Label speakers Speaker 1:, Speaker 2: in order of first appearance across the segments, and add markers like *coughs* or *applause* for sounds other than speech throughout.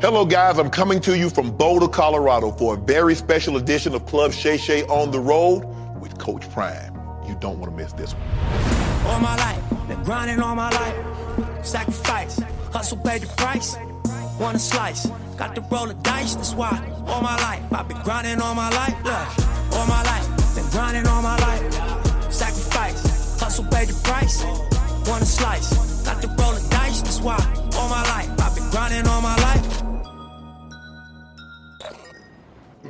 Speaker 1: Hello, guys. I'm coming to you from Boulder, Colorado for a very special edition of Club Shay Shay on the Road with Coach Prime. You don't want to miss this one.
Speaker 2: All my life, been grinding all my life. Sacrifice, hustle paid the price. Want a slice, got to roll the dice, that's why. All my life, I've been grinding all my life. Look, all my life, been grinding all my life. Sacrifice, hustle paid the price. Want a slice, got to roll the dice, that's why. All my life, I've been grinding all my life.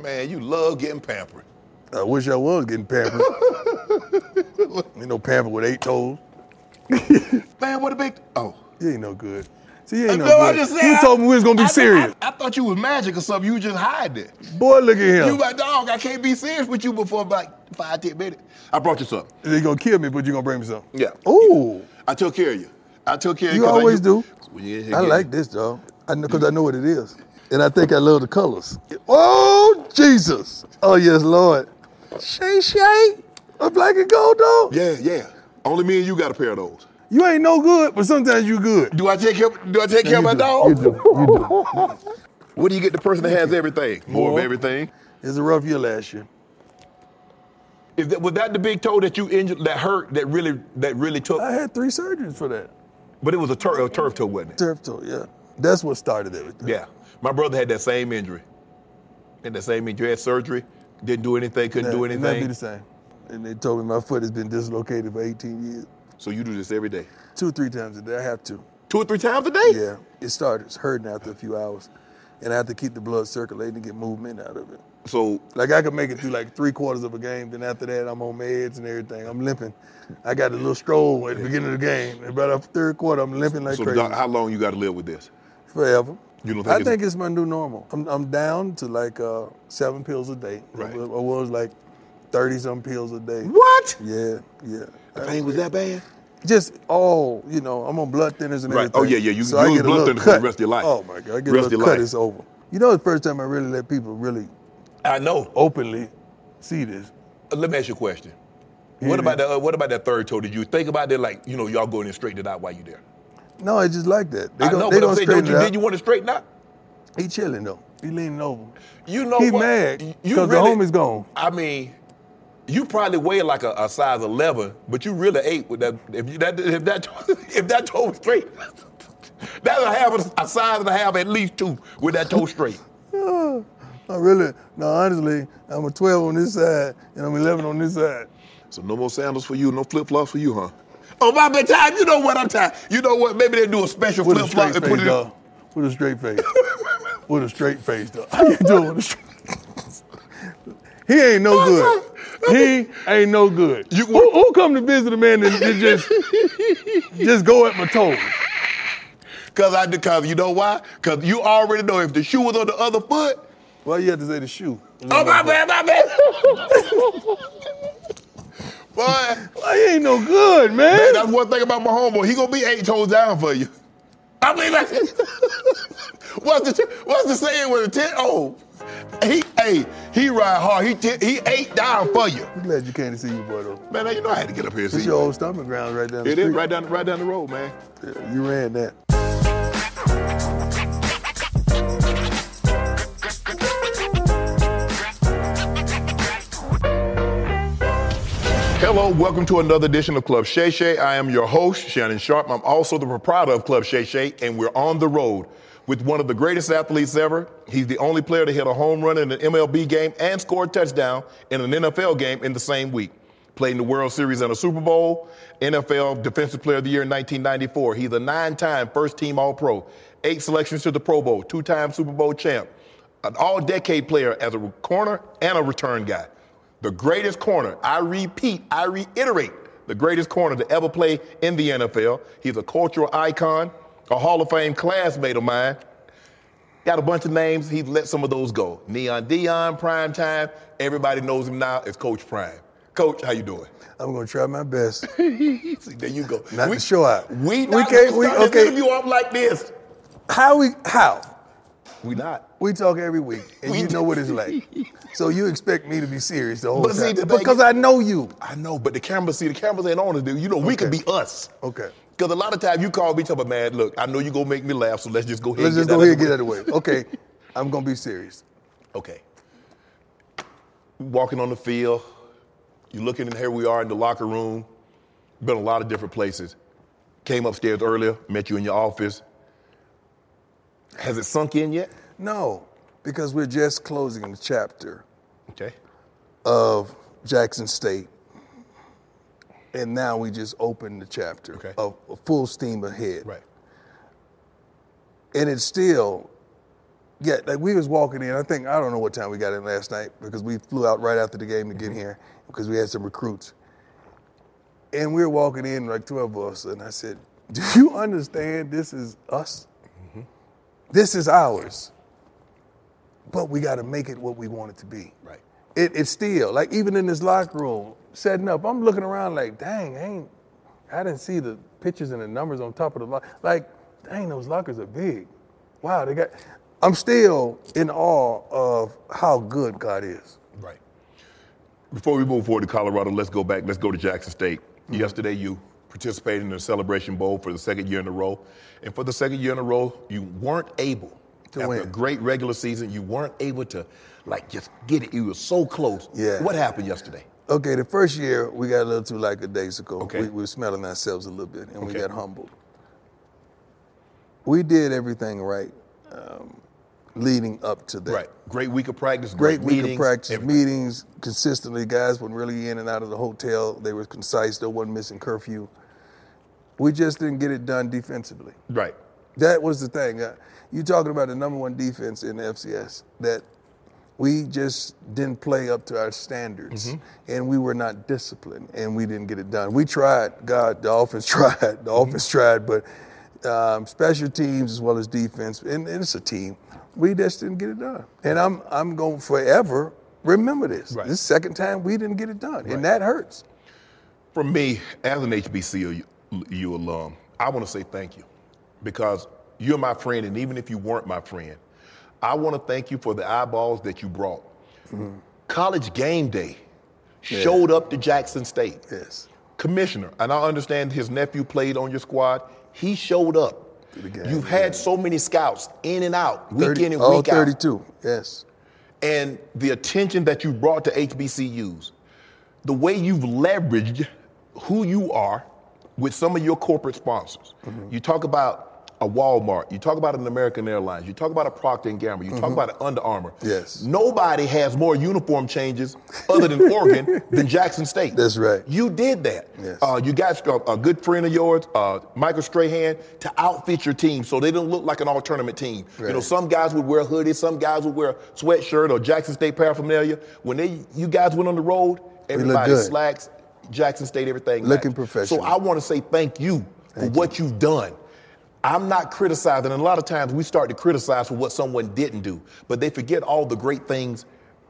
Speaker 1: Man, you love getting pampered.
Speaker 3: I wish I was
Speaker 1: *laughs*
Speaker 3: getting pampered. ain't no pampered with eight toes.
Speaker 1: Man, what a big. Oh.
Speaker 3: You ain't no good. See, you ain't no,
Speaker 1: No, I
Speaker 3: good.
Speaker 1: just said
Speaker 3: you
Speaker 1: I-
Speaker 3: told me we was gonna be
Speaker 1: I-
Speaker 3: serious.
Speaker 1: I, I thought you was magic or something. You just hide it.
Speaker 3: Boy, look at him.
Speaker 1: You my dog. I can't be serious with you before about five, ten minutes. I brought you something.
Speaker 3: They gonna kill me, but you gonna bring me something.
Speaker 1: Yeah.
Speaker 3: Ooh,
Speaker 1: I took care of you. I took care of you.
Speaker 3: you
Speaker 1: 'cause I
Speaker 3: always
Speaker 1: knew-
Speaker 3: do.
Speaker 1: When you get here
Speaker 3: I
Speaker 1: getting-
Speaker 3: like this, dog. I know because I know what it is, and I think I love the colors. Oh Jesus! Oh yes, Lord. Shay Shay, a black and gold dog.
Speaker 1: Yeah, yeah. Only me and you got a pair of those.
Speaker 3: You ain't no good, but sometimes you good.
Speaker 1: Do I take care? Do I take care of my
Speaker 3: You do.
Speaker 1: dog?
Speaker 3: You do. You do.
Speaker 1: *laughs* What do you get the person that has everything? More,
Speaker 3: More.
Speaker 1: of everything.
Speaker 3: It's a rough year last year.
Speaker 1: Is that, was that the big toe that you injured, that hurt, that really, that really took?
Speaker 3: I had three surgeries for that.
Speaker 1: But it was a, tur- a turf toe, wasn't it?
Speaker 3: Turf toe, yeah. That's what started everything.
Speaker 1: Yeah. My brother had that same injury. Had that same injury. Had surgery. Didn't do anything. Couldn't do
Speaker 3: That- and That'd be
Speaker 1: anything.
Speaker 3: the same. And they told me my foot has been dislocated for 18 years.
Speaker 1: So you do this every day,
Speaker 3: Two or three times a day. I have to.
Speaker 1: two or three times a day.
Speaker 3: Yeah. It started it's hurting after a few hours. And I have to keep the blood circulating to get movement out of it.
Speaker 1: So
Speaker 3: Like I could make it through like three quarters of a game, then after that I'm on meds and everything. I'm limping. I got a little stroll at the beginning of the game. And by the third quarter, I'm limping like
Speaker 1: so
Speaker 3: crazy.
Speaker 1: doc, how long you got to live with this?
Speaker 3: forever.
Speaker 1: You don't think
Speaker 3: I
Speaker 1: it's-
Speaker 3: think it's my new normal. I'm, I'm down to like uh, seven pills a day.
Speaker 1: Right.
Speaker 3: I was, I was like 30 some pills a day.
Speaker 1: What?
Speaker 3: Yeah, yeah.
Speaker 1: Thing was that bad?
Speaker 3: Just all, you know, I'm on blood thinners and
Speaker 1: Right.
Speaker 3: everything.
Speaker 1: Oh, yeah, yeah. You-
Speaker 3: so
Speaker 1: you
Speaker 3: I
Speaker 1: was
Speaker 3: get a
Speaker 1: blood
Speaker 3: little
Speaker 1: thinner for the
Speaker 3: cut.
Speaker 1: rest of your life.
Speaker 3: Oh my God, I get
Speaker 1: Rest
Speaker 3: a
Speaker 1: of your
Speaker 3: little cut.
Speaker 1: life.
Speaker 3: It's over. You know, it's the first time I really let people really
Speaker 1: I know.
Speaker 3: openly see this.
Speaker 1: Uh, Let me ask you a question.
Speaker 3: Here
Speaker 1: What
Speaker 3: it
Speaker 1: about that? Uh, what about that third toe? Did you think about that? Like you know, y'all going and straighten it out while you there.
Speaker 3: No, it's just like that. They
Speaker 1: I
Speaker 3: don't,
Speaker 1: know,
Speaker 3: they
Speaker 1: but
Speaker 3: don't
Speaker 1: I'm saying, don't
Speaker 3: straighten
Speaker 1: you,
Speaker 3: it
Speaker 1: did
Speaker 3: out.
Speaker 1: you want to straighten out?
Speaker 3: He chilling though. He leaning over.
Speaker 1: You know
Speaker 3: he
Speaker 1: what?
Speaker 3: mad
Speaker 1: You
Speaker 3: because the
Speaker 1: really-
Speaker 3: homie's gone.
Speaker 1: I mean, you probably weigh like a, a size 11, but you really eight with that. If you, that if that *laughs* if that toe was straight, *laughs* that'll have a, a size and a half at least two with that toe straight.
Speaker 3: I really, no, honestly, I'm a 12 on this side and I'm 11 on this side.
Speaker 1: *laughs* So no more sandals for you, no flip flops for you, huh? Oh my bad time. You know what I'm tired. You know what? Maybe they do a special
Speaker 3: With a
Speaker 1: flip flop
Speaker 3: straight
Speaker 1: and put
Speaker 3: face,
Speaker 1: it. in.
Speaker 3: dog. With a straight
Speaker 1: *laughs*
Speaker 3: face. With a straight face, dog. How you doing with a straight *laughs* He ain't no good. He ain't no good.
Speaker 1: You-
Speaker 3: who, who come to visit a man and, and
Speaker 1: *laughs*
Speaker 3: just just go at my toes?
Speaker 1: Cause I because you know why? Cause you already know if the shoe was on the other foot.
Speaker 3: Why you have to say the shoe?
Speaker 1: Oh my bad, my bad. *laughs* Boy,
Speaker 3: Why you ain't no good, man?
Speaker 1: Hey, that's one thing about my homeboy. He gonna be eight toes down for you. I mean, like, *laughs* what's the what's the saying with a ten? Oh, he hey he ride hard. He ten, he eight down for you.
Speaker 3: I'm glad you came to see your boy, though.
Speaker 1: Man, you know I had to get up here. and See
Speaker 3: It's your
Speaker 1: you.
Speaker 3: old stomping ground right down the
Speaker 1: It
Speaker 3: street.
Speaker 1: is right down right down the road, man.
Speaker 3: Yeah, You ran that.
Speaker 1: Hello, welcome to another edition of Club Shay Shay. I am your host, Shannon Sharp. I'm also the proprietor of Club Shay Shay, and we're on the road with one of the greatest athletes ever. He's the only player to hit a home run in an MLB game and score a touchdown in an NFL game in the same week. Played in the World Series and a Super Bowl, NFL Defensive Player of the Year in 1994. He's a nine time first team All Pro, eight selections to the Pro Bowl, two time Super Bowl champ, an all decade player as a corner and a return guy. The greatest corner, I repeat, I reiterate, the greatest corner to ever play in the NFL. He's a cultural icon, a Hall of Fame classmate of mine. Got a bunch of names, he's let some of those go. Neon Dion, Prime Time, everybody knows him now as Coach Prime. Coach, how you doing? *laughs*
Speaker 3: I'm gonna try my best.
Speaker 1: See, there you go.
Speaker 3: Not to show out.
Speaker 1: We,
Speaker 3: We
Speaker 1: not
Speaker 3: can't-
Speaker 1: gonna
Speaker 3: we-
Speaker 1: start this
Speaker 3: okay.
Speaker 1: interview off like this.
Speaker 3: How we? How?
Speaker 1: We not.
Speaker 3: We talk every week, and
Speaker 1: We
Speaker 3: you
Speaker 1: do.
Speaker 3: know what it's like. So you expect me to be serious the whole
Speaker 1: But see,
Speaker 3: time
Speaker 1: the thing-
Speaker 3: because I know you.
Speaker 1: I know, but the cameras, see, the cameras ain't on it, dude. You know, we
Speaker 3: Okay.
Speaker 1: could be us.
Speaker 3: Okay.
Speaker 1: Because a lot of times you call me, tell me, man, look, I know you gonna make me laugh, so let's just go ahead.
Speaker 3: Let's
Speaker 1: and
Speaker 3: just go ahead and
Speaker 1: out
Speaker 3: get
Speaker 1: of
Speaker 3: out of the way. Okay, *laughs* I'm gonna be serious.
Speaker 1: the way. Okay. Walking on the field, you looking, and here we are in the locker room. Been a lot of different places. Came upstairs earlier, met you in your office. Has it sunk in yet?
Speaker 3: No, because we're just closing the chapter
Speaker 1: Okay.
Speaker 3: of Jackson State, and now we just opened the chapter
Speaker 1: Okay.
Speaker 3: of of full steam ahead.
Speaker 1: Right.
Speaker 3: and it's still yeah like we was walking in i think i don't know what time we got in last night because we flew out right after the game to get here because we had some recruits and we were walking in like 12 of us and i said do you understand this is us this is ours but we got to make it what we want it to be
Speaker 1: Right.
Speaker 3: it, it's still like even in this locker room setting up. I'm looking around like, dang, I ain't, I didn't see the pictures and the numbers on top of the lock. Like, dang, those lockers are big. Wow, they got. I'm still in awe of how good God is.
Speaker 1: Right. Before we move forward to Colorado, let's go back. Let's go to Jackson State.
Speaker 3: Mm-hmm.
Speaker 1: Yesterday, you participated in the Celebration Bowl for the second year in a row, and for the second year in a row, you weren't able
Speaker 3: To
Speaker 1: after
Speaker 3: win.
Speaker 1: a great regular season. You weren't able to, like, just get it. You were so close.
Speaker 3: Yeah.
Speaker 1: What happened yesterday?
Speaker 3: Okay, the first year we got a little too lackadaisical.
Speaker 1: Okay.
Speaker 3: We, we were smelling ourselves a little bit, and we
Speaker 1: Okay.
Speaker 3: got humbled. We did everything right um, leading up to that.
Speaker 1: Right. Great week of practice.
Speaker 3: great
Speaker 1: Great,
Speaker 3: week
Speaker 1: meetings,
Speaker 3: of practice,
Speaker 1: everything.
Speaker 3: meetings consistently. Guys went really in and out of the hotel. They were concise. No one missing curfew. We just didn't get it done defensively.
Speaker 1: Right.
Speaker 3: That was the thing. Uh, you talking about the number one defense in the FCS that we just didn't play up to our standards,
Speaker 1: Mm-hmm.
Speaker 3: and we were not disciplined, and we didn't get it done. We tried. God, the offense *laughs* tried. The
Speaker 1: Mm-hmm.
Speaker 3: offense tried, but um, special teams as well as defense, and, and it's a team. We just didn't get it done, and I'm I'm going to forever remember this.
Speaker 1: Right.
Speaker 3: This second time we didn't get it done,
Speaker 1: Right.
Speaker 3: and that hurts.
Speaker 1: For me, as an HBCU alum, I want to say thank you because you're my friend, and even if you weren't my friend, I want to thank you for the eyeballs that you brought.
Speaker 3: Mm-hmm.
Speaker 1: College game day showed up to Jackson State.
Speaker 3: Yes.
Speaker 1: Commissioner, and I understand his nephew played on your squad, he showed up.
Speaker 3: the game, oh,
Speaker 1: You've had so many scouts in and out, week
Speaker 3: 30
Speaker 1: in and week
Speaker 3: all
Speaker 1: out
Speaker 3: 32. Yes.
Speaker 1: and the attention that you brought to HBCUs, the way you've leveraged who you are with some of your corporate sponsors.
Speaker 3: Mm-hmm.
Speaker 1: You talk about a Walmart, you talk about an American Airlines, you talk about a Procter and Gamble, you talk about an Under Armour.
Speaker 3: Mm-hmm. Yes.
Speaker 1: Nobody has more uniform
Speaker 3: *laughs*
Speaker 1: changes other than Oregon than Jackson State.
Speaker 3: That's right.
Speaker 1: You did that.
Speaker 3: Yes.
Speaker 1: Uh, you got a, a good friend of yours, uh, Michael Strahan, to outfit your team so they don't look like an all tournament team. You know,
Speaker 3: Right.
Speaker 1: some guys would wear hoodies, some guys would wear a sweatshirt or Jackson State paraphernalia. When they, you guys went on the road,
Speaker 3: looked
Speaker 1: everybody
Speaker 3: good.
Speaker 1: slacks, Jackson State, everything.
Speaker 3: Looking
Speaker 1: matched.
Speaker 3: professional.
Speaker 1: So I want to say thank you for what you've done. I'm not criticizing, and a lot of times we start to criticize for what someone didn't do, but they forget all the great things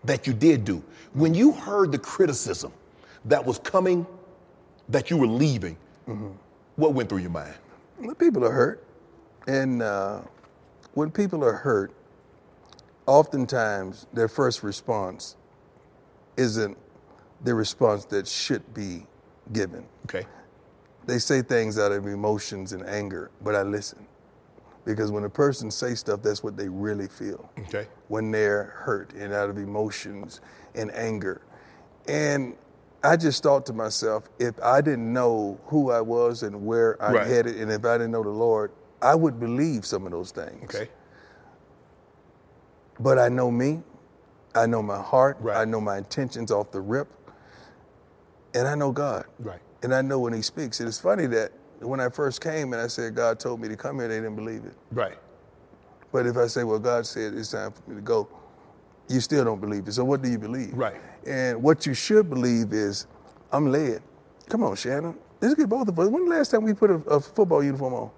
Speaker 1: that you did do. When you heard the criticism that was coming, that you were leaving,
Speaker 3: Mm-hmm.
Speaker 1: what went through your mind?
Speaker 3: When people are hurt, and uh, when people are hurt, oftentimes their first response isn't the response that should be given.
Speaker 1: Okay.
Speaker 3: They say things out of emotions and anger, but I listen because when a person says stuff, that's what they really feel
Speaker 1: Okay.
Speaker 3: when they're hurt and out of emotions and anger. And I just thought to myself, if I didn't know who I was and where I
Speaker 1: Right.
Speaker 3: headed, and if I didn't know the Lord, I would believe some of those things.
Speaker 1: Okay.
Speaker 3: But I know me, I know my heart,
Speaker 1: Right.
Speaker 3: I know my intentions off the rip, and I know God.
Speaker 1: Right.
Speaker 3: And I know when He speaks. And it's funny that when I first came and I said God told me to come here, they didn't believe it.
Speaker 1: Right.
Speaker 3: But if I say, well, God said it's time for me to go, you still don't believe it. So what do you believe?
Speaker 1: Right.
Speaker 3: And what you should believe is, I'm led. Come on, Shannon. Let's get both of us. When the last time we put a, a football uniform on?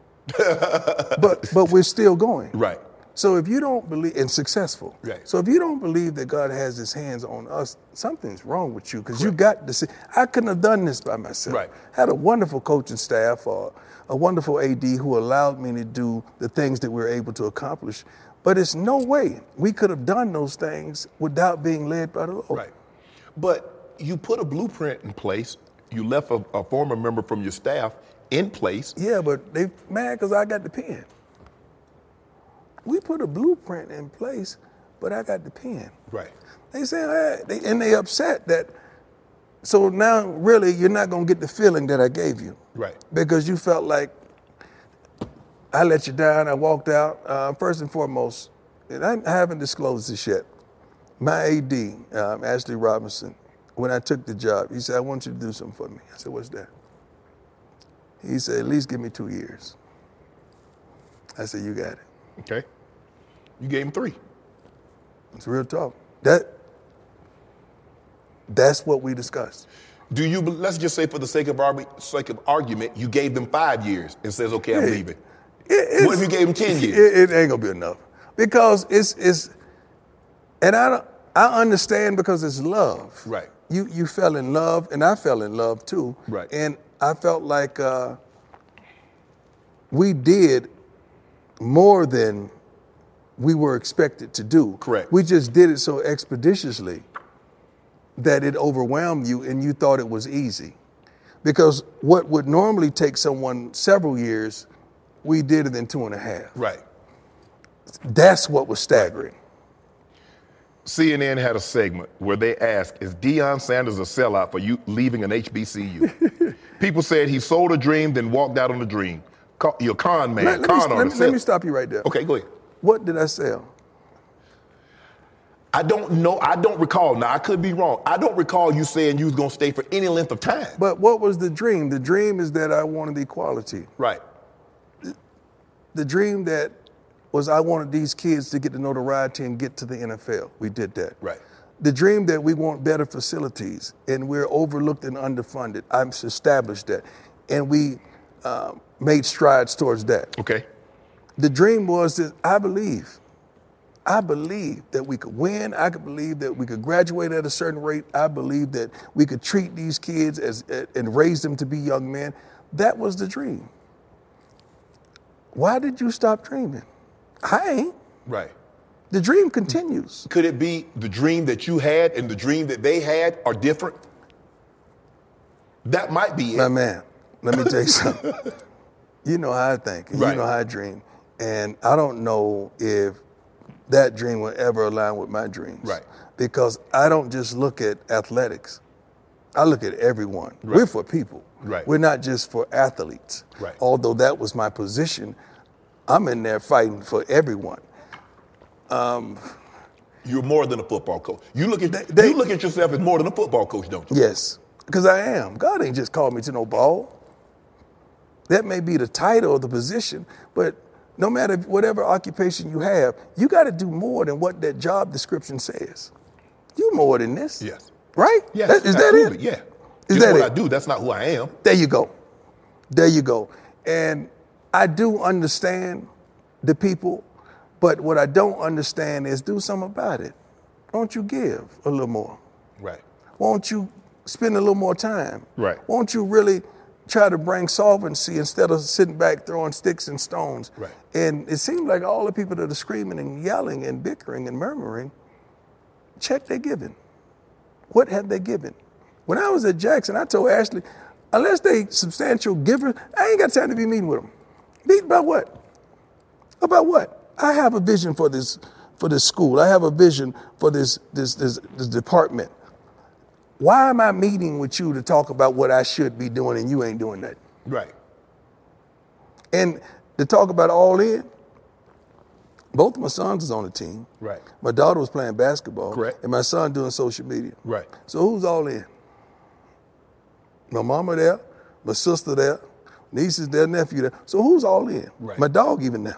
Speaker 3: but but we're still going.
Speaker 1: Right.
Speaker 3: So if you don't believe and successful,
Speaker 1: Right.
Speaker 3: so if you don't believe that God has His hands on us, something's wrong with you because you got to see. I couldn't have done this by myself.
Speaker 1: Right.
Speaker 3: Had a wonderful coaching staff, uh, a wonderful AD who allowed me to do the things that we were able to accomplish. But it's no way we could have done those things without being led by the Lord.
Speaker 1: Right. But you put a blueprint in place. You left a, a former member from your staff in place.
Speaker 3: Yeah, but they mad because I got the pen. We put a blueprint in place, but I got the pen.
Speaker 1: Right.
Speaker 3: They said, "Ah," they, and they upset that. So now, really, you're not gonna get the feeling that I gave you
Speaker 1: Right.
Speaker 3: because you felt like I let you down. I walked out. Uh, first and foremost, and I, I haven't disclosed this yet. My AD, um, Ashley Robinson, when I took the job, he said, "I want you to do something for me." I said, "What's that?" He said, "At least give me two years." I said, "You got it."
Speaker 1: Okay. You gave him three.
Speaker 3: It's real talk. That that's what we discussed.
Speaker 1: Do you? Let's just say, for the sake of argu- sake of argument, you gave them five years and says, "Okay, I'm
Speaker 3: Yeah.
Speaker 1: leaving."
Speaker 3: It-
Speaker 1: What if
Speaker 3: it's-
Speaker 1: you gave him 10 years?
Speaker 3: It, it ain't gonna be enough because it's it's, and I don't, I understand because it's love.
Speaker 1: Right.
Speaker 3: You you fell in love, and I fell in love too.
Speaker 1: Right.
Speaker 3: And I felt like uh, we did more than we were expected to do.
Speaker 1: Correct.
Speaker 3: We just did it so expeditiously that it overwhelmed you, and you thought it was easy. Because what would normally take someone several years, we did it in two and a half.
Speaker 1: Right.
Speaker 3: That's what was staggering.
Speaker 1: CNN had a segment where they asked, "Is Deion Sanders a sellout for you leaving an
Speaker 3: *laughs*
Speaker 1: HBCU?" People said he sold a dream, then walked out on the dream. Ca- You're a con man,
Speaker 3: Let, let me,
Speaker 1: con
Speaker 3: let me-
Speaker 1: artist.
Speaker 3: let me
Speaker 1: sell-
Speaker 3: stop you right there.
Speaker 1: Okay, go ahead.
Speaker 3: What did I sell?
Speaker 1: I don't know. I don't recall. Now I could be wrong. I don't recall you saying you was gonna stay for any length of time.
Speaker 3: But what was the dream? The dream is that I wanted equality.
Speaker 1: right.
Speaker 3: The dream that was I wanted these kids to get the notoriety and get to the NFL. We did that.
Speaker 1: Right.
Speaker 3: The dream that we want better facilities and we're overlooked and underfunded. I'm established that, and we um, made strides towards that.
Speaker 1: Okay.
Speaker 3: the dream was that I believe, I believe that we could win. I could believe that we could graduate at a certain rate. I believe that we could treat these kids as eh, and raise them to be young men. That was the dream. Why did you stop dreaming? I ain't.
Speaker 1: Right.
Speaker 3: The dream continues.
Speaker 1: Could it be the dream that you had and the dream that they had are different? That might be it.
Speaker 3: My man, let me tell
Speaker 1: *laughs*
Speaker 3: you something. You know how I think. and
Speaker 1: Right.
Speaker 3: You know how I dream. And I don't know if that dream will ever align with my dreams.
Speaker 1: Right.
Speaker 3: Because I don't just look at athletics. I look at everyone. We're for people.
Speaker 1: Right.
Speaker 3: We're not just for athletes.
Speaker 1: Right.
Speaker 3: Although that was my position, I'm in there fighting for everyone.
Speaker 1: You're more than a football coach. You look at
Speaker 3: they-
Speaker 1: you look at yourself as more than a football coach, don't you?
Speaker 3: Yes, because I am. God ain't just called me to no ball. That may be the title of the position, but no matter whatever occupation you have, you got to do more than what that job description says. You more than this.
Speaker 1: Yes.
Speaker 3: Right?
Speaker 1: Yes.
Speaker 3: That- is that
Speaker 1: absolutely,
Speaker 3: it?
Speaker 1: Yeah.
Speaker 3: Is
Speaker 1: It's
Speaker 3: that
Speaker 1: what
Speaker 3: it?
Speaker 1: I do. That's not who I am.
Speaker 3: There you go. There you go. And I do understand the people, but what I don't understand is do something about it. Won't you give a little more?
Speaker 1: Right.
Speaker 3: won't you spend a little more time?
Speaker 1: Right.
Speaker 3: Won't you really try to bring solvency instead of sitting back throwing sticks and stones?
Speaker 1: Right.
Speaker 3: And it seems like all the people that are screaming and yelling and bickering and murmuring, check their giving. What have they given? When I was at Jackson, I told Ashley, unless they substantial givers, I ain't got time to be meeting with them. Meeting about what? About what? I have a vision for this for this school. I have a vision for this this this, this department. Why am I meeting with you to talk about what I should be doing and you ain't doing that?
Speaker 1: Right.
Speaker 3: And to talk about all in, both my sons is on the team.
Speaker 1: Right.
Speaker 3: My daughter was playing basketball.
Speaker 1: Correct.
Speaker 3: And my son doing social media.
Speaker 1: Right.
Speaker 3: So who's all in? My mama there, my sister there, niece is there, nephew there. So who's all in?
Speaker 1: Right.
Speaker 3: My dog even now.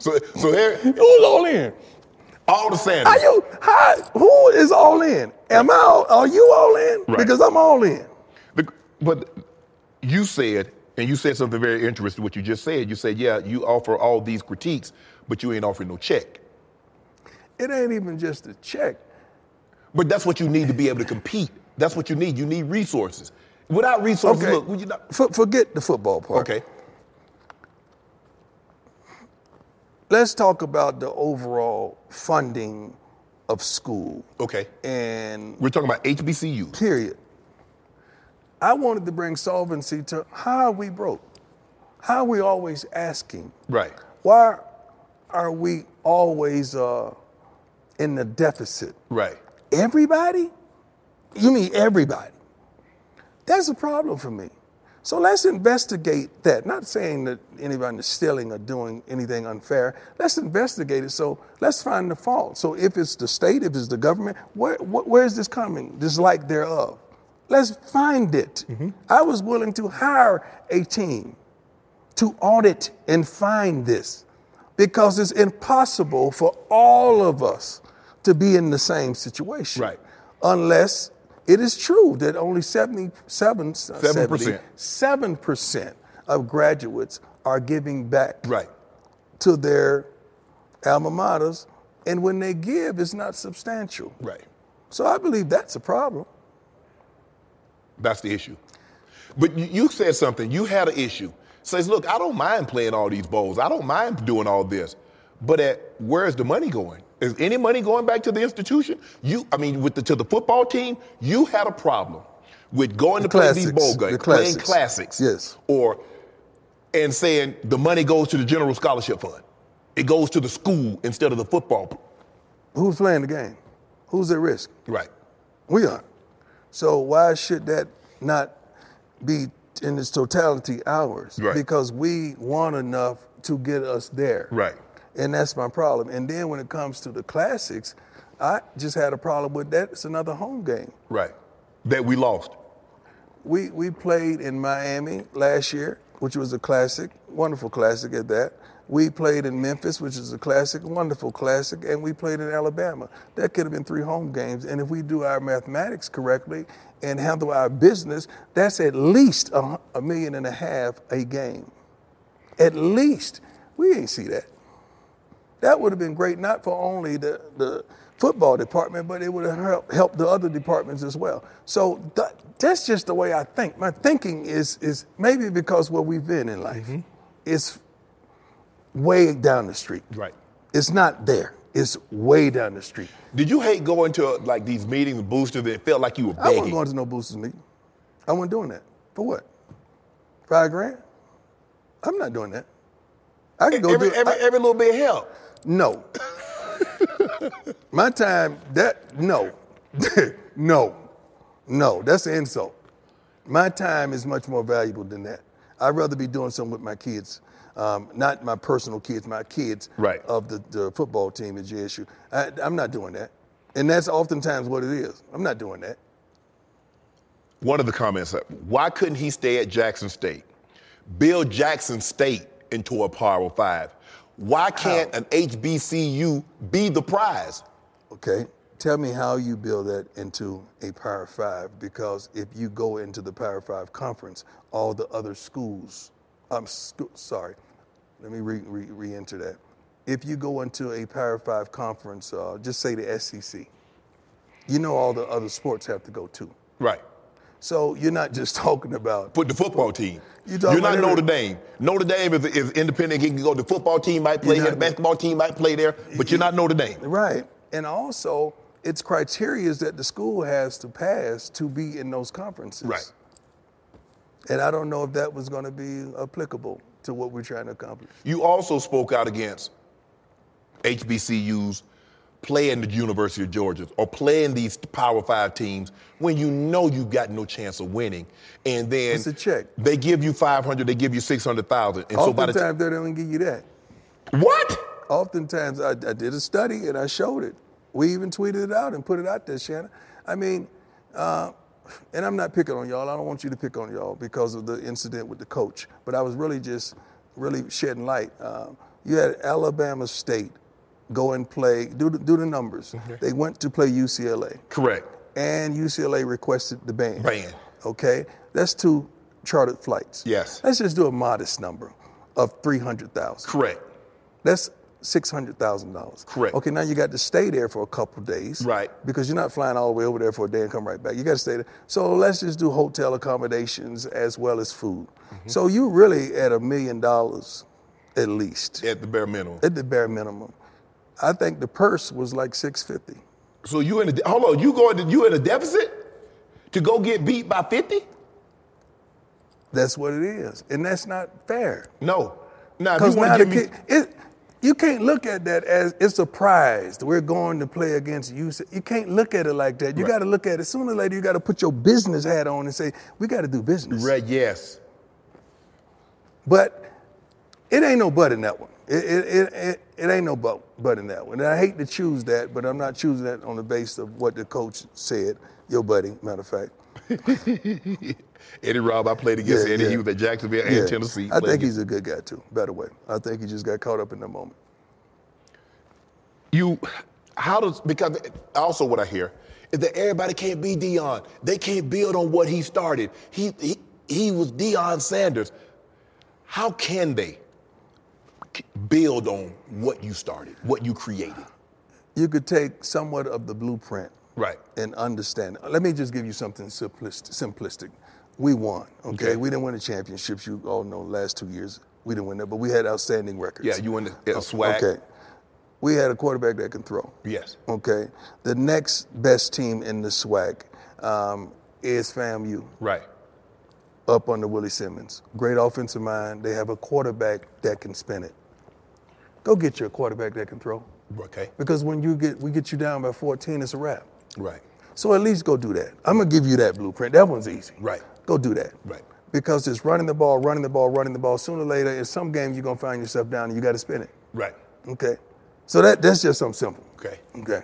Speaker 1: So so here
Speaker 3: Who's all in?
Speaker 1: all the Sanders.
Speaker 3: Are you? How, who is all in? Am I? All, are you all in?
Speaker 1: Right.
Speaker 3: Because I'm all in.
Speaker 1: The- but you said, and you said something very interesting. What you just said, you said, yeah, you offer all these critiques, but you ain't offering no check.
Speaker 3: It ain't even just a check.
Speaker 1: But that's what you need to be able to compete. That's what you need. You need resources. Without resources,
Speaker 3: Okay.
Speaker 1: look, would you not?
Speaker 3: For, forget the football part.
Speaker 1: Okay.
Speaker 3: Let's talk about the overall funding of school
Speaker 1: Okay.
Speaker 3: and
Speaker 1: We're talking about HBCU.
Speaker 3: period. I wanted to bring solvency to how are we broke? How are we always asking?
Speaker 1: Right.
Speaker 3: Why are we always uh, in the deficit?
Speaker 1: Right.
Speaker 3: Everybody? You mean everybody? That's a problem for me. So let's investigate that. Not saying that anybody is stealing or doing anything unfair. Let's investigate it. So let's find the fault. So if it's the state, if it's the government, where, wh- where is this coming? This lack thereof. Let's find it. I was willing to hire a team to audit and find this because it's impossible for all of us to be in the same situation.
Speaker 1: Right.
Speaker 3: Unless it is true that only 77,
Speaker 1: 7%.
Speaker 3: 7% of graduates are giving back
Speaker 1: Right.
Speaker 3: to their alma maters. And when they give, it's not substantial.
Speaker 1: Right.
Speaker 3: So I believe that's a problem.
Speaker 1: That's the issue. But you, you said something. You had an issue. Says, look, I don't mind playing all these bowls. I don't mind doing all this. But at where is the money going? Is any money going back to the institution? You, I mean, with the, to the football team, you had a problem with going
Speaker 3: The
Speaker 1: to play these bowl
Speaker 3: classics. The
Speaker 1: games, playing
Speaker 3: classics.
Speaker 1: classics,
Speaker 3: Yes.
Speaker 1: or and saying the money goes to the general scholarship fund. It goes to the school instead of the football.
Speaker 3: Who's playing the game? Who's at risk?
Speaker 1: Right.
Speaker 3: We aren't. So why should that not be in its totality ours?
Speaker 1: Right.
Speaker 3: Because we want enough to get us there.
Speaker 1: Right.
Speaker 3: And that's my problem. And then when it comes to the classics, I just had a problem with that. It's another home game.
Speaker 1: Right. That we lost.
Speaker 3: We we played in Miami last year, which was a classic, wonderful classic at that. We played in Memphis, which is a classic, wonderful classic, and we played in Alabama. That could have been three home games. And if we do our mathematics correctly and handle our business, that's at least a, hu- a million and a half a game. At least. We ain't see that. That would have been great, not for only the, the football department, but it would have helped, helped the other departments as well. So that, that's just the way I think. My thinking is is maybe because where we've been in life, it's way down the street.
Speaker 1: Right.
Speaker 3: It's not there. It's way down the street.
Speaker 1: Did you hate going to like these meetings, boosters? That it felt like you were
Speaker 3: I wasn't
Speaker 1: begging.
Speaker 3: going to no boosters meeting. I wasn't doing that. For what? Five grand? I'm not doing that. I can go
Speaker 1: every,
Speaker 3: do
Speaker 1: every,
Speaker 3: I-
Speaker 1: every little bit help.
Speaker 3: No. My time, that, no. *laughs* no. No, that's an insult. My time is much more valuable than that. I'd rather be doing something with my kids, um, not my personal kids, my kids
Speaker 1: Right.
Speaker 3: of the, the football team at GSU. I, I'm not doing that. And that's oftentimes what it is. I'm not doing that.
Speaker 1: One of the comments: uh, Why couldn't he stay at Jackson State? Build Jackson State into a Power Five. Why can't an HBCU be the prize?
Speaker 3: Okay. Tell me how you build that into a Power Five because if you go into the Power Five conference, all the other schools, I'm sc- sorry, let me re, re, re-enter that. If you go into a Power Five conference, uh, just say the SEC, you know all the other sports have to go too.
Speaker 1: Right.
Speaker 3: So you're not just *laughs* talking about
Speaker 1: Put the football team.
Speaker 3: You
Speaker 1: You're
Speaker 3: talking
Speaker 1: not
Speaker 3: about
Speaker 1: Notre
Speaker 3: every-
Speaker 1: Dame. Notre Dame is, is independent. He can go. The football team might play
Speaker 3: You're
Speaker 1: here. The
Speaker 3: not-
Speaker 1: basketball team might play there. But you're not Notre Dame.
Speaker 3: Right. And also, it's criteria that the school has to pass to be in those conferences.
Speaker 1: Right.
Speaker 3: And I don't know if that was going to be applicable to what we're trying to accomplish.
Speaker 1: You also spoke out against HBCUs playing the University of Georgia or playing these Power Five teams when you know you got no chance of winning, and then
Speaker 3: It's a check.
Speaker 1: They give you five hundred, they give you six hundred thousand, and so by
Speaker 3: Oftentimes,
Speaker 1: the time
Speaker 3: they don't give you that.
Speaker 1: what?
Speaker 3: Oftentimes, I, I did a study and I showed it. We even tweeted it out and put it out there, Shannon. I mean, uh, and I'm not picking on y'all. I don't want you to pick on y'all because of the incident with the coach. But I was really just really shedding light. Um, you had Alabama State go and play. Do the, do
Speaker 1: *laughs*
Speaker 3: the numbers. They went to play UCLA.
Speaker 1: Correct.
Speaker 3: and UCLA requested the ban.
Speaker 1: Ban.
Speaker 3: Okay, that's two chartered flights.
Speaker 1: Yes.
Speaker 3: Let's just do a modest number of three hundred thousand.
Speaker 1: Correct.
Speaker 3: That's six hundred thousand dollars.
Speaker 1: Correct.
Speaker 3: Okay, now you got to stay there for a couple days.
Speaker 1: Right.
Speaker 3: Because you're not flying all the way over there for a day and come right back. You got to stay there. So let's just do hotel accommodations as well as food.
Speaker 1: Mm-hmm.
Speaker 3: So you really at a million dollars, at least
Speaker 1: At the bare minimum.
Speaker 3: at the bare minimum. I think the purse was like six fifty.
Speaker 1: So you in a hold on? You going? To, you in a deficit to go get beat by fifty?
Speaker 3: That's what it is, and that's not fair.
Speaker 1: No. Now, if you
Speaker 3: Because
Speaker 1: want
Speaker 3: now
Speaker 1: to
Speaker 3: the
Speaker 1: give me.
Speaker 3: kid, it, you can't look at that as it's a prize. that We're going to play against you. You can't look at it like that. You
Speaker 1: Right.
Speaker 3: got to look at it sooner or later. You got to put your business hat on and say we got to do business.
Speaker 1: Right, yes. *laughs*
Speaker 3: But it ain't no but in that one. It, it, it, it, it ain't no but, but in that one. And I hate to choose that, but I'm not choosing that on the basis of what the coach said, your buddy, matter of fact.
Speaker 1: Eddie Robb, I played against
Speaker 3: Yeah,
Speaker 1: Eddie. He
Speaker 3: yeah.
Speaker 1: was at Jacksonville and Tennessee.
Speaker 3: I
Speaker 1: Played
Speaker 3: think
Speaker 1: against-
Speaker 3: he's a good guy, too, by the way. I think he just got caught up in the moment.
Speaker 1: You, how does, because also what I hear is that everybody can't be Dion. They can't build on what he started. He, he, he was Dion Sanders. How can they c- build on what you started, what you created?
Speaker 3: You could take somewhat of the blueprint
Speaker 1: Right.
Speaker 3: and understand. Let me just give you something simplistic. simplistic. We won, okay?
Speaker 1: Okay.
Speaker 3: We didn't win the championships. You all know the last two years we didn't win that, but we had outstanding records.
Speaker 1: Yeah, you in the yeah, swag.
Speaker 3: Okay. We had a quarterback that can throw.
Speaker 1: Yes.
Speaker 3: Okay. The next best team in the swag um, is FAMU
Speaker 1: Right.
Speaker 3: up under Willie Simmons. Great offensive mind. They have a quarterback that can spin it. Go get your quarterback that can throw.
Speaker 1: Okay.
Speaker 3: Because when you get we get you down by 14, it's a wrap.
Speaker 1: Right.
Speaker 3: So at least go do that. I'm gonna give you that blueprint. That one's easy.
Speaker 1: Right.
Speaker 3: Go do that.
Speaker 1: Right.
Speaker 3: Because it's running the ball, running the ball, running the ball. Sooner or later, in some game, you're gonna find yourself down and you gotta spin it.
Speaker 1: Right.
Speaker 3: Okay. So that that's just something simple.
Speaker 1: Okay.
Speaker 3: Okay.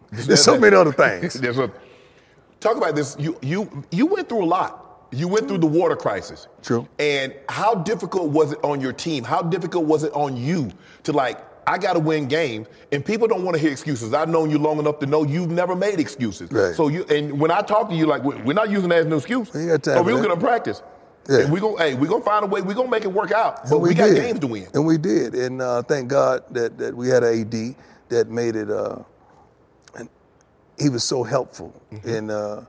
Speaker 3: *laughs* There's so many other things.
Speaker 1: *laughs* There's a, talk about this. You you you went through a lot. You went through the water crisis.
Speaker 3: True.
Speaker 1: And how difficult was it on your team? How difficult was it on you to like? I got to win games, and people don't want to hear excuses. I've known you long enough to know you've never made excuses.
Speaker 3: Right.
Speaker 1: So you and when I talk to you, like we- we're not using that as an excuse.
Speaker 3: We ain't got time
Speaker 1: Or we
Speaker 3: for
Speaker 1: gonna
Speaker 3: that.
Speaker 1: get to practice.
Speaker 3: Yeah.
Speaker 1: And we going hey, we gonna find a way. We are gonna make it work out. But
Speaker 3: And
Speaker 1: we, got
Speaker 3: did.
Speaker 1: games to win.
Speaker 3: And we did. And uh, thank God that, that we had an AD that made it, uh, and he was so helpful
Speaker 1: Mm-hmm.
Speaker 3: in uh,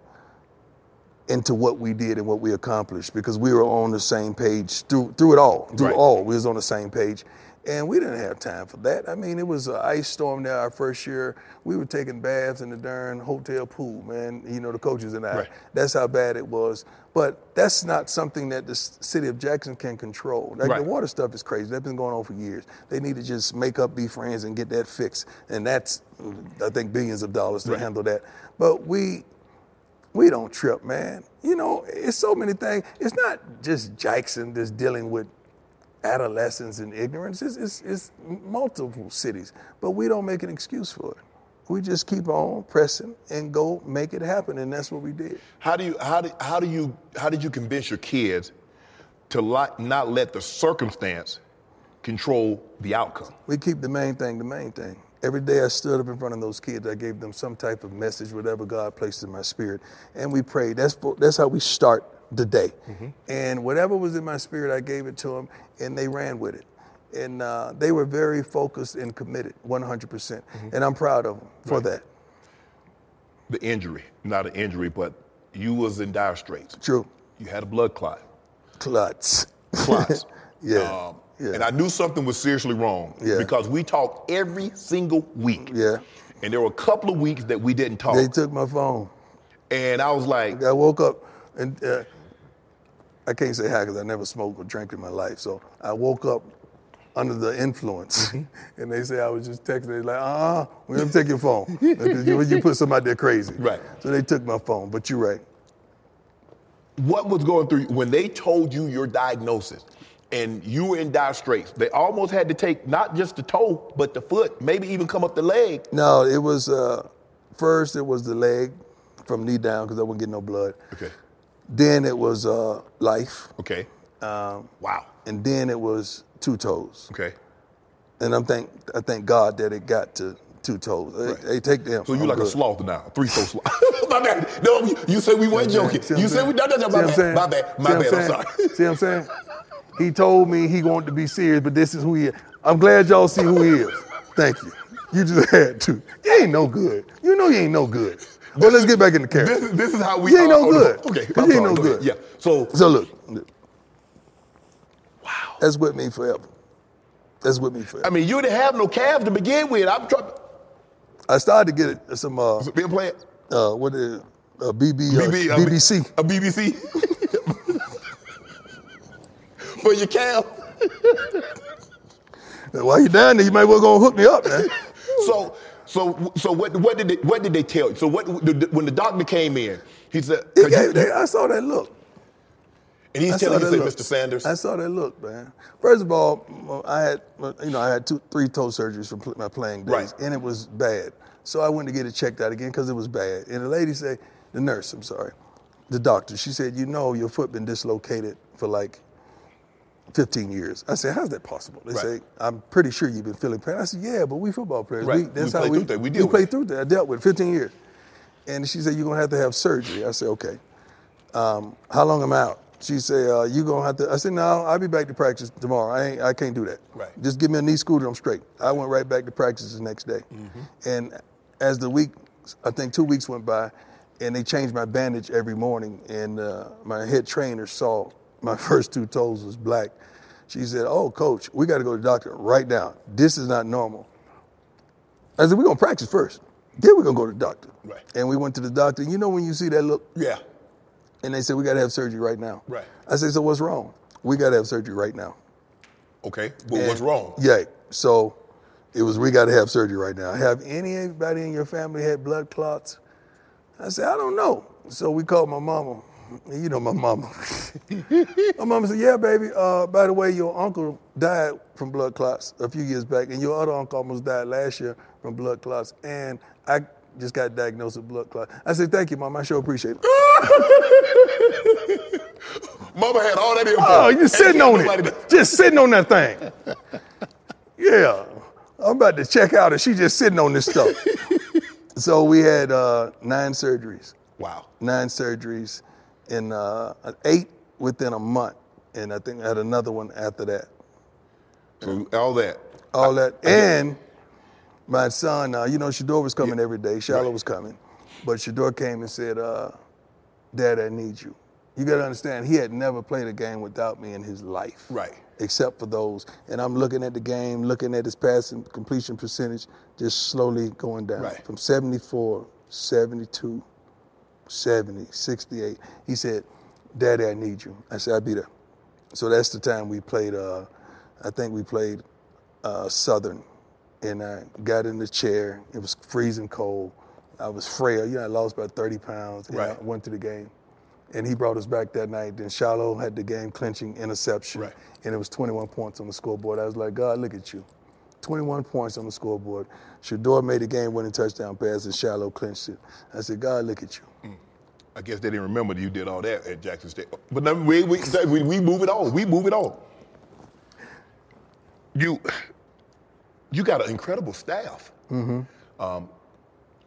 Speaker 3: into what we did and what we accomplished because we were on the same page through through it all. Through
Speaker 1: Right.
Speaker 3: all, we was on the same page. And we didn't have time for that. I mean, it was an ice storm there our first year. We were taking baths in the darn hotel pool, man. You know, the coaches and I.
Speaker 1: Right.
Speaker 3: That's how bad it was. But that's not something that the s- city of Jackson can control. Like
Speaker 1: Right.
Speaker 3: the water stuff is crazy. That's been going on for years. They need to just make up, be friends, and get that fixed. And that's, I think, billions of dollars to
Speaker 1: Right.
Speaker 3: handle that. But we, we don't trip, man. You know, it's so many things. It's not just Jackson that's dealing with adolescence and ignorance. It's, it's, it's multiple cities, but we don't make an excuse for it. We just keep on pressing and go make it happen, and that's what we did.
Speaker 1: How do you how do, how do you how did you convince your kids to li- not let the circumstance control the outcome?
Speaker 3: We keep the main thing the main thing. Every day I stood up in front of those kids. I gave them some type of message, whatever God placed in my spirit, and we prayed. That's fo- that's how we start the day.
Speaker 1: Mm-hmm.
Speaker 3: And whatever was in my spirit, I gave it to them, and they ran with it. And uh, they were very focused and committed, 100%. percent
Speaker 1: Mm-hmm.
Speaker 3: And I'm proud of them for that.
Speaker 1: The injury, not an injury, but you was in dire straits.
Speaker 3: True.
Speaker 1: You had a blood clot,
Speaker 3: Klutz.
Speaker 1: clots.
Speaker 3: *laughs* Yeah.
Speaker 1: Um,
Speaker 3: yeah.
Speaker 1: And I knew something was seriously wrong
Speaker 3: Yeah.
Speaker 1: because we talked every single week.
Speaker 3: yeah.
Speaker 1: And there were a couple of weeks that we didn't talk.
Speaker 3: They took my phone.
Speaker 1: and I was like,
Speaker 3: I woke up and uh, I can't say how because I never smoked or drank in my life. So I woke up under the influence,
Speaker 1: Mm-hmm.
Speaker 3: *laughs* and they say I was just texting. They like, uh, uh we're gonna take your phone *laughs* because you, you put somebody there crazy.
Speaker 1: Right.
Speaker 3: So they took my phone. But you're right.
Speaker 1: what was going through you when they told you your diagnosis and you were in dire straits? They almost had to take not just the toe, but the foot, maybe even come up the leg.
Speaker 3: No, it was uh, first it was the leg from knee down because I wouldn't get no blood.
Speaker 1: Okay.
Speaker 3: Then it was uh, life, um,
Speaker 1: Okay. wow.
Speaker 3: and then it was two toes.
Speaker 1: Okay.
Speaker 3: and I'm thank I thank God that it got to two toes. They-
Speaker 1: Right.
Speaker 3: They, take them.
Speaker 1: So you
Speaker 3: I'm
Speaker 1: like a
Speaker 3: good.
Speaker 1: sloth now, three toe *laughs* sloth. my bad. No, you- you said we weren't
Speaker 3: See what I'm
Speaker 1: joking.
Speaker 3: saying?
Speaker 1: You
Speaker 3: See
Speaker 1: said we.
Speaker 3: what
Speaker 1: No,
Speaker 3: I'm
Speaker 1: no, no, my
Speaker 3: saying?
Speaker 1: bad. My bad.
Speaker 3: See
Speaker 1: My
Speaker 3: what
Speaker 1: bad. I'm
Speaker 3: saying?
Speaker 1: sorry. *laughs*
Speaker 3: See what I'm saying? He told me he wanted to be serious, but this is who he is. I'm glad y'all see who he is. Thank you. You just *laughs* had to. You ain't no good. You know you ain't no good. But let's get back in the character.
Speaker 1: This, is- this is how we.
Speaker 3: You ain't
Speaker 1: are
Speaker 3: no
Speaker 1: on the-
Speaker 3: good.
Speaker 1: Okay.
Speaker 3: You
Speaker 1: I'm
Speaker 3: ain't
Speaker 1: sorry.
Speaker 3: no
Speaker 1: Go ahead.
Speaker 3: good.
Speaker 1: Yeah. So
Speaker 3: So look. Wow. That's with me forever. That's with me forever.
Speaker 1: I mean, you didn't have no calves to begin with. I'm trying.
Speaker 3: I started to get some uh,
Speaker 1: Being playing
Speaker 3: uh what is it? Uh, BB, uh,
Speaker 1: BB, uh,
Speaker 3: BBC.
Speaker 1: A BBC. for your calf.
Speaker 3: While you're down there, you might well go and hook me up,
Speaker 1: *laughs*
Speaker 3: man.
Speaker 1: So, so, so what, what did they, what did they tell you? So, what when the doctor came in, he said,
Speaker 3: He gave, they, I saw that look.
Speaker 1: and he's
Speaker 3: I
Speaker 1: telling
Speaker 3: saw
Speaker 1: you,
Speaker 3: that
Speaker 1: say,
Speaker 3: look.
Speaker 1: Mr. Sanders,
Speaker 3: I saw that look, man. First of all, m- I had you know I had two, three toe surgeries from pl- my playing days,
Speaker 1: Right.
Speaker 3: and it was bad. So I went to get it checked out again because it was bad. And the lady said, the nurse, I'm sorry, the doctor, she said, you know, your foot been dislocated for like 15 years. I said, how's that possible? They
Speaker 1: Right.
Speaker 3: say, I'm pretty sure you've been feeling pain. I said, yeah, but we football players, we,
Speaker 1: Right. We
Speaker 3: that's
Speaker 1: play
Speaker 3: how we
Speaker 1: through that. We deal with
Speaker 3: play
Speaker 1: it."
Speaker 3: through that. I dealt with it 15 years. And she said, you're gonna have to have surgery. I said, okay Um, how long am I out? She said, uh, you gonna have to. I said, no, I'll be back to practice tomorrow. I ain't, I can't do that.
Speaker 1: Right.
Speaker 3: Just give me a knee scooter. I'm straight. I went right back to practice the next day.
Speaker 1: Mm-hmm.
Speaker 3: And as the week, I think two weeks went by, and they changed my bandage every morning. And uh, my head trainer saw my *laughs* first two toes was black. She said, oh, coach, we got to go to the doctor right now. This is not normal. I said, we're gonna practice first. Then we're gonna go to the doctor.
Speaker 1: Right.
Speaker 3: And we went to the doctor. You know when you see that look
Speaker 1: yeah,
Speaker 3: and they said, we got to have surgery right now.
Speaker 1: Right.
Speaker 3: I said, so what's wrong? We got to have surgery right now.
Speaker 1: okay, but what's
Speaker 3: And-
Speaker 1: wrong?
Speaker 3: Yeah. So it was, we got to have surgery right now. Have anybody in your family had blood clots? I said, I don't know. So we called my mama. You know my mama. *laughs* my mama said, yeah, baby. Uh, by the way, your uncle died from blood clots a few years back, and your other uncle almost died last year from blood clots. And I just got diagnosed with blood clots. I said, thank you, mom. I sure appreciate it.
Speaker 1: Mama had all that info.
Speaker 3: Oh, you
Speaker 1: Ain't
Speaker 3: sitting
Speaker 1: got
Speaker 3: on
Speaker 1: nobody
Speaker 3: it.
Speaker 1: to-
Speaker 3: Just sitting on that thing. Yeah. I'm about to check out and she just sitting on
Speaker 1: *laughs*
Speaker 3: this stuff. so we had uh, nine surgeries.
Speaker 1: Wow.
Speaker 3: Nine surgeries and uh, eight within a month. And I think I had another one after that.
Speaker 1: So all that.
Speaker 3: All that. And my son, uh, you know, Shador was coming every day. Shiloh was coming. But Shador came and said, uh, Dad, I need you. You got to understand, he had never played a game without me in his life.
Speaker 1: Right.
Speaker 3: Except for those. And I'm looking at the game, looking at his passing completion percentage, just slowly going down.
Speaker 1: Right.
Speaker 3: From 74, 72, 70, 68. He said, Daddy, I need you. I said, I'll be there. So that's the time we played, uh, I think we played uh, Southern. And I got in the chair. It was freezing cold. I was frail. You know, I lost about 30 pounds. And
Speaker 1: Right.
Speaker 3: I went to the game. And he brought us back that night. Then Shiloh had the game clinching interception.
Speaker 1: Right.
Speaker 3: And it was 21 points on the scoreboard. I was like, God, look at you. 21 points on the scoreboard. Shador made a game winning touchdown pass and Shiloh clinched it. I said, God, look at you.
Speaker 1: I guess they didn't remember that you did all that at Jackson State. But no, we, we, we, we move it on. We move it on. You, you got an incredible staff.
Speaker 3: Mm-hmm.
Speaker 1: Um,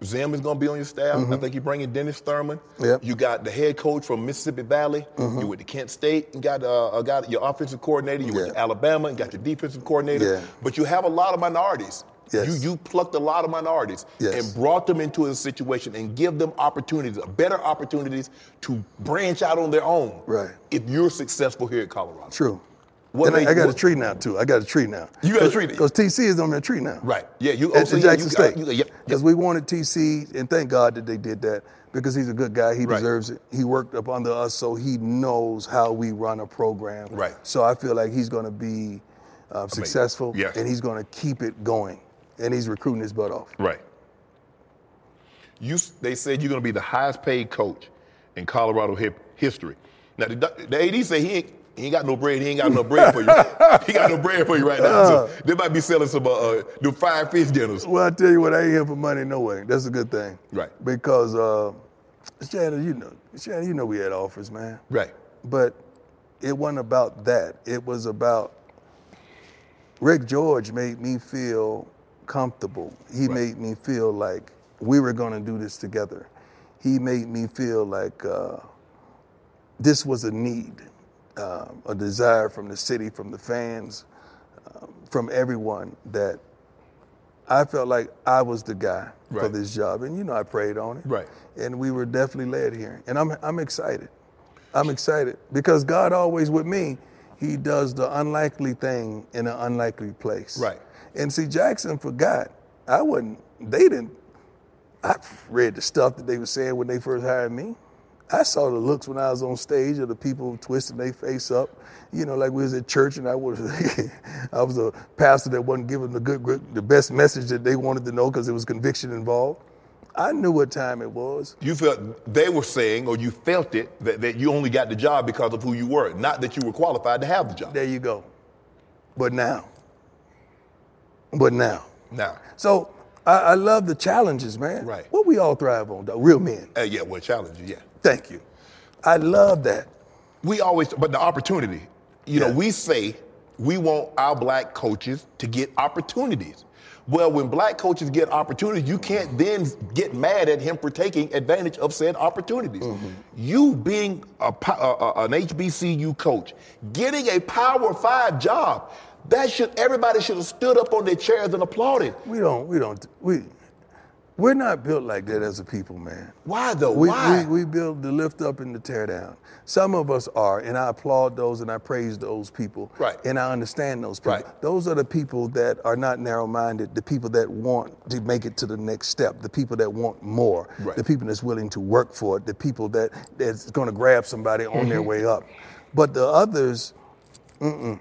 Speaker 1: Zim is going to be on your staff. I think you bring in Dennis Thurman.
Speaker 3: Yep. Mm-hmm.
Speaker 1: You got the head coach from Mississippi Valley. You went to Kent State and got uh, uh, got your offensive coordinator. You went
Speaker 3: Yeah.
Speaker 1: to Alabama and got your defensive coordinator.
Speaker 3: Yeah.
Speaker 1: But you have a lot of minorities.
Speaker 3: Yes.
Speaker 1: You you plucked a lot of minorities
Speaker 3: Yes.
Speaker 1: and brought them into a situation and give them opportunities, better opportunities to branch out on their own.
Speaker 3: Right.
Speaker 1: If you're successful here at Colorado.
Speaker 3: True.
Speaker 1: What
Speaker 3: and I-
Speaker 1: made-
Speaker 3: I, got
Speaker 1: what-
Speaker 3: a tree now too. I got a tree now.
Speaker 1: You got a tree now.
Speaker 3: because TC is on that tree now.
Speaker 1: Right. Yeah, you-
Speaker 3: at,
Speaker 1: oh, so
Speaker 3: at
Speaker 1: yeah,
Speaker 3: Jackson
Speaker 1: you-
Speaker 3: State.
Speaker 1: you- yep, yep.
Speaker 3: Because we wanted TC, and thank God that they did that because he's a good guy. He
Speaker 1: Right.
Speaker 3: deserves it. He worked up under us, so he knows how we run a program.
Speaker 1: Right.
Speaker 3: So I feel like he's going to be uh, successful,
Speaker 1: Yeah.
Speaker 3: and he's going to keep it going, and he's recruiting his butt off.
Speaker 1: Right. You, s- they said you're going to be the highest paid coach in Colorado hip, history. Now, the, doc- the AD say he ain't, he ain't got no bread. He ain't got no bread
Speaker 3: *laughs*
Speaker 1: for you. he got no bread for you right now. so they might be selling some uh, uh, the fried fish dinners.
Speaker 3: Well, I tell you what, I ain't here for money no way. That's a good thing.
Speaker 1: Right.
Speaker 3: Because uh, Shannon, you know, Shannon, you know, we had offers, man.
Speaker 1: Right.
Speaker 3: But it wasn't about that. It was about Rick George made me feel comfortable. He
Speaker 1: Right.
Speaker 3: made me feel like we were going to do this together. He made me feel like uh, this was a need, uh, a desire from the city, from the fans, um, from everyone that I felt like I was the guy for
Speaker 1: Right.
Speaker 3: this job. And you know, I prayed on it.
Speaker 1: Right.
Speaker 3: And we were definitely led here. And I'm, I'm excited. I'm excited because God always with me, He does the unlikely thing in an unlikely place.
Speaker 1: Right.
Speaker 3: And see, Jackson forgot. I wasn't, they didn't, I read the stuff that they were saying when they first hired me. I saw the looks when I was on stage of the people twisting their face up, you know, like we was at church and I was, *laughs* I was a pastor that wasn't giving the good, good the best message that they wanted to know because there was conviction involved. I knew what time it was.
Speaker 1: You felt they were saying, or you felt it, that, that you only got the job because of who you were, not that you were qualified to have the job.
Speaker 3: There you go. But now, but now.
Speaker 1: Now,
Speaker 3: So I, I love the challenges, man.
Speaker 1: Right.
Speaker 3: What we all thrive on, though, real men.
Speaker 1: uh, yeah, well, challenge you, yeah.
Speaker 3: Thank you. I love that.
Speaker 1: We always, but the opportunity, you know,
Speaker 3: Yeah.
Speaker 1: we say we want our black coaches to get opportunities. Well, when black coaches get opportunities, you can't then get mad at him for taking advantage of said opportunities. You being a, po- a, a- an HBCU coach, getting a Power Five job, that should everybody should have stood up on their chairs and applauded.
Speaker 3: We don't, we don't, we, we're not built like that as a people, man.
Speaker 1: Why though?
Speaker 3: We,
Speaker 1: Why?
Speaker 3: we, we build the lift up and the tear down. Some of us are, and I applaud those and I praise those people.
Speaker 1: Right.
Speaker 3: And I understand those people.
Speaker 1: Right.
Speaker 3: Those are the people that are not narrow minded, the people that want to make it to the next step, the people that want more,
Speaker 1: Right.
Speaker 3: the people that's willing to work for it, the people that that's going to grab somebody on
Speaker 1: Mm-hmm.
Speaker 3: their way up. But the others, mm-mm,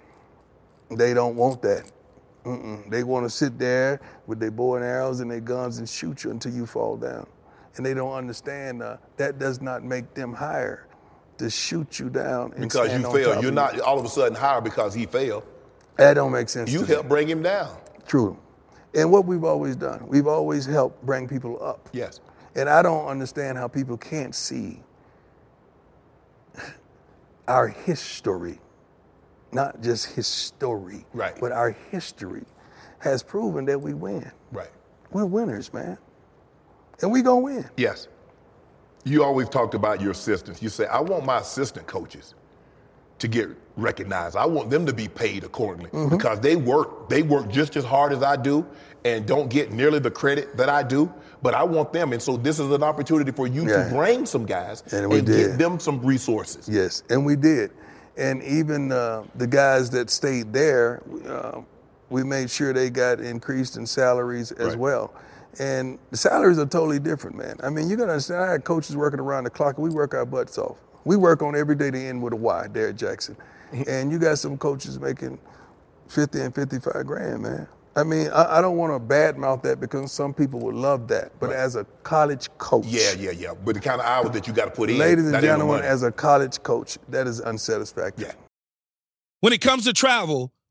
Speaker 3: they don't want that. Mm-mm. They want to sit there with their bow and arrows and their guns and shoot you until you fall down. And they don't understand uh, that does not make them higher to shoot you down and
Speaker 1: because
Speaker 3: stand
Speaker 1: you
Speaker 3: on top
Speaker 1: failed.
Speaker 3: of
Speaker 1: You're not all of a sudden hired because he failed.
Speaker 3: That don't make sense.
Speaker 1: You
Speaker 3: to me.
Speaker 1: helped bring him down.
Speaker 3: True. And what we've always done, we've always helped bring people up.
Speaker 1: Yes.
Speaker 3: And I don't understand how people can't see our history, not just his story,
Speaker 1: Right.
Speaker 3: but our history has proven that we win.
Speaker 1: Right.
Speaker 3: We're winners, man. And we gonna win.
Speaker 1: Yes. You always talked about your assistants. You say, I want my assistant coaches to get recognized. I want them to be paid accordingly
Speaker 3: Mm-hmm.
Speaker 1: because they work they work just as hard as I do and don't get nearly the credit that I do. But I want them, and so this is an opportunity for you
Speaker 3: Yeah.
Speaker 1: to bring some guys
Speaker 3: And we
Speaker 1: get
Speaker 3: did.
Speaker 1: them some resources.
Speaker 3: Yes, and we did. And even uh, the guys that stayed there, uh, we made sure they got increased in salaries as
Speaker 1: Right.
Speaker 3: well. And the salaries are totally different, man. I mean, you're gonna understand. I had coaches working around the clock, and we work our butts off. We work on every day to end with a Y there
Speaker 1: *laughs*
Speaker 3: at Jackson. and you got some coaches making 50 and 55 grand, man. I mean, I, I don't want to badmouth that because some people would love that. But as a college coach,
Speaker 1: Yeah, yeah, yeah. But the kind of hours that you got to put in,
Speaker 3: Ladies and
Speaker 1: that ain't no
Speaker 3: gentlemen,
Speaker 1: money.
Speaker 3: as a college coach, that is unsatisfactory.
Speaker 1: yeah.
Speaker 4: When it comes to travel,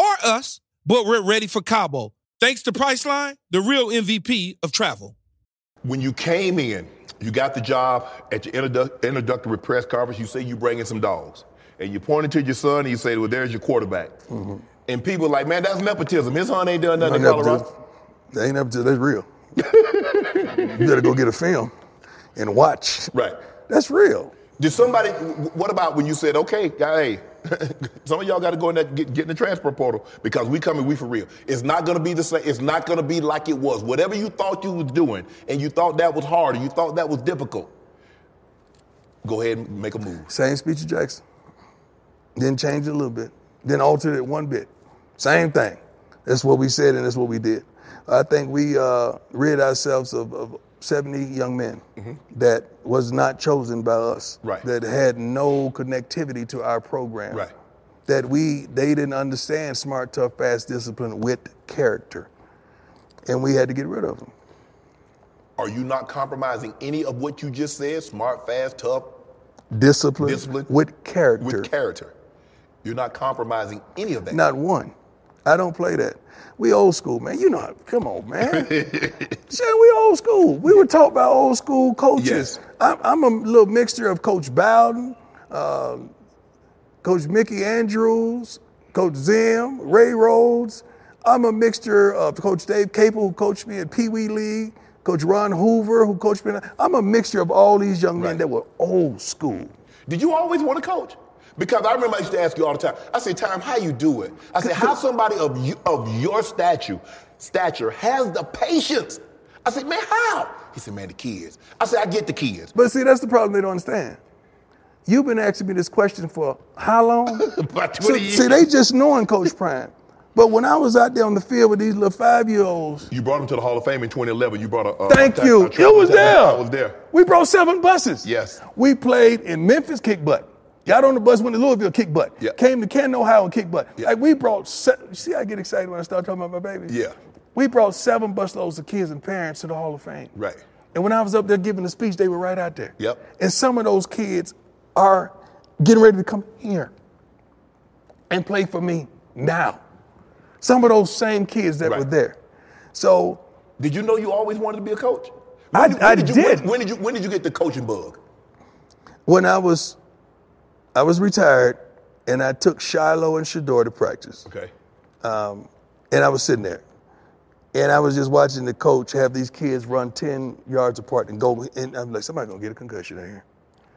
Speaker 4: or us, but we're ready for Cabo. Thanks to Priceline, the real MVP of travel.
Speaker 1: when you came in, you got the job at your introdu- introductory press conference. You say you bringing some dogs, and you pointed to your son and you say, "Well, there's your quarterback." And people like, "Man, that's nepotism. His son ain't done nothing in
Speaker 3: Ain't up to-
Speaker 1: Colorado."
Speaker 3: They ain't up to that's real. you better go get a film and watch.
Speaker 1: Right.
Speaker 3: That's real.
Speaker 1: Did somebody? wh- What about when you said, "Okay, guy, hey, *laughs* some of y'all got to go in there get, get in the transfer portal because we coming, we for real. It's not gonna be the same. It's not gonna be like it was. Whatever you thought you was doing, and you thought that was hard, and you thought that was difficult." Go ahead and make a move.
Speaker 3: Same speech of Jackson. Then change it a little bit. Then altered it one bit. Same thing. That's what we said and that's what we did. I think we uh, rid ourselves of, of 70 young men that was not chosen by us,
Speaker 1: Mm-hmm. Right.
Speaker 3: that had no connectivity to our program,
Speaker 1: Right.
Speaker 3: that we they didn't understand smart, tough, fast discipline with character, and we had to get rid of them.
Speaker 1: Are you not compromising any of what you just said? Smart, fast, tough,
Speaker 3: Discipline,
Speaker 1: Discipline
Speaker 3: with character,
Speaker 1: with character. You're not compromising any of that.
Speaker 3: not one. I don't play that. We old school, man. You know, how- come on,
Speaker 1: *laughs*
Speaker 3: man. Shit, we old school. We were taught by old school coaches.
Speaker 1: Yes.
Speaker 3: I'm, I'm a little mixture of Coach Bowden, uh, Coach Mickey Andrews, Coach Zim, Ray Rhodes. I'm a mixture of Coach Dave Capel, who coached me at Pee Wee League, Coach Ron Hoover, who coached me. in- I'm a mixture of all these young men
Speaker 1: Right.
Speaker 3: that were old school.
Speaker 1: Did you always want to coach? Because I remember I used to ask you all the time. I said, "Time, how you do it?" I said, "How somebody of you, of your stature, stature has the patience?" I said, "Man, how?" He said, "Man, the kids." I said, "I get the kids." *laughs*
Speaker 3: But see, that's the problem they don't understand. You've been asking me this question for how *laughs* long?
Speaker 1: About
Speaker 3: So-
Speaker 1: twenty
Speaker 3: See,
Speaker 1: years.
Speaker 3: they just knowing Coach Prime. But when I was out there on the field with these little five year olds,
Speaker 1: you brought him to the Hall of Fame in 2011. You brought a. a
Speaker 3: thank
Speaker 1: a-
Speaker 3: you.
Speaker 1: a-
Speaker 3: It was
Speaker 1: a-
Speaker 3: there.
Speaker 1: I was there.
Speaker 3: We brought seven buses.
Speaker 1: Yes.
Speaker 3: We played in Memphis, kick butt. Got on the bus, went to Louisville, kick butt.
Speaker 1: Yeah.
Speaker 3: Came to Canton, Ohio, and kick butt.
Speaker 1: Yeah.
Speaker 3: Like we brought. Se- See, I get excited when I start talking about my baby.
Speaker 1: Yeah.
Speaker 3: We brought seven busloads of kids and parents to the Hall of Fame.
Speaker 1: Right.
Speaker 3: And when I was up there giving the speech, they were right out there.
Speaker 1: Yep.
Speaker 3: And some of those kids are getting ready to come here and play for me now. Some of those same kids that
Speaker 1: Right.
Speaker 3: were there. So
Speaker 1: Did you know you always wanted to be a coach?
Speaker 3: I- I
Speaker 1: you,
Speaker 3: did.
Speaker 1: When, when did you When did you get the coaching bug?
Speaker 3: when I was I was retired and I took Shiloh and Shador to practice. Um,
Speaker 1: Okay.
Speaker 3: And I was sitting there. And I was just watching the coach have these kids run 10 yards apart and go and I'm like, somebody gonna get a concussion out here.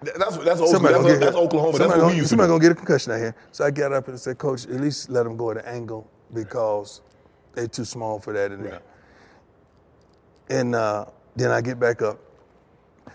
Speaker 1: Th- That's that's, old,
Speaker 3: Somebody
Speaker 1: that's,
Speaker 3: gonna get-
Speaker 1: that's Oklahoma. That's
Speaker 3: Somebody,
Speaker 1: what
Speaker 3: gonna,
Speaker 1: we used
Speaker 3: somebody
Speaker 1: to. do.
Speaker 3: gonna get a concussion out here. So I got up and said, Coach, at least let them go at an angle because they're too small for that. And,
Speaker 1: Right.
Speaker 3: and uh, then I get back up.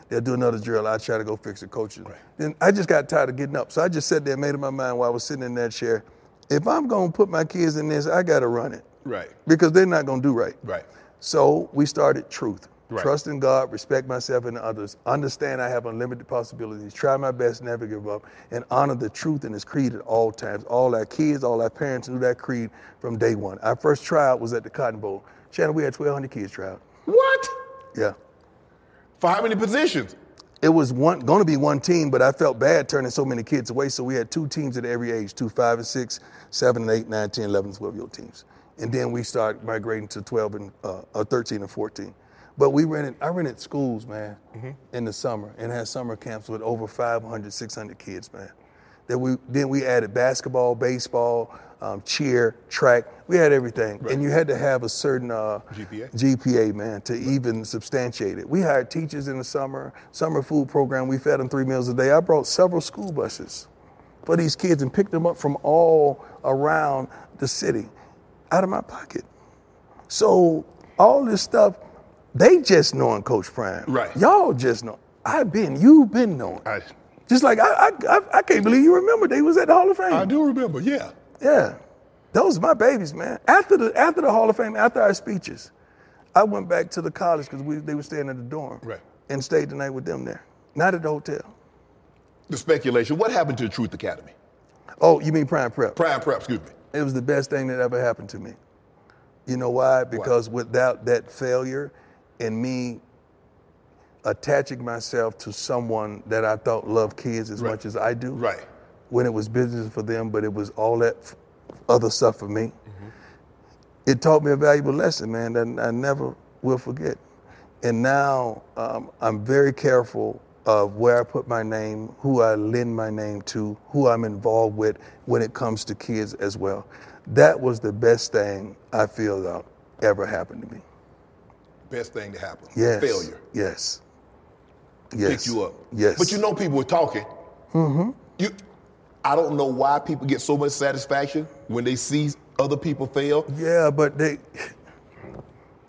Speaker 3: They'll do another drill. I try to go fix the coaches. Then I just got tired of getting up. So I just sat there and made up my mind while I was sitting in that chair. If I'm gonna put my kids in this, I gotta run it.
Speaker 1: Right.
Speaker 3: Because they're not gonna do right.
Speaker 1: Right.
Speaker 3: So we started truth.
Speaker 1: Right.
Speaker 3: Trust in God, respect myself and others, understand I have unlimited possibilities, try my best, never give up, and honor the truth in His creed at all times. All our kids, all our parents knew that creed from day one. Our first trial was at the Cotton Bowl. Shannon, we had 1,200 kids trial.
Speaker 1: What?
Speaker 3: Yeah.
Speaker 1: For how many positions?
Speaker 3: It was one going to be one team, but I felt bad turning so many kids away. So we had two teams at every age two, five, and six, seven, and eight, nine, 10, 11, 12 year old teams. And then we started migrating to 12 and uh, uh, 13 and 14. But we rented, I rented schools, man, in the summer and had summer camps with over 500, 600 kids, man. Then we, then we added basketball, baseball, um, cheer, track. We had everything. And you had to have a certain uh,
Speaker 1: GPA?
Speaker 3: GPA, man, to even substantiate it. We hired teachers in the summer, summer food program. We fed them three meals a day. I brought several school buses for these kids and picked them up from all around the city out of my pocket. So all this stuff, they just knowing Coach Prime.
Speaker 1: Right.
Speaker 3: Y'all just know. I've been, you've been knowing.
Speaker 1: I
Speaker 3: just like I, I, I, I can't believe you remember they was at the Hall of Fame.
Speaker 1: I do remember. Yeah.
Speaker 3: Yeah, those are my babies, man. After the after the Hall of Fame, after our speeches, I went back to the college because they were staying at the dorm,
Speaker 1: Right.
Speaker 3: And stayed the night with them there, not at the hotel.
Speaker 1: The speculation. What happened to the Truth Academy?
Speaker 3: Oh, you mean Prime Prep?
Speaker 1: Prime prep. Excuse me.
Speaker 3: It was the best thing that ever happened to me. You know why? Because without that failure, and me attaching myself to someone that I thought loved kids as
Speaker 1: Right.
Speaker 3: much as I do,
Speaker 1: Right.
Speaker 3: when it was business for them, but it was all that f- other stuff for me.
Speaker 1: Mm-hmm.
Speaker 3: It taught me a valuable lesson, man, that I never will forget. And now um, I'm very careful of where I put my name, who I lend my name to, who I'm involved with when it comes to kids as well. That was the best thing I feel that ever happened to me.
Speaker 1: Best thing to happen.
Speaker 3: Yes.
Speaker 1: Failure.
Speaker 3: Yes. Yes.
Speaker 1: Pick you up.
Speaker 3: Yes.
Speaker 1: But you know, people were talking. Mm-hmm. You. I don't know why people get so much satisfaction when they see other people fail.
Speaker 3: Yeah, but they.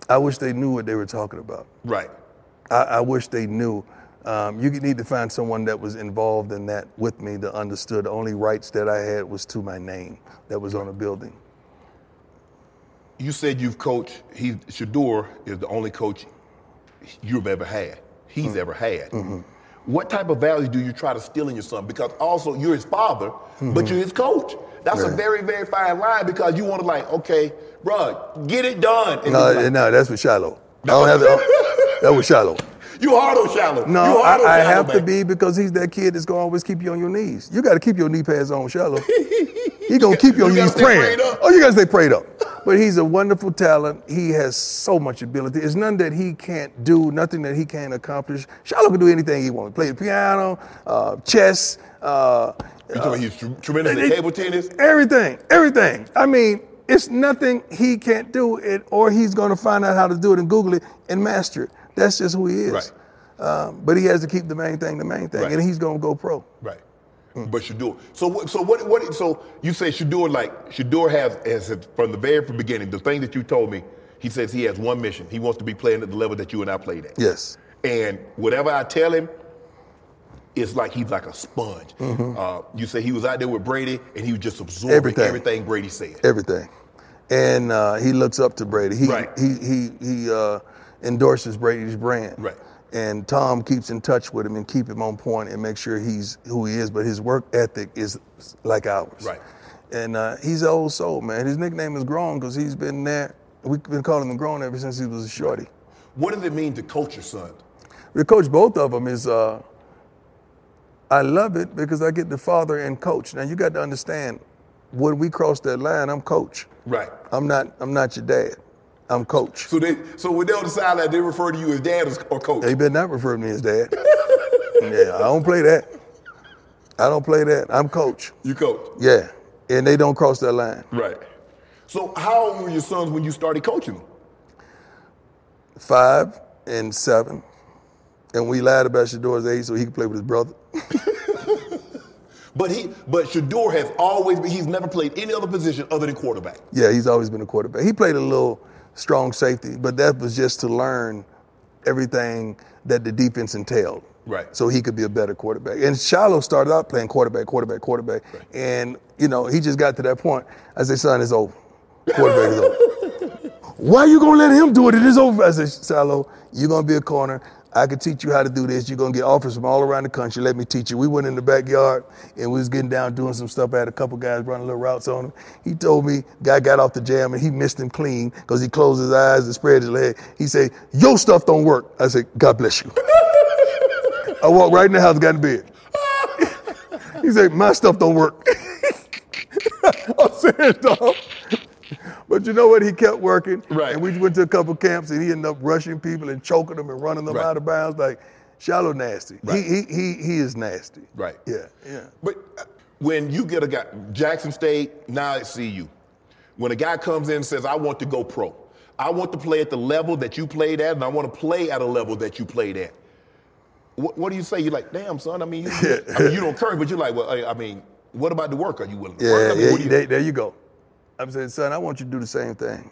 Speaker 3: I wish they knew what they were talking about.
Speaker 1: Right.
Speaker 3: I, I wish they knew Um, you could need to find someone that was involved in that with me that understood the only rights that I had was to my name that was on a building.
Speaker 1: You said you've coached. He Shador is the only coach you've ever had. He's
Speaker 3: Mm-hmm.
Speaker 1: ever had. What type of value do you try to steal in your son? Because also you're his father,
Speaker 3: Mm-hmm.
Speaker 1: but you're his coach. That's a
Speaker 3: Right.
Speaker 1: very very fine line because you want to like, okay, bruh, get it done. And
Speaker 3: No,
Speaker 1: he's like,
Speaker 3: no, that's with Shiloh. I don't have to, that was Shiloh.
Speaker 1: you hard on shallow.
Speaker 3: No,
Speaker 1: you hard on
Speaker 3: I, I
Speaker 1: shallow,
Speaker 3: have to
Speaker 1: man.
Speaker 3: be because he's that kid that's gonna always keep you on your knees. You gotta keep your knee pads on, shallow. He gonna keep you on
Speaker 1: You gotta
Speaker 3: your knees
Speaker 1: stay
Speaker 3: praying.
Speaker 1: prayed up.
Speaker 3: Oh, you gotta stay prayed up. But he's a wonderful talent. He has so much ability. There's nothing that he can't do, nothing that he can't accomplish. Shallow can do anything he wants. Play the piano, uh, chess, uh,
Speaker 1: You told me he's tr- tremendous at
Speaker 3: it-
Speaker 1: table tennis.
Speaker 3: everything, everything. I mean, it's nothing he can't do it, or he's gonna find out how to do it and Google it and master it. That's just who he is.
Speaker 1: Right.
Speaker 3: Um, but he has to keep the main thing the main thing,
Speaker 1: Right.
Speaker 3: and he's gonna go pro.
Speaker 1: Right. But Shador. So what? So what? What? So you say Shador like Shador has as from the very beginning. The thing that you told me, he says he has one mission. He wants to be playing at the level that you and I played at.
Speaker 3: Yes.
Speaker 1: And whatever I tell him, it's like he's like a sponge. Uh, you say he was out there with Brady and he was just absorbing everything,
Speaker 3: Everything.
Speaker 1: Brady said.
Speaker 3: everything. And uh, he looks up to Brady. He
Speaker 1: Right.
Speaker 3: he he he uh, endorses Brady's brand.
Speaker 1: Right.
Speaker 3: And Tom keeps in touch with him and keep him on point and make sure he's who he is. But his work ethic is like ours.
Speaker 1: Right.
Speaker 3: And uh, he's an old soul man. His nickname is Grown because he's been there. We've been calling him Grown ever since he was a shorty.
Speaker 1: What does it mean to coach your son?
Speaker 3: To coach both of them is, uh, I love it because I get the father and coach. Now you got to understand, when we cross that line, I'm coach.
Speaker 1: Right.
Speaker 3: I'm not. I'm not your dad. I'm coach.
Speaker 1: So they so when they on the sideline, they refer to you as dad or- or coach.
Speaker 3: They better not refer to me as dad. yeah, I don't play that. I don't play that. I'm coach.
Speaker 1: You coach.
Speaker 3: Yeah, and they don't cross that line.
Speaker 1: Right. So how old were your sons when you started coaching them?
Speaker 3: Five and seven, and we lied about Shador's age so he could play with his brother. *laughs*
Speaker 1: But he, but Shador has always been. He's never played any other position other than quarterback.
Speaker 3: Yeah, he's always been a quarterback. He played a little strong safety, but that was just to learn everything that the defense entailed.
Speaker 1: Right.
Speaker 3: So he could be a better quarterback. And Shiloh started out playing quarterback, quarterback, quarterback. And, you know, he just got to that point. I said, son, it's over. Quarterback is over. Why you gonna let him do it? It is over. I said, Shiloh, you're gonna be a corner. I can teach you how to do this. You're gonna get offers from all around the country. Let me teach you. We went in the backyard and we was getting down doing some stuff. I had a couple guys running little routes on him. He told me, guy got off the jam and he missed him clean because he closed his eyes and spread his leg. He said, Your stuff don't work. I said, God bless you. I walked right in the house, got in bed. *laughs* he said, My stuff don't work. *laughs* I'm serious, dog. But you know what? He kept working.
Speaker 1: Right.
Speaker 3: And we went to a couple camps and he ended up rushing people and choking them and running them
Speaker 1: Right.
Speaker 3: out of bounds. Like, shallow nasty.
Speaker 1: Right.
Speaker 3: He, he, he, he is nasty.
Speaker 1: Right.
Speaker 3: Yeah, yeah.
Speaker 1: But uh, when you get a guy, Jackson State, now it's CU. When a guy comes in and says, "I want to go pro. I want to play at the level that you played at, and I want to play at a level that you played at." What, what do you say? You're like, "Damn, son. I mean, you, I mean, you
Speaker 3: *laughs*
Speaker 1: don't curse, but you're like, well, I, I mean, what about the work? Are you willing to
Speaker 3: Yeah,
Speaker 1: work? I mean,
Speaker 3: yeah,
Speaker 1: what do you-
Speaker 3: there, there you go. I'm saying, son, I want you to do the same thing.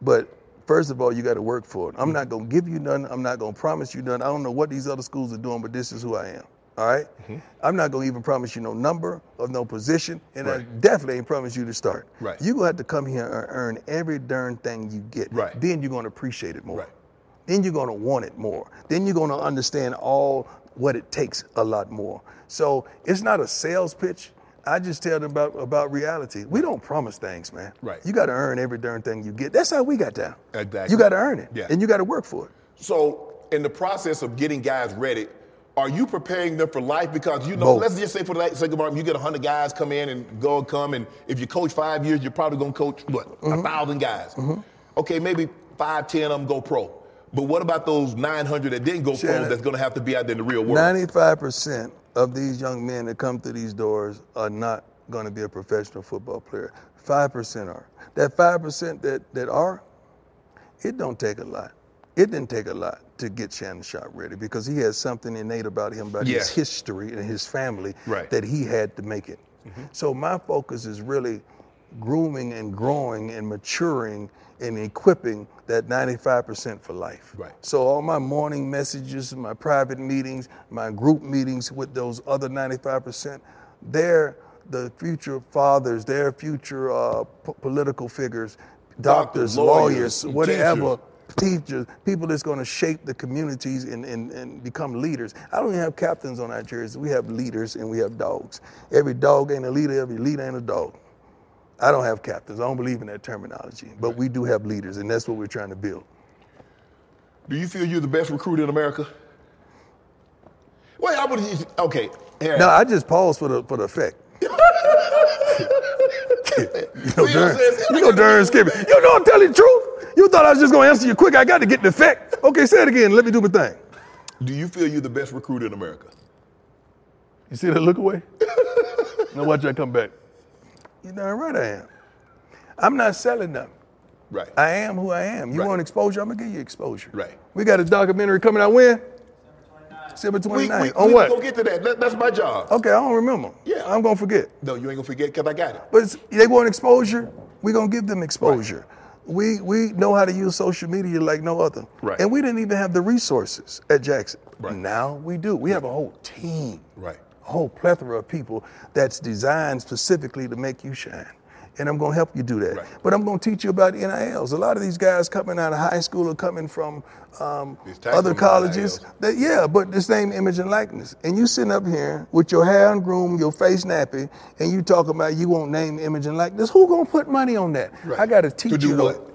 Speaker 3: But first of all, you got to work for it. I'm not going to give you none. I'm not going to promise you none. I don't know what these other schools are doing, but this is who I am. All right?
Speaker 1: Mm-hmm.
Speaker 3: I'm not going to even promise you no number or no position, and I
Speaker 1: Right.
Speaker 3: definitely ain't promise you to start.
Speaker 1: Right.
Speaker 3: You're going to have to come here and earn every darn thing you get.
Speaker 1: Right.
Speaker 3: Then you're going to appreciate it more.
Speaker 1: Right.
Speaker 3: Then you're going to want it more. Then you're going to understand all what it takes a lot more. So it's not a sales pitch. I just tell them about, about reality. We don't promise things, man.
Speaker 1: Right.
Speaker 3: You got to earn every darn thing you get. That's how we got down.
Speaker 1: Exactly.
Speaker 3: You got to earn it.
Speaker 1: Yeah.
Speaker 3: And you got to work for it.
Speaker 1: So, in the process of getting guys ready, are you preparing them for life? Because you know,
Speaker 3: Both.
Speaker 1: let's just say for the sake of argument, you get hundred guys come in and go and come, and if you coach five years, you're probably gonna coach what
Speaker 3: Mm-hmm.
Speaker 1: a thousand guys. Okay, maybe five, ten of them go pro. But what about those nine hundred that didn't go pro?
Speaker 3: Shannon.
Speaker 1: That's gonna have to be out there in the real world.
Speaker 3: 95% of these young men that come through these doors are not going to be a professional football player. 5% are. That 5% that, that are, it don't take a lot. It didn't take a lot to get Shannon Sharp ready because he has something innate about him, about
Speaker 1: Yeah.
Speaker 3: his history and his family,
Speaker 1: Right.
Speaker 3: that he had to make it. So my focus is really grooming and growing and maturing and equipping that 95% for life.
Speaker 1: Right.
Speaker 3: So all my morning messages, my private meetings, my group meetings with those other 95%, they're the future fathers, they're future uh, p- political figures, doctors,
Speaker 1: Doctors, lawyers,
Speaker 3: lawyers, whatever,
Speaker 1: teachers.
Speaker 3: teachers, people that's going to shape the communities and, and, and become leaders. I don't even have captains on our jerseys. We have leaders and we have dogs. Every dog ain't a leader, every leader ain't a dog. I don't have captains. I don't believe in that terminology. But we do have leaders, and that's what we're trying to build.
Speaker 1: Do you feel you're the best recruit in America? Wait, I would. Okay. Here. *laughs*
Speaker 3: Now, I just paused for the, for the *laughs* effect. you know,
Speaker 1: See what I'm
Speaker 3: Darren,
Speaker 1: saying?
Speaker 3: you know Darren Skippy. You know I'm telling the truth. You thought I was just going to answer you quick. I got to get the effect. Okay, say it again. Let me do my thing.
Speaker 1: Do you feel you're the best recruit in America?
Speaker 3: You see that look away? now watch I come back. You darn right I am. I'm not selling nothing.
Speaker 1: Right.
Speaker 3: I am who I am. You
Speaker 1: Right.
Speaker 3: want exposure? I'm gonna give you exposure.
Speaker 1: Right.
Speaker 3: We got a documentary coming out when? December 29th.
Speaker 1: we, we,
Speaker 3: On
Speaker 1: we
Speaker 3: what? Oh.
Speaker 1: Go get to that. that. That's my job.
Speaker 3: Okay, I don't remember.
Speaker 1: Yeah.
Speaker 3: I'm gonna forget.
Speaker 1: No, you ain't gonna forget because I got it.
Speaker 3: But it's- they want exposure. We're gonna give them exposure. We we know how to use social media like no other.
Speaker 1: Right.
Speaker 3: And we didn't even have the resources at Jackson.
Speaker 1: Right.
Speaker 3: Now we do. We have a whole team.
Speaker 1: Right.
Speaker 3: A whole plethora of people that's designed specifically to make you shine. And I'm gonna help you do that.
Speaker 1: Right.
Speaker 3: But I'm gonna teach you about NILs. A lot of these guys coming out of high school are coming from um,
Speaker 1: These tax
Speaker 3: other
Speaker 1: on the
Speaker 3: colleges.
Speaker 1: NILs.
Speaker 3: That, yeah, but the same image and likeness. And you sitting up here with your hair ungroomed, your face nappy, and you talking about you won't name image and likeness. Who gonna put money on that?
Speaker 1: Right.
Speaker 3: I gotta
Speaker 1: To
Speaker 3: teach
Speaker 1: do
Speaker 3: you tho-
Speaker 1: what?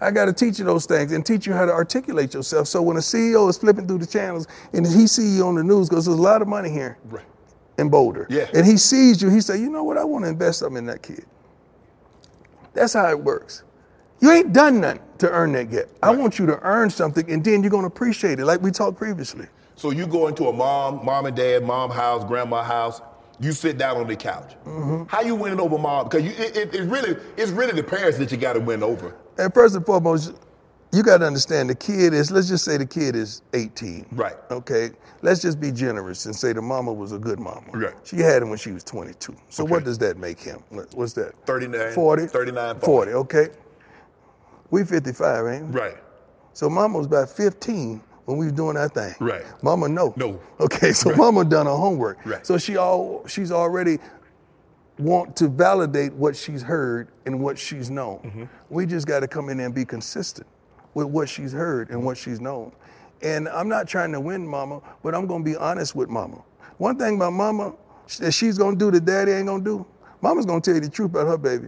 Speaker 3: I got to teach you those things and teach you how to articulate yourself. So when a CEO is flipping through the channels and he see you on the news, because there's a lot of money here
Speaker 1: Right.
Speaker 3: in Boulder,
Speaker 1: Yeah.
Speaker 3: and he sees you, he say, you know what? I want to invest something in that kid. That's how it works. You ain't done nothing to earn that yet. I want you to earn something, and then you're gonna appreciate it, like we talked previously.
Speaker 1: So you go into a mom, mom and dad, mom house, grandma house. You sit down on the couch.
Speaker 3: Mm-hmm.
Speaker 1: How you winning over mom? Because you, it, it, it really, it's really the parents that you got to win over.
Speaker 3: And first and foremost, you got to understand the kid is, let's just say the kid is 18.
Speaker 1: Right.
Speaker 3: Okay. Let's just be generous and say the mama was a good mama.
Speaker 1: Right.
Speaker 3: She had him when she was 22. So
Speaker 1: Okay.
Speaker 3: what does that make him? What- What's that?
Speaker 1: 39,
Speaker 3: 40?
Speaker 1: 39, 40.
Speaker 3: 40. Okay. We 55, ain't we?
Speaker 1: Right.
Speaker 3: So mama was about 15 when we was doing our thing.
Speaker 1: Right.
Speaker 3: Mama no.
Speaker 1: No.
Speaker 3: Okay, so mama done her homework.
Speaker 1: Right.
Speaker 3: So she all she's already want to validate what she's heard and what she's known. We just got to come in and be consistent with what she's heard and what she's known. And I'm not trying to win mama, but I'm going to be honest with mama. One thing about mama sh- that she's going to do that daddy ain't going to do. Mama's going to tell you the truth about her baby.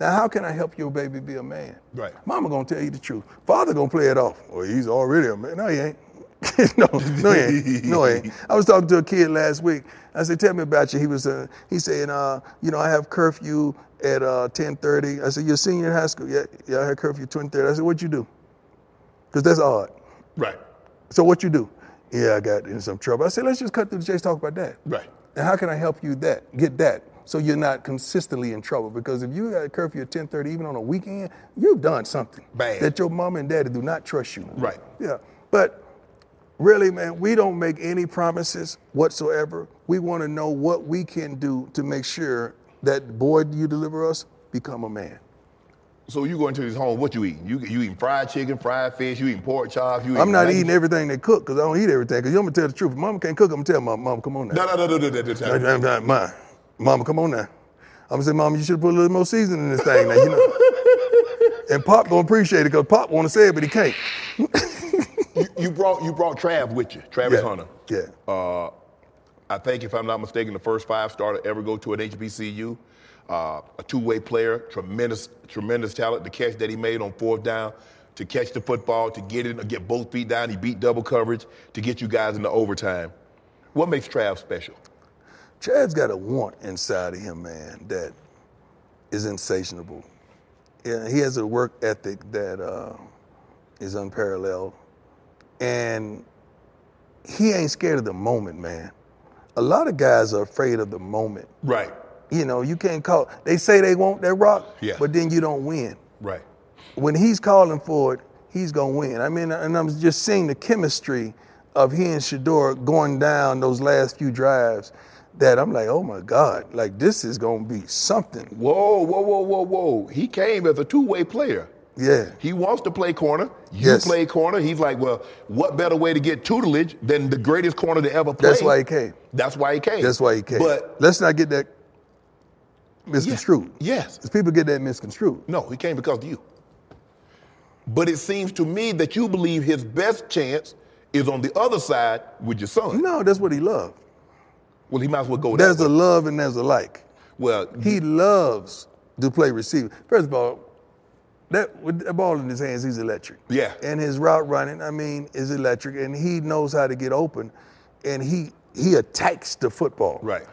Speaker 3: Now, how can I help your baby be a man?
Speaker 1: Right.
Speaker 3: Mama gonna tell you the truth. Father gonna play it off. Well, he's already a man. No, he ain't. *laughs* no, no, he ain't. No, he ain't. I was talking to a kid last week. I said, "Tell me about you." He was, uh, he saying, uh, "You know, I have curfew at uh, 10:30." I said, "You're a senior in high school." Yeah, yeah, I had curfew 10:30. I said, "What you do?" Because that's odd.
Speaker 1: Right.
Speaker 3: So what you do? Yeah, I got in some trouble. I said, "Let's just cut through the chase. Talk about that."
Speaker 1: Right.
Speaker 3: And how can I help you that get that so you're not consistently in trouble? Because if you got a curfew at 10:30, even on a weekend, you've done something
Speaker 1: Bad.
Speaker 3: that your mom and daddy do not trust you.
Speaker 1: Right.
Speaker 3: Yeah. But really, man, we don't make any promises whatsoever. We want to know what we can do to make sure that boy you deliver us become a man.
Speaker 1: So you go into these homes. What you eating? You you eating fried chicken, fried fish. You eating pork chops. You
Speaker 3: I'm not
Speaker 1: nuggets?
Speaker 3: eating everything they cook because I don't eat everything. Because you want me to tell the truth. If mama can't cook, I'm gonna tell my mom, come on now.
Speaker 1: No, no, no, no, no, no,
Speaker 3: *laughs*
Speaker 1: no, no.
Speaker 3: I'm not mine. Mama, come on now. I'm gonna say, Mama, you should put a little more seasoning in this thing now, you know. and Pop gonna appreciate it because Pop wanna say it, but he can't.
Speaker 1: You, you brought you brought Trav with you, Travis Hunter.
Speaker 3: Yeah.
Speaker 1: Uh, I think, if I'm not mistaken, the first five star to ever go to an HBCU. Uh, a two-way player, tremendous, tremendous talent. The catch that he made on fourth down, to catch the football, to get it, get both feet down. He beat double coverage to get you guys into overtime. What makes Trav special?
Speaker 3: Chad's got a want inside of him, man, that is insatiable. Yeah, he has a work ethic that uh, is unparalleled. And he ain't scared of the moment, man. A lot of guys are afraid of the moment.
Speaker 1: Right,
Speaker 3: You know, you can't call. They say they want that rock,
Speaker 1: Yeah.
Speaker 3: but then you don't win.
Speaker 1: right,
Speaker 3: when he's calling for it, he's gonna win. I mean, and I'm just seeing the chemistry of he and Shador going down those last few drives. that I'm like, oh my God, like this is gonna be something.
Speaker 1: Whoa, whoa, whoa, whoa, whoa. He came as a two way player.
Speaker 3: Yeah.
Speaker 1: He wants to play corner. You
Speaker 3: Yes.
Speaker 1: play corner. He's like, well, what better way to get tutelage than the greatest corner to ever play?
Speaker 3: That's why he came.
Speaker 1: That's why he came.
Speaker 3: That's why he came.
Speaker 1: But
Speaker 3: let's not get that misconstrued.
Speaker 1: yes,
Speaker 3: 'Cause people get that misconstrued.
Speaker 1: no, he came because of you. But it seems to me that you believe his best chance is on the other side with your son.
Speaker 3: No, that's what he loved.
Speaker 1: Well, he might as well go
Speaker 3: There's
Speaker 1: that
Speaker 3: a
Speaker 1: way.
Speaker 3: love and there's a like.
Speaker 1: well,
Speaker 3: He loves to play receiver. First of all, that with the ball in his hands, he's electric.
Speaker 1: Yeah.
Speaker 3: And his route running, I mean, is electric. And he knows how to get open, and he he attacks the football.
Speaker 1: right.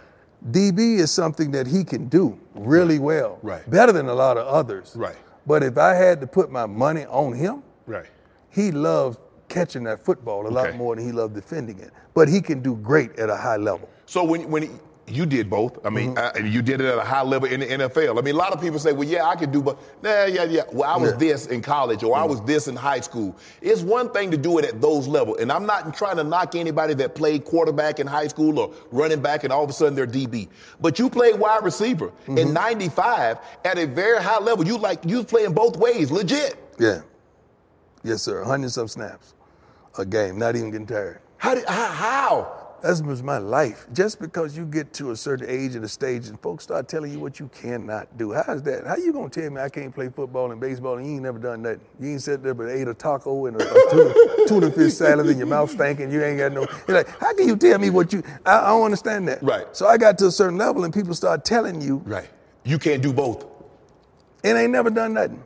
Speaker 3: DB is something that he can do really well.
Speaker 1: Right.
Speaker 3: Better than a lot of others.
Speaker 1: Right.
Speaker 3: But if I had to put my money on him,
Speaker 1: Right.
Speaker 3: he loved catching that football a lot
Speaker 1: Okay.
Speaker 3: more than he loved defending it. But he can do great at a high level.
Speaker 1: So when when you did both, I mean, uh, and you did it at a high level in the NFL. I mean, a lot of people say, "Well, yeah, I could do," but nah, yeah, yeah. Well, I was
Speaker 3: Yeah.
Speaker 1: this in college, or I was this in high school. It's one thing to do it at those levels, and I'm not trying to knock anybody that played quarterback in high school or running back, and all of a sudden they're DB. But you played wide receiver in '95 at a very high level. You like you was playing both ways, legit.
Speaker 3: Yeah. Yes, sir. Hundred some snaps a game, not even getting tired.
Speaker 1: How did how? how?
Speaker 3: That's was my life. Just because you get to a certain age and a stage and folks start telling you what you cannot do. How is that? How you gonna tell me I can't play football and baseball and you ain't never done nothing? You ain't sat there but ate a taco and a, a tuna,
Speaker 1: *laughs*
Speaker 3: tuna fish salad and your mouth stinking. You ain't got no. You're like, how can you tell me what you? I, I don't understand that.
Speaker 1: Right.
Speaker 3: So I got to a certain level and people start telling you,
Speaker 1: Right. You can't do both.
Speaker 3: and ain't never done nothing.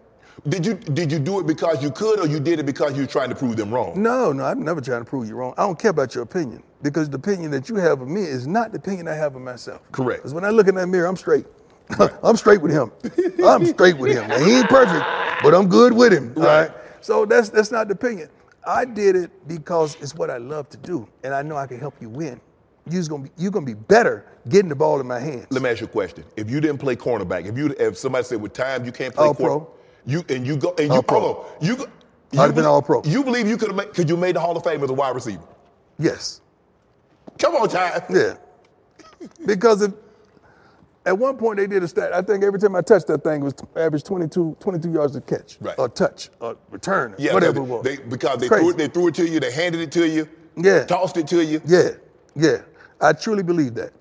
Speaker 1: Did you did you do it because you could, or you did it because you were trying to prove them wrong?
Speaker 3: No, no, I'm never trying to prove you wrong. I don't care about your opinion because the opinion that you have of me is not the opinion I have of myself.
Speaker 1: Correct.
Speaker 3: Because when I look in that mirror, I'm straight. *laughs* I'm straight with him. I'm straight with him. Now, he ain't perfect, but I'm good with him. all
Speaker 1: Right.
Speaker 3: right? So that's that's not the opinion. I did it because it's what I love to do, and I know I can help you win. You're gonna be, you're gonna be better getting the ball in my hands.
Speaker 1: Let me ask you a question. If you didn't play cornerback, if you if somebody said with time you can't play
Speaker 3: All
Speaker 1: corner-
Speaker 3: pro.
Speaker 1: you and you go and you
Speaker 3: All pro.
Speaker 1: hold on, you go- you
Speaker 3: I'd have been
Speaker 1: be-
Speaker 3: all pro.
Speaker 1: You believe you could have made could you made the Hall of Fame as a wide receiver?
Speaker 3: Yes.
Speaker 1: Come on, time.
Speaker 3: Yeah. Because if, at one point they did a stat. I think every time I touched that thing it was average 22, 22 yards a catch,
Speaker 1: Right.
Speaker 3: or touch, or return,
Speaker 1: Yeah,
Speaker 3: whatever it
Speaker 1: they-
Speaker 3: was.
Speaker 1: They, because they
Speaker 3: Crazy.
Speaker 1: threw it, they threw it to you, they handed it to you,
Speaker 3: Yeah.
Speaker 1: tossed it to you.
Speaker 3: yeah, yeah. I truly believe that.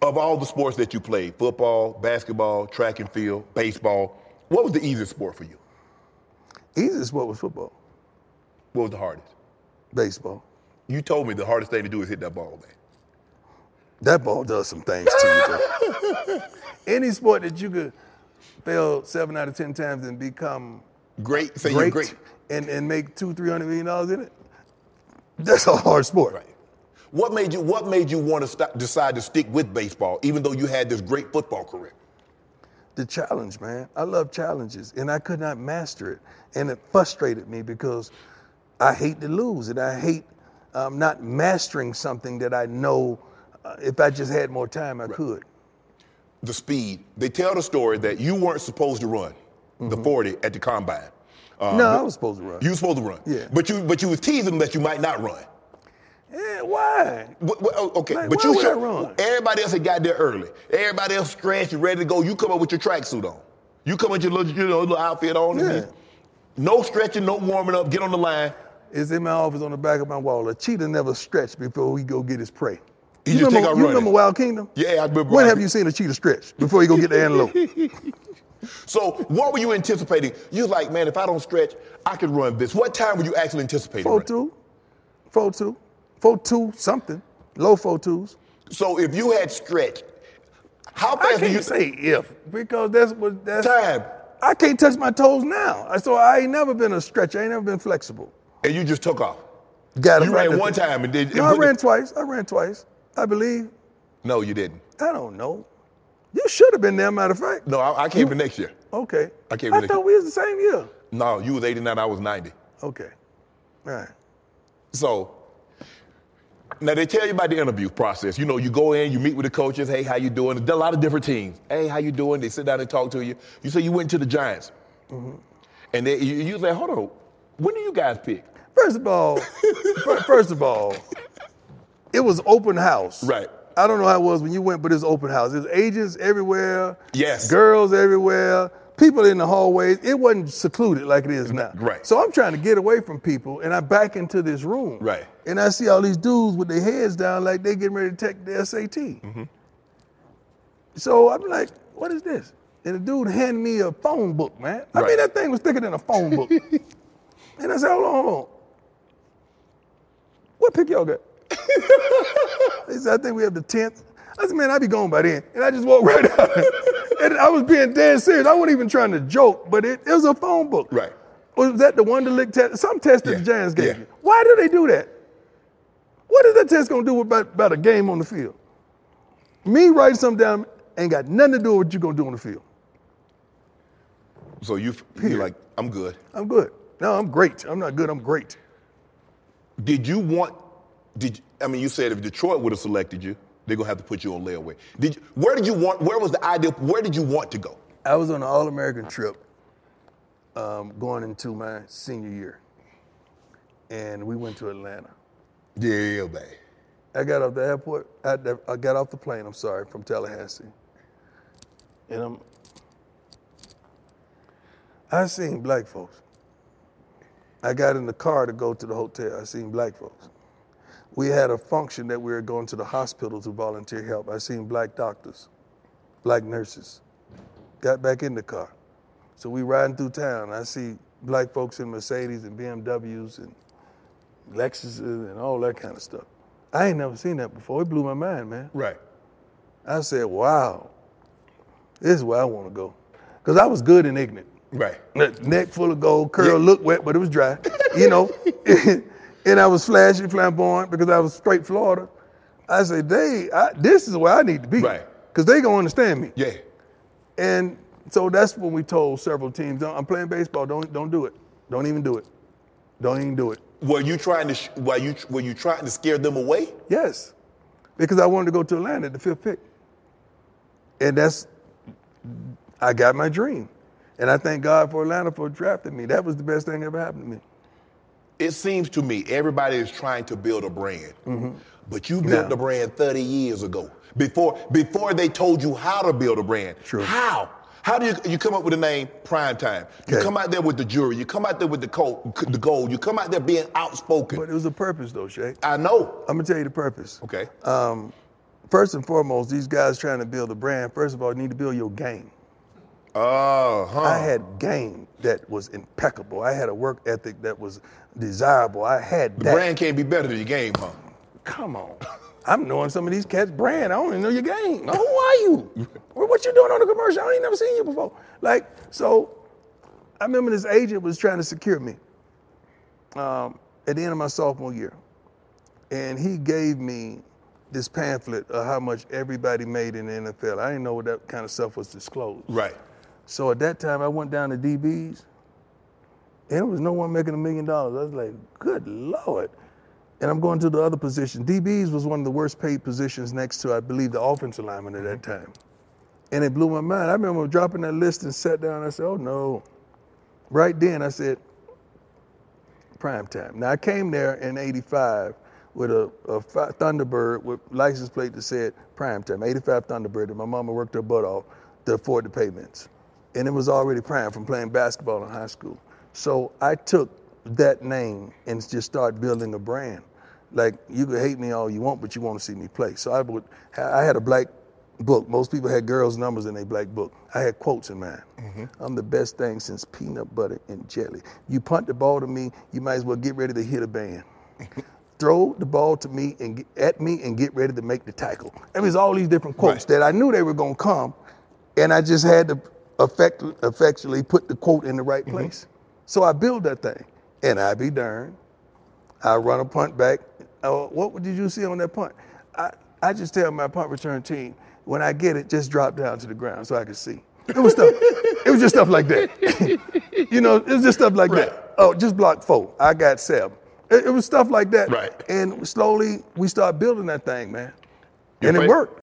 Speaker 1: Of all the sports that you played, football, basketball, track and field, baseball, what was the easiest sport for you?
Speaker 3: Easiest sport was football,
Speaker 1: What was the hardest?
Speaker 3: baseball.
Speaker 1: You told me the hardest thing to do is hit that ball, man.
Speaker 3: That ball does some things to
Speaker 1: *laughs*
Speaker 3: you. Though. Any sport that you could fail seven out of ten times and become
Speaker 1: Great, say you're
Speaker 3: great,
Speaker 1: great.
Speaker 3: and and make two, three hundred million dollars in it, that's a hard sport.
Speaker 1: Right. What made you What made you want to stop, decide to stick with baseball, even though you had this great football career?
Speaker 3: the challenge, man. I love challenges, and I could not master it, and it frustrated me because I hate to lose, and I hate um, not mastering something that I know. Uh, if I just had more time, I could.
Speaker 1: The speed. They tell the story that you weren't supposed to run the
Speaker 3: Mm-hmm.
Speaker 1: forty at the combine. Uh,
Speaker 3: no, I was supposed to run.
Speaker 1: you were supposed to run.
Speaker 3: Yeah.
Speaker 1: But you But you was teasing them that you might not run.
Speaker 3: yeah, why?
Speaker 1: Wh- wh- oh, Okay,
Speaker 3: Like,
Speaker 1: but
Speaker 3: why
Speaker 1: you
Speaker 3: would I
Speaker 1: should
Speaker 3: run?
Speaker 1: Everybody else had got there early. Everybody else stretched and ready to go. You come up with your tracksuit on. You come with your little, you know, little outfit on. and
Speaker 3: Yeah.
Speaker 1: you- no stretching, no warming up. Get on the line.
Speaker 3: It's in my office on the back of my wall. A cheetah never stretched before he go get his prey.
Speaker 1: He
Speaker 3: you
Speaker 1: just take
Speaker 3: remember,
Speaker 1: out
Speaker 3: you
Speaker 1: running.
Speaker 3: remember Wild Kingdom?
Speaker 1: Yeah, I remember
Speaker 3: When
Speaker 1: Wild
Speaker 3: have you seen a cheetah stretch before he go get the
Speaker 1: *laughs*
Speaker 3: antelope?
Speaker 1: So what were you anticipating? You was like, man, if I don't stretch, I could run this. What time were you actually anticipating?
Speaker 3: Four
Speaker 1: running?
Speaker 3: two, four two, four two something. Low four twos.
Speaker 1: So if you had stretched, how
Speaker 3: I
Speaker 1: fast do
Speaker 3: can't
Speaker 1: you
Speaker 3: say if because that's what that's.
Speaker 1: time?
Speaker 3: I can't touch my toes now, I- so I ain't never been a stretcher. I ain't never been flexible.
Speaker 1: And you just took off.
Speaker 3: Got
Speaker 1: You
Speaker 3: right
Speaker 1: ran
Speaker 3: there.
Speaker 1: one time and did.
Speaker 3: No, I
Speaker 1: and-
Speaker 3: ran twice. I ran twice. I believe.
Speaker 1: No, you didn't.
Speaker 3: I don't know. You should have been there. Matter of fact.
Speaker 1: No, I, I came for next year.
Speaker 3: Okay.
Speaker 1: I can't
Speaker 3: I
Speaker 1: really-
Speaker 3: thought we was the same year.
Speaker 1: No, you was 89, I was 90.
Speaker 3: Okay. All right.
Speaker 1: So now they tell you about the interview process. You know, you go in, you meet with the coaches. Hey, how you doing? There's a lot of different teams. Hey, how you doing? They sit down and talk to you. You say you went to the Giants, Mm-hmm. and they, you, you say, hold on, when do you guys pick?
Speaker 3: First of all, fir- first of all, it was open house.
Speaker 1: Right.
Speaker 3: I don't know how it was when you went, but it was open house. There's agents everywhere.
Speaker 1: Yes.
Speaker 3: Girls everywhere. People in the hallways. It wasn't secluded like it is now.
Speaker 1: Mm-hmm. Right.
Speaker 3: So I'm trying to get away from people, and I back into this room.
Speaker 1: Right.
Speaker 3: And I see all these dudes with their heads down, like they getting ready to take the SAT.
Speaker 1: Mm-hmm.
Speaker 3: So I'm like, what is this? And the dude handed me a phone book, man. I
Speaker 1: Right.
Speaker 3: mean, that thing was thicker than a phone
Speaker 1: *laughs*
Speaker 3: book. and I said, hold on, hold on. What pick *laughs* y'all got? he said, I think we have the 10th. I said, man, I'll be gone by then. And I just walked right out. *laughs* and I was being dead serious. I wasn't even trying to joke, but it, it was a phone book.
Speaker 1: Right.
Speaker 3: Was that the Wonderlic test? Some test that
Speaker 1: Yeah,
Speaker 3: the Giants gave
Speaker 1: yeah.
Speaker 3: you. Why do they do that? What is that test going to do about, about a game on the field? Me writing something down ain't got nothing to do with what you're going to do on the field.
Speaker 1: So you you're
Speaker 3: Period.
Speaker 1: like, I'm good.
Speaker 3: I'm good. No, I'm great. I'm not good. I'm great.
Speaker 1: Did you want? Did I mean you said if Detroit would have selected you, they're gonna have to put you on layaway. Did you, where did you want? Where was the ideal? Where did you want to go?
Speaker 3: I was on an All American trip um, going into my senior year, and we went to Atlanta.
Speaker 1: Yeah, babe.
Speaker 3: I got off the airport. I, I got off the plane. I'm sorry, from Tallahassee, and I'm. I seen black folks. I got in the car to go to the hotel. I seen black folks. We had a function that we were going to the hospital to volunteer help. I seen black doctors, black nurses. Got back in the car. So we riding through town. I see black folks in Mercedes and BMWs and Lexuses and all that kind of stuff. I ain't never seen that before. It blew my mind, man.
Speaker 1: Right.
Speaker 3: I said, wow, this is where I want to go. Because I was good and ignorant.
Speaker 1: Right.
Speaker 3: Ne- Neck full of gold, curl
Speaker 1: Yeah.
Speaker 3: looked wet, but it was dry, *laughs* you know. and I was flashy, flamboyant because I was straight Florida. I said, they, I, this is where I need to be.
Speaker 1: Right.
Speaker 3: Because they going to understand me.
Speaker 1: Yeah.
Speaker 3: And so that's when we told several teams, "Don't- I'm playing baseball, don't, don't do it. Don't even do it. Don't even do it.
Speaker 1: Were you trying to? Sh- were you were you trying to scare them away?
Speaker 3: Yes, because I wanted to go to Atlanta at the fifth pick. And that's, I got my dream. And I thank God for Atlanta for drafting me. That was the best thing ever happened to me.
Speaker 1: It seems to me everybody is trying to build a brand, but you built
Speaker 3: Mm-hmm. Now.
Speaker 1: the brand 30 years ago before before they told you how to build a brand.
Speaker 3: True.
Speaker 1: How? How do you, you come up with the name Prime Time? You
Speaker 3: Okay.
Speaker 1: come out there with the jury. You come out there with the col- the gold. You come out there being outspoken.
Speaker 3: But it was a purpose, though, Shay.
Speaker 1: I know.
Speaker 3: I'm going to tell you the purpose. Um,
Speaker 1: Okay.
Speaker 3: Uh, First and foremost, these guys trying to build a brand, first of all, need to build your game.
Speaker 1: Uh huh.
Speaker 3: I had game that was impeccable. I had a work ethic that was desirable. I had
Speaker 1: the
Speaker 3: that.
Speaker 1: brand can't be better than your game, huh?
Speaker 3: Come on. I'm knowing some of these cats' brand. I don't even know your game. Now, who are you? What what you doing on the commercial? I ain't never seen you before. Like, so I remember this agent was trying to secure me um, at the end of my sophomore year. And he gave me this pamphlet of how much everybody made in the NFL. I didn't know what that kind of stuff was disclosed.
Speaker 1: Right.
Speaker 3: So at that time, I went down to DB's, and there was no one making a million dollars. I was like, good lord. And I'm going to the other position. DB's was one of the worst paid positions next to, I believe, the offensive lineman at that time. And it blew my mind. I remember dropping that list and sat down. I said, oh no. Right then, I said, prime time. Now, I came there in 85 with a, a fi- Thunderbird with license plate that said prime time, 85 Thunderbird, and my mama worked her butt off to afford the payments. And it was already prime from playing basketball in high school. So I took that name and just started building a brand. Like, you could hate me all you want, but you want to see me play. So I, would, I had a black book. Most people had girls' numbers in their black book. I had quotes in mine. I'm the best thing since peanut butter and jelly. You punt the ball to me, you might as well get ready to hit a band. Throw the ball to me and get, at me and get ready to make the tackle. I mean, it's all these different quotes
Speaker 1: Right.
Speaker 3: that I knew they were gonna come, and I just had to effect, effectually put the quote in the right place. So I built that thing, and I be darned, I run a punt back. Uh, what did you see on that punt? I, I just tell my punt return team, when I get it, just drop down to the ground so I can see. It was stuff. it was just stuff like that. *laughs* you know, it was just stuff like
Speaker 1: Right.
Speaker 3: that. Oh, just block four. I got seven. It, it was stuff like that.
Speaker 1: Right.
Speaker 3: And slowly we start building that thing, man.
Speaker 1: Your
Speaker 3: and
Speaker 1: fa-
Speaker 3: it worked.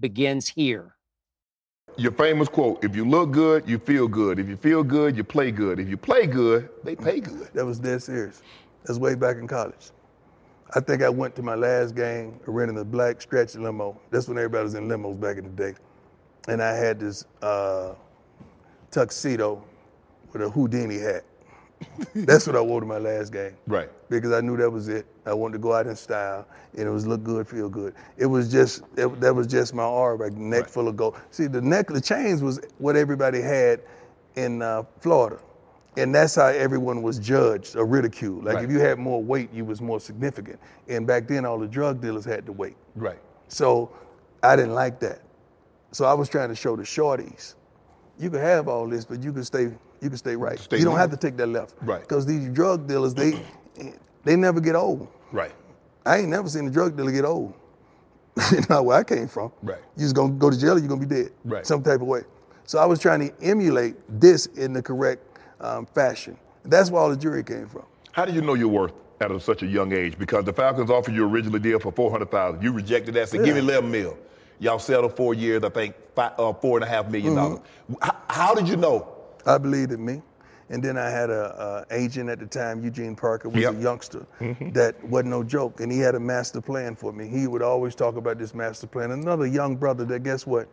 Speaker 5: begins here.
Speaker 1: Your famous quote if you look good, you feel good. If you feel good, you play good. If you play good, they pay good.
Speaker 3: That was dead serious. That's way back in college. I think I went to my last game renting a black stretch limo. That's when everybody was in limos back in the day. And I had this uh, tuxedo with a Houdini hat. *laughs* That's what I wore to my last game.
Speaker 1: Right.
Speaker 3: Because I knew that was it. I wanted to go out in style, and it was look good, feel good. It was just it, that was just my aura, like neck
Speaker 1: Right.
Speaker 3: full of gold. See, the neck, the chains was what everybody had in uh, Florida, and that's how everyone was judged or ridiculed. Like
Speaker 1: Right.
Speaker 3: if you had more weight, you was more significant. And back then, all the drug dealers had the weight.
Speaker 1: Right.
Speaker 3: So I didn't like that. So I was trying to show the shorties, you can have all this, but you can stay, you can stay right.
Speaker 1: Stay
Speaker 3: you don't
Speaker 1: normal.
Speaker 3: have to take that left.
Speaker 1: Right.
Speaker 3: Because these drug dealers, they they never get old.
Speaker 1: Right.
Speaker 3: I ain't never seen a drug dealer get old. *laughs* Not where I came from.
Speaker 1: Right.
Speaker 3: You just gonna go to jail or you're gonna be dead.
Speaker 1: Right.
Speaker 3: Some type of way. So I was trying to emulate this in the correct um, fashion. That's where all the jury came from.
Speaker 1: How do you know your worth at a- such a young age? Because the Falcons offered you originally deal for four hundred thousand. You rejected that. Said, "Give me
Speaker 3: Yeah.
Speaker 1: eleven mil." Y'all settled four years. I think five, uh, four and a half million dollars. How, how did you know?
Speaker 3: I believed in me. And then I had a, a agent at the time, Eugene Parker, was
Speaker 1: Yep. Mm-hmm.
Speaker 3: a youngster that wasn't no joke, and he had a master plan for me. He would always talk about this master plan. Another young brother that guess what,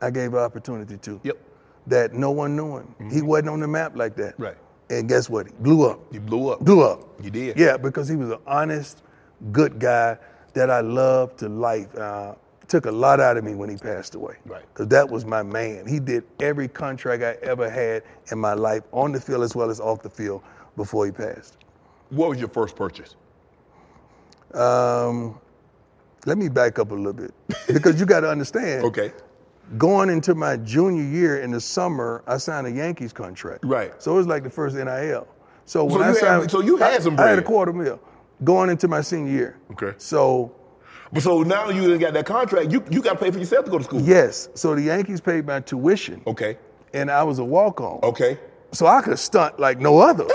Speaker 3: I gave an opportunity to.
Speaker 1: Yep. Mm-hmm.
Speaker 3: That no one knew him. He wasn't on the map like that.
Speaker 1: Right.
Speaker 3: And guess what? He blew up.
Speaker 1: You blew up.
Speaker 3: Blew up.
Speaker 1: You did.
Speaker 3: Yeah, because he was an honest, good guy that I loved to life. Uh, took a lot out of me when he passed away.
Speaker 1: Right.
Speaker 3: Because that was my man. He did every contract I ever had in my life, on the field as well as off the field, before he passed.
Speaker 1: What was your first purchase?
Speaker 3: Um, let me back up a
Speaker 1: *laughs*
Speaker 3: little bit because you got to understand.
Speaker 1: Okay.
Speaker 3: Going into my junior year in the summer, I signed a Yankees contract.
Speaker 1: Right.
Speaker 3: So it was like the first NIL. So when
Speaker 1: So
Speaker 3: I
Speaker 1: you had-
Speaker 3: signed,
Speaker 1: so you had
Speaker 3: I-
Speaker 1: some
Speaker 3: I had a
Speaker 1: bread.
Speaker 3: quarter mil going into my senior year.
Speaker 1: Okay.
Speaker 3: So
Speaker 1: But so now you done got that contract. You you got to pay for yourself to go to school.
Speaker 3: yes, so the Yankees paid my tuition,
Speaker 1: Okay.
Speaker 3: and I was a walk on.
Speaker 1: Okay.
Speaker 3: So I could stunt like no
Speaker 1: *laughs*
Speaker 3: other.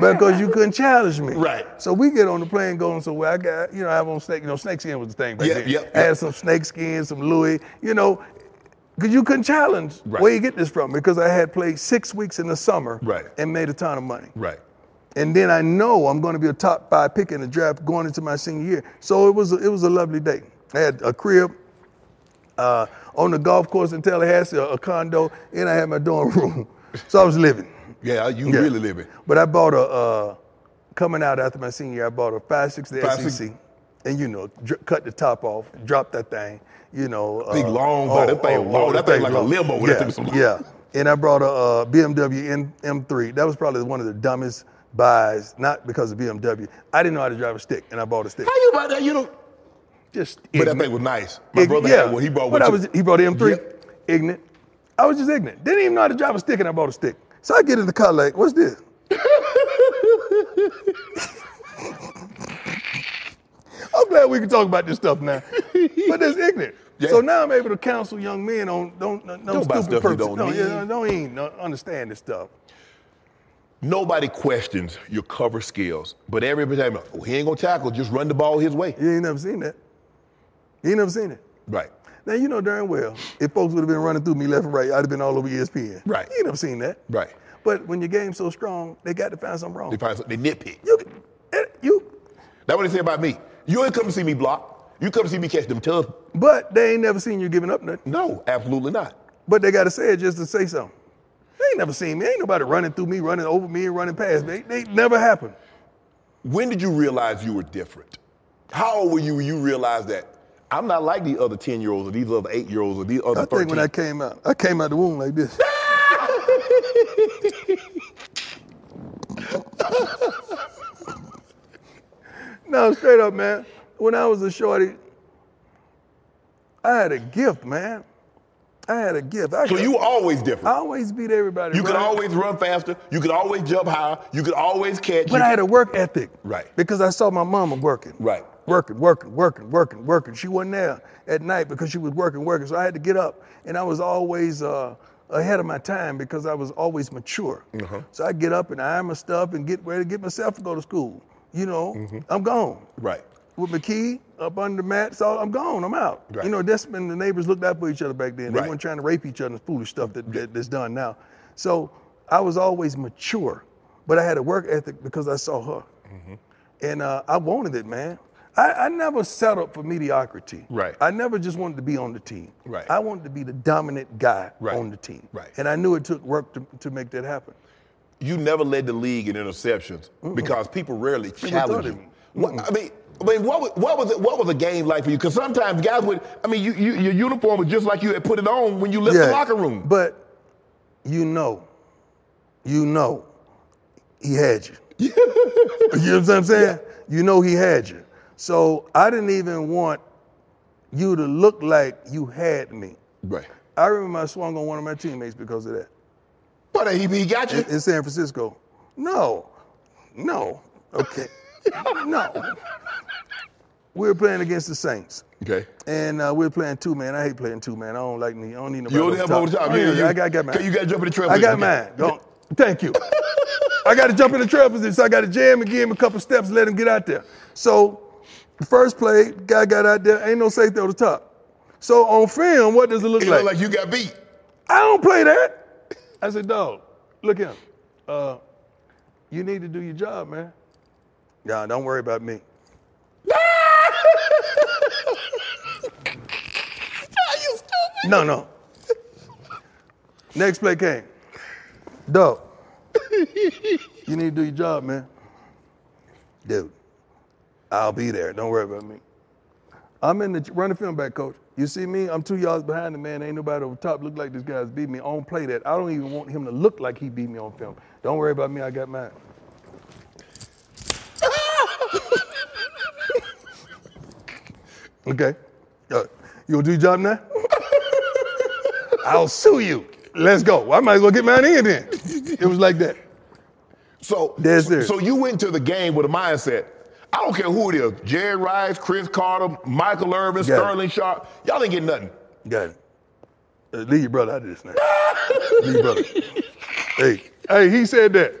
Speaker 3: Because you couldn't challenge me.
Speaker 1: Right.
Speaker 3: So we get on the plane going somewhere. I got, you know, I have on snake, you know, snakeskin was the thing back
Speaker 1: Yeah,
Speaker 3: then.
Speaker 1: yeah,
Speaker 3: I
Speaker 1: yeah.
Speaker 3: had some snakeskin, some Louis, you know, because you couldn't challenge
Speaker 1: Right.
Speaker 3: where you get this from because I had played six weeks in the summer
Speaker 1: Right.
Speaker 3: and made a ton of money.
Speaker 1: Right.
Speaker 3: And then I know I'm going to be a top five pick in the draft going into my senior year. So it was a, it was a lovely day. I had a crib uh, on the golf course in Tallahassee, a, a condo, and I had my dorm *laughs* room. So I was living.
Speaker 1: Yeah. You
Speaker 3: Yeah.
Speaker 1: really living.
Speaker 3: But I bought a uh, coming out after my senior year. I bought a five six to
Speaker 1: Five,
Speaker 3: SEC,
Speaker 1: six-
Speaker 3: and you know, dr- cut the top off, drop that thing. You know, uh, oh,
Speaker 1: Big long body. That thing long. That
Speaker 3: that
Speaker 1: thing like a limo when that
Speaker 3: Yeah,
Speaker 1: thing was long.
Speaker 3: yeah. And I brought a uh, BMW M- M3. That was probably one of the dumbest buys, not because of BMW. I didn't know how to drive a stick, and I bought a stick.
Speaker 1: How you about that? You know.
Speaker 3: Just
Speaker 1: But that
Speaker 3: ignorant.
Speaker 1: thing was nice. My
Speaker 3: Ign-
Speaker 1: brother
Speaker 3: yeah.
Speaker 1: had one. He brought one.
Speaker 3: But I
Speaker 1: too.
Speaker 3: was, he brought an M3.
Speaker 1: Yep.
Speaker 3: Ignorant. I was just ignorant. Didn't even know how to drive a stick, and I bought a stick. So I get in the car like, what's this? *laughs* I'm glad we can talk about this stuff now. but that's ignorant.
Speaker 1: Yeah.
Speaker 3: So now I'm able to counsel young men on don't no, no
Speaker 1: Don't buy
Speaker 3: stupid
Speaker 1: stuff you
Speaker 3: purposes.
Speaker 1: don't
Speaker 3: no, yeah,
Speaker 1: need.
Speaker 3: don't even no, understand this stuff.
Speaker 1: Nobody questions your cover skills, but every time, oh, he ain't gonna tackle, just run the ball his way.
Speaker 3: You ain't never seen that. You ain't never seen it.
Speaker 1: Right.
Speaker 3: Now you know darn well if folks would have been running through me left and right, I'd have been all over E ESPN.
Speaker 1: Right.
Speaker 3: You ain't never seen that.
Speaker 1: Right.
Speaker 3: But when your game's so strong, they got to find something wrong.
Speaker 1: They find something, they nitpick.
Speaker 3: you, eh, you,
Speaker 1: That's what they say about me. You ain't come to see me block. You come to see me catch them tough.
Speaker 3: but they ain't never seen you giving up nothing.
Speaker 1: No, absolutely not.
Speaker 3: But they got to say it just to say something. They ain't never seen me. Ain't nobody running through me, running over me, and running past me. They never happened.
Speaker 1: When did you realize you were different? How old were you when you realized that I'm not like these other 10 year olds or these other 8 year olds or these other
Speaker 3: I
Speaker 1: 13
Speaker 3: think when I came out, I came out the womb
Speaker 1: *laughs*
Speaker 3: like this. no, straight up, man. When I was a shorty, I had a gift, man. I had a gift. I
Speaker 1: So
Speaker 3: could-
Speaker 1: you were always
Speaker 3: I
Speaker 1: different.
Speaker 3: always beat everybody.
Speaker 1: You could
Speaker 3: right?
Speaker 1: always run faster. You could always jump higher. You could always catch.
Speaker 3: But
Speaker 1: you-
Speaker 3: I had a work ethic.
Speaker 1: Right.
Speaker 3: Because I saw my mama working.
Speaker 1: Right.
Speaker 3: Working, working, working, working, working. She wasn't there at night because she was working, working. So I had to get up, and I was always uh, ahead of my time because I was always mature.
Speaker 1: Uh-huh.
Speaker 3: So I get up and iron my stuff and get ready to get myself to go to school. You know,
Speaker 1: Mm-hmm.
Speaker 3: I'm gone.
Speaker 1: Right.
Speaker 3: With McKee up under Matt, so I'm gone. I'm out.
Speaker 1: Right.
Speaker 3: You know, that's when the neighbors looked out for each other back then. They
Speaker 1: Right.
Speaker 3: weren't trying to rape each other and foolish stuff that, that- that's done now. So I was always mature, but I had a work ethic because I saw her.
Speaker 1: Mm-hmm.
Speaker 3: And uh, I wanted it, man. I, I never settled for mediocrity.
Speaker 1: Right.
Speaker 3: I never just wanted to be on the team.
Speaker 1: Right.
Speaker 3: I wanted to be the dominant guy
Speaker 1: Right.
Speaker 3: on the team.
Speaker 1: Right.
Speaker 3: And I knew it took work to, to make that happen.
Speaker 1: You never led the league in interceptions because people rarely
Speaker 3: thought
Speaker 1: challenge
Speaker 3: it-
Speaker 1: you. What, I mean, I mean, what was, what was it, what was a game like for you? Because sometimes guys would, I mean, you, you, your uniform was just like you had put it on when you left the locker room.
Speaker 3: But you know, you know, he had you.
Speaker 1: *laughs*
Speaker 3: you know what I'm saying? You know he had you. So I didn't even want you to look like you had me.
Speaker 1: right.
Speaker 3: I remember I swung on one of my teammates because of that
Speaker 1: But he, he got you.
Speaker 3: in, in San Francisco. No, no, okay, no. We were playing against the Saints.
Speaker 1: Okay.
Speaker 3: And uh, we were playing two man. I hate playing two man. I don't like me. I don't need nobody.
Speaker 1: You only have over the top.
Speaker 3: I,
Speaker 1: Yeah,
Speaker 3: don't need-
Speaker 1: you,
Speaker 3: I got, I got mine.
Speaker 1: You got to jump in the trail.
Speaker 3: I got
Speaker 1: position.
Speaker 3: mine. Don't- thank you. *laughs* I got to jump in the trail position, so I got to jam and give him a couple steps, let him get out there. So, the first play, guy got out there. Ain't no safety over the top. So on film, what does it look
Speaker 1: It
Speaker 3: like?
Speaker 1: looked like you got beat.
Speaker 3: I don't play that. I said, dog, look here. Uh, you need to do your job, man. Nah, don't worry about me. No, no. Next play came. Dog, you need to do your job, man. Dude, I'll be there. Don't worry about me. I'm in the run the film back, coach. You see me? I'm two yards behind the man. Ain't nobody over top. Look like this guy's beat me on play that. I don't even want him to look like he beat me on film. Don't worry about me. I got mine. *laughs* okay. Uh, you gonna do your job now? *laughs* I'll sue you. Let's go. Well, I might as well get mine in then. It was like that.
Speaker 1: So
Speaker 3: That's it.
Speaker 1: So you went to the game with a mindset. I don't care who it is. Jerry Rice, Chris Carter, Michael Irvin,
Speaker 3: Got it.
Speaker 1: Sterling Sharp. Y'all ain't getting nothing.
Speaker 3: Got it. Uh, leave your brother out of this now. leave your brother. Hey, hey, he said that.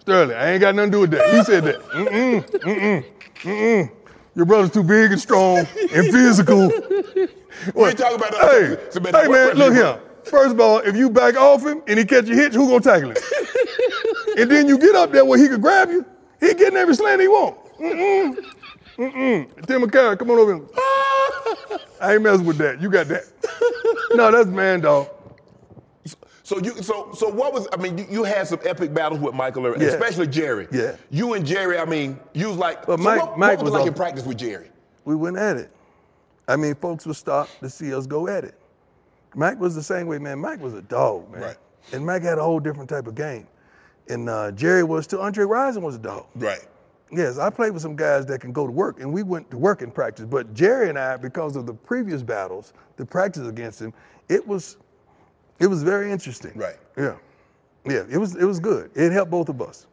Speaker 3: Sterling, I ain't got nothing to do with that. He said that. Mm-mm, mm-mm, mm-mm. Your brother's too big and strong and physical.
Speaker 1: We ain't talking about *laughs*
Speaker 3: Hey,
Speaker 1: that. So,
Speaker 3: hey man,
Speaker 1: what-
Speaker 3: look here. First of all, if you back off him and he catch a hitch, who
Speaker 1: *laughs*
Speaker 3: gonna tackle him? and then you get up there where he could grab you. He getting every slant he want. Mm-mm. Mm-mm. Tim McCarron, come on
Speaker 1: *laughs*
Speaker 3: over here. I ain't messing with that. You got that. no, that's man dog.
Speaker 1: So you so so what was I mean you, you had some epic battles with Michael Irvin,
Speaker 3: Yeah.
Speaker 1: especially Jerry.
Speaker 3: Yeah.
Speaker 1: You and Jerry, I mean, you was like
Speaker 3: But
Speaker 1: so
Speaker 3: Mike-
Speaker 1: what,
Speaker 3: Mike
Speaker 1: what was,
Speaker 3: was
Speaker 1: it like
Speaker 3: on-
Speaker 1: in practice with Jerry?
Speaker 3: We went at it. I mean, folks would stop to see us go at it. Mike was the same way, man. Mike was a dog, man.
Speaker 1: Right.
Speaker 3: And Mike had a whole different type of game. And uh, Jerry was too. Andre Rison was a dog.
Speaker 1: Right.
Speaker 3: Yes, I played with some guys that can go to work, and we went to work in practice. But Jerry and I, because of the previous battles, the practice against him, it was, it was very interesting.
Speaker 1: Right.
Speaker 3: Yeah, yeah. It was it was good. It helped both of us.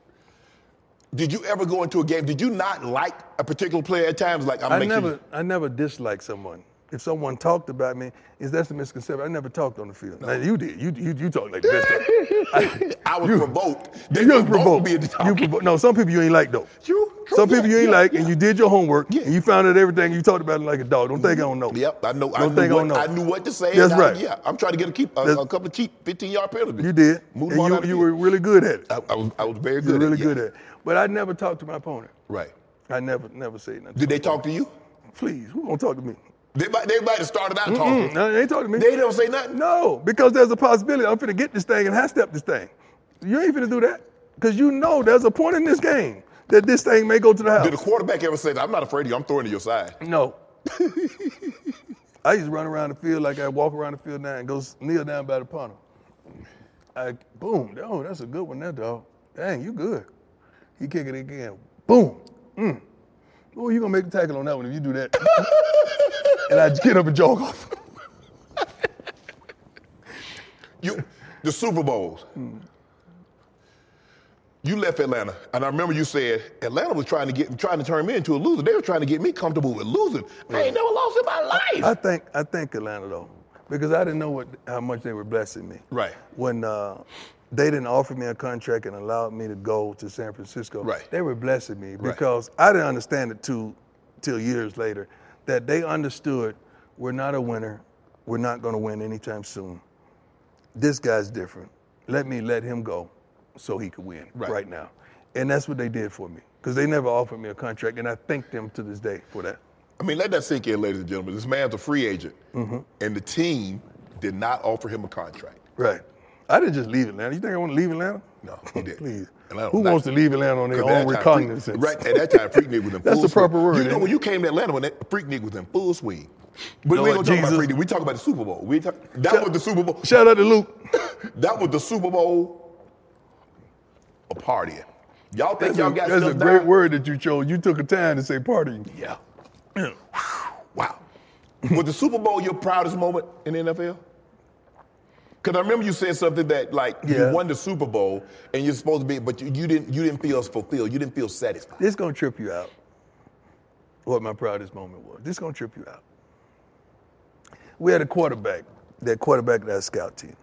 Speaker 1: Did you ever go into a game? Did you not like a particular player at times? Like I'm
Speaker 3: I never I never disliked someone. If someone talked about me, is that's a misconception. I never talked on the field. Now, you did. You you,
Speaker 1: *laughs*
Speaker 3: you talked like this. though.
Speaker 1: I was provoked. They
Speaker 3: you was
Speaker 1: provoked
Speaker 3: provoked.
Speaker 1: me into talking.
Speaker 3: You provo- No, some people you ain't like though.
Speaker 1: You
Speaker 3: Some people you ain't like, and you did your homework, and you found out everything. You talked about it like a dog. Don't think I don't know.
Speaker 1: Yep, I know. I knew,
Speaker 3: Don't think I
Speaker 1: what,
Speaker 3: don't know.
Speaker 1: I knew what to say.
Speaker 3: That's
Speaker 1: and I-
Speaker 3: right.
Speaker 1: yeah, I'm trying to get a keep a,
Speaker 3: That's-
Speaker 1: a couple of cheap 15 yard penalties.
Speaker 3: You did,
Speaker 1: Moved
Speaker 3: and
Speaker 1: on
Speaker 3: you,
Speaker 1: out of
Speaker 3: you
Speaker 1: the
Speaker 3: were really good at it.
Speaker 1: I, I was I was very
Speaker 3: You
Speaker 1: good.
Speaker 3: were really
Speaker 1: at, it,
Speaker 3: good
Speaker 1: yeah.
Speaker 3: at it. But I never talked to my opponent.
Speaker 1: Right.
Speaker 3: I never, never said nothing.
Speaker 1: Did they talk to you?
Speaker 3: Please, who gonna talk to me?
Speaker 1: They might they might have started out talking.
Speaker 3: Mm, no, they ain't talking to me.
Speaker 1: They don't say nothing.
Speaker 3: No, because there's a possibility I'm finna get this thing and half step this thing. You ain't finna do that. Because you know there's a point in this game that this thing may go to the
Speaker 1: Did the
Speaker 3: house.
Speaker 1: quarterback ever say, "I'm not afraid of you. I'm throwing to your side"?
Speaker 3: No. *laughs* I used to run around the field like I walk around the field now and go s- kneel down by the punter. I boom, oh, that's a good one there, dog. Dang, you good. He kick it again. Boom. Mm. Oh, you gonna make a tackle on that one if you do that. *laughs* and I get up and jog off.
Speaker 1: You, the Super Bowls.
Speaker 3: Hmm.
Speaker 1: You left Atlanta, and I remember you said Atlanta was trying to get, trying to turn me into a loser. They were trying to get me comfortable with losing. I ain't never lost in my life.
Speaker 3: I think I think Atlanta though, because I didn't know what how much they were blessing me.
Speaker 1: Right.
Speaker 3: When uh, they didn't offer me a contract and allowed me to go to San Francisco,
Speaker 1: Right.
Speaker 3: They were blessing me because I didn't understand it till till years later that they understood we're not a winner, we're not going to win anytime soon. This guy's different. Let me let him go, so he could win
Speaker 1: Right.
Speaker 3: right, now, and that's what they did for me because they never offered me a contract, and I thank them to this day for that.
Speaker 1: I mean, let that sink in, ladies and gentlemen. This man's a free agent,
Speaker 3: Mm-hmm.
Speaker 1: and the team did not offer him a contract.
Speaker 3: Right. I didn't just leave Atlanta. You think I want to leave Atlanta?
Speaker 1: No, he didn't.
Speaker 3: Please.
Speaker 1: Atlanta
Speaker 3: Who
Speaker 1: was
Speaker 3: wants
Speaker 1: not-
Speaker 3: to leave *laughs* Atlanta on their
Speaker 1: 'Cause at
Speaker 3: own
Speaker 1: that time, Freak-
Speaker 3: recognizance?
Speaker 1: Right
Speaker 3: *laughs*
Speaker 1: at that time, Freaknik was in
Speaker 3: That's
Speaker 1: full
Speaker 3: the proper
Speaker 1: swing.
Speaker 3: word,
Speaker 1: You know
Speaker 3: isn't
Speaker 1: when
Speaker 3: it?
Speaker 1: you came to Atlanta, when that Freaknik was in full swing. But we
Speaker 3: Lord
Speaker 1: ain't gonna talk about
Speaker 3: Jesus.
Speaker 1: Freaknik. We talk about the Super Bowl. We talk, that was the Super Bowl.
Speaker 3: Shout out to Luke.
Speaker 1: That was the Super Bowl of partying. Y'all think
Speaker 3: That's,
Speaker 1: y'all
Speaker 3: a,
Speaker 1: got
Speaker 3: that's a
Speaker 1: stuff
Speaker 3: great
Speaker 1: down?
Speaker 3: word that you chose. You took a time to say party.
Speaker 1: Yeah. wow. was the Super Bowl your proudest moment in the NFL? Because I remember you said something that like
Speaker 3: Yeah.
Speaker 1: you won the Super Bowl and you're supposed to be, but you, you didn't you didn't feel fulfilled. You didn't feel satisfied.
Speaker 3: This gonna trip you out. What my proudest moment was. This gonna trip you out. We had a quarterback, that quarterback that I scout team.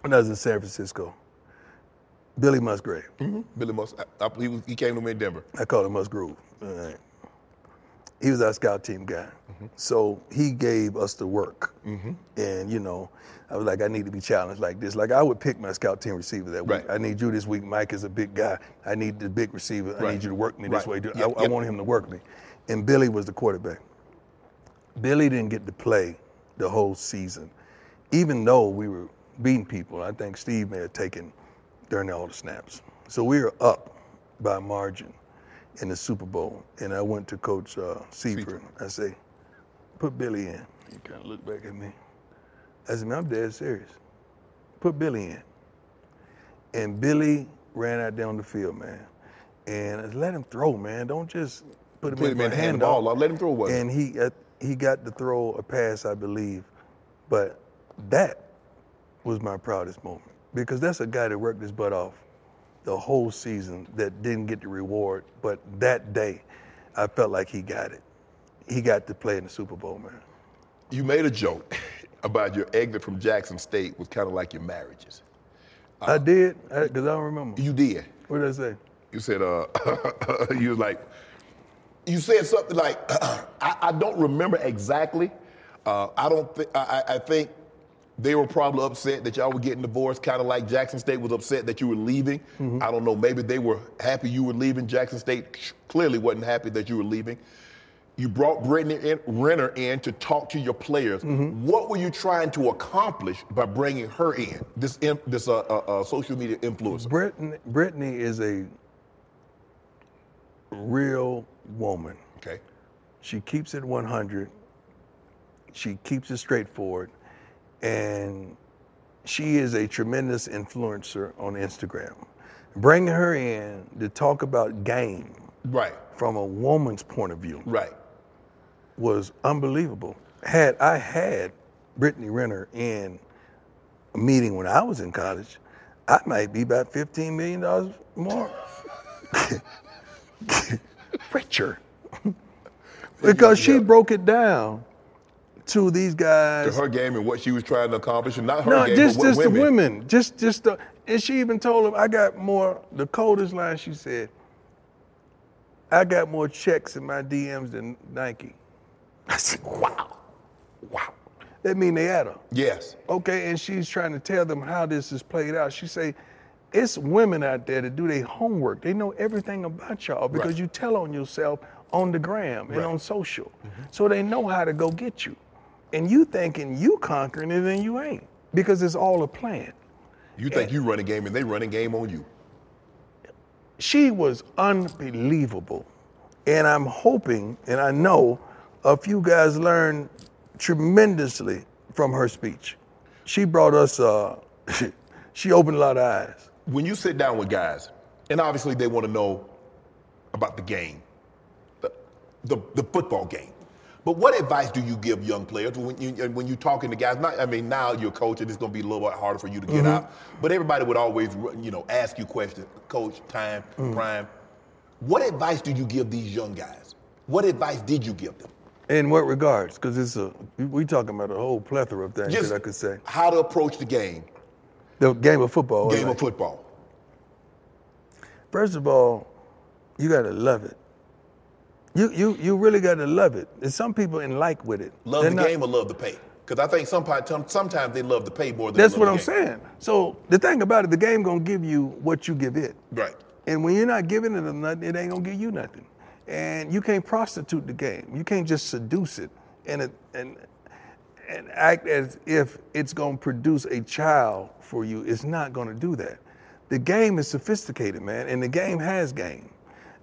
Speaker 3: When I was in San Francisco, Billy Musgrave.
Speaker 1: Billy Moss, I, I, he, was, he came to me in Denver.
Speaker 3: I call him Musgrove. All right. He was our scout team guy.
Speaker 1: Mm-hmm.
Speaker 3: So he gave us the work. And, you know, I was like, I need to be challenged like this. Like, I would pick my scout team receiver that
Speaker 1: Right.
Speaker 3: week. I need you this week. Mike is a big guy. I need the big receiver. I
Speaker 1: Right.
Speaker 3: need you to work me
Speaker 1: Right.
Speaker 3: this way. Dude, I,
Speaker 1: Yep,
Speaker 3: I
Speaker 1: yep.
Speaker 3: want him to work me. And Billy was the quarterback. Billy didn't get to play the whole season, even though we were beating people. I think Steve may have taken during all the snaps. So we were up by margin in the Super Bowl. And I went to Coach uh, Seifert. I say, put Billy in. He kind of looked back at me. I said, man, I'm dead serious. Put Billy in. And Billy ran out there on the field, man. And I said, let him throw, man. Don't just put him
Speaker 1: Put
Speaker 3: in
Speaker 1: him
Speaker 3: for
Speaker 1: in,
Speaker 3: a
Speaker 1: hand the
Speaker 3: handoff."
Speaker 1: ball. off. Let him throw one.
Speaker 3: and he uh, he got to throw a pass, I believe, but that was my proudest moment because that's a guy that worked his butt off the whole season that didn't get the reward, but that day, I felt like he got it. He got to play in the Super Bowl, man.
Speaker 1: you made a joke *laughs* about your exit from Jackson State was kind of like your marriages.
Speaker 3: I did because I, don't remember.
Speaker 1: You did.
Speaker 3: What did I say?
Speaker 1: You said uh, *laughs* you was like, you said something like, *clears throat* I, I don't remember exactly. Uh, I don't. Th- I, I I think they were probably upset that y'all were getting divorced, kind of like Jackson State was upset that you were leaving. I don't know. Maybe they were happy you were leaving. Jackson State clearly wasn't happy that you were leaving. You brought Brittany in, Renner in to talk to your players. What were you trying to accomplish by bringing her in? This in- this uh, uh, uh, social media influencer.
Speaker 3: Brittany, Brittany is a real woman.
Speaker 1: Okay.
Speaker 3: She keeps it 100. She keeps it straightforward. And she is a tremendous influencer on Instagram. Bringing her in to talk about game
Speaker 1: Right.
Speaker 3: from a woman's point of view
Speaker 1: Right.
Speaker 3: was unbelievable. Had I had Brittany Renner in a meeting when I was in college, I might be about $15 million more *laughs* richer. because she broke it down to these
Speaker 1: To
Speaker 3: guys.
Speaker 1: her game and what she was trying to accomplish, and not her
Speaker 3: no,
Speaker 1: game,
Speaker 3: just,
Speaker 1: but what
Speaker 3: just
Speaker 1: women.
Speaker 3: the women. Just just the and she even told them I got more the coldest line she said, I got more checks in my DMs than Nike. *laughs* I said, wow, wow. That mean they at her.
Speaker 1: Yes.
Speaker 3: Okay, and she's trying to tell them how this is played out. She say, it's women out there that do their homework. They know everything about y'all because
Speaker 1: Right.
Speaker 3: you tell on yourself on the gram and
Speaker 1: Right. Mm-hmm.
Speaker 3: on social. So they know how to go get you. And you thinking you conquering it and you ain't because it's all a plan.
Speaker 1: You think you running game and they running game on you.
Speaker 3: she was unbelievable. And I'm hoping, and I know a few guys learned tremendously from her speech. She brought us, uh, *laughs* she opened a lot of eyes.
Speaker 1: When you sit down with guys, and obviously they want to know about the game, the, the, the football game. But what advice do you give young players when you and when you talking to guys? Not, I mean, now you're a coach, and it's going to be a little bit harder for you to get
Speaker 3: Mm-hmm.
Speaker 1: out. But everybody would always, you know, ask you questions. Coach, time,
Speaker 3: Mm.
Speaker 1: prime. What advice do you give these young guys? What advice did you give them?
Speaker 3: In what regards? Because it's a, we talking about a whole plethora of things
Speaker 1: Just
Speaker 3: that I could say.
Speaker 1: How to approach the game,
Speaker 3: The game of football.
Speaker 1: game
Speaker 3: like-
Speaker 1: of football.
Speaker 3: First of all, you gotta love it. You, you, you really gotta love it. There's some people in like with it.
Speaker 1: Love
Speaker 3: They're
Speaker 1: the
Speaker 3: not-
Speaker 1: game or love the pay? Because I think sometimes sometimes they love the pay more than
Speaker 3: That's
Speaker 1: they
Speaker 3: what
Speaker 1: love
Speaker 3: I'm
Speaker 1: the game.
Speaker 3: saying. So the thing about it, the game gonna give you what you give it.
Speaker 1: Right.
Speaker 3: And when you're not giving it them nothing, it ain't gonna give you nothing. And you can't prostitute the game. You can't just seduce it and it, and and act as if it's gonna produce a child for you. It's not gonna do that. The game is sophisticated, man, and the game has game.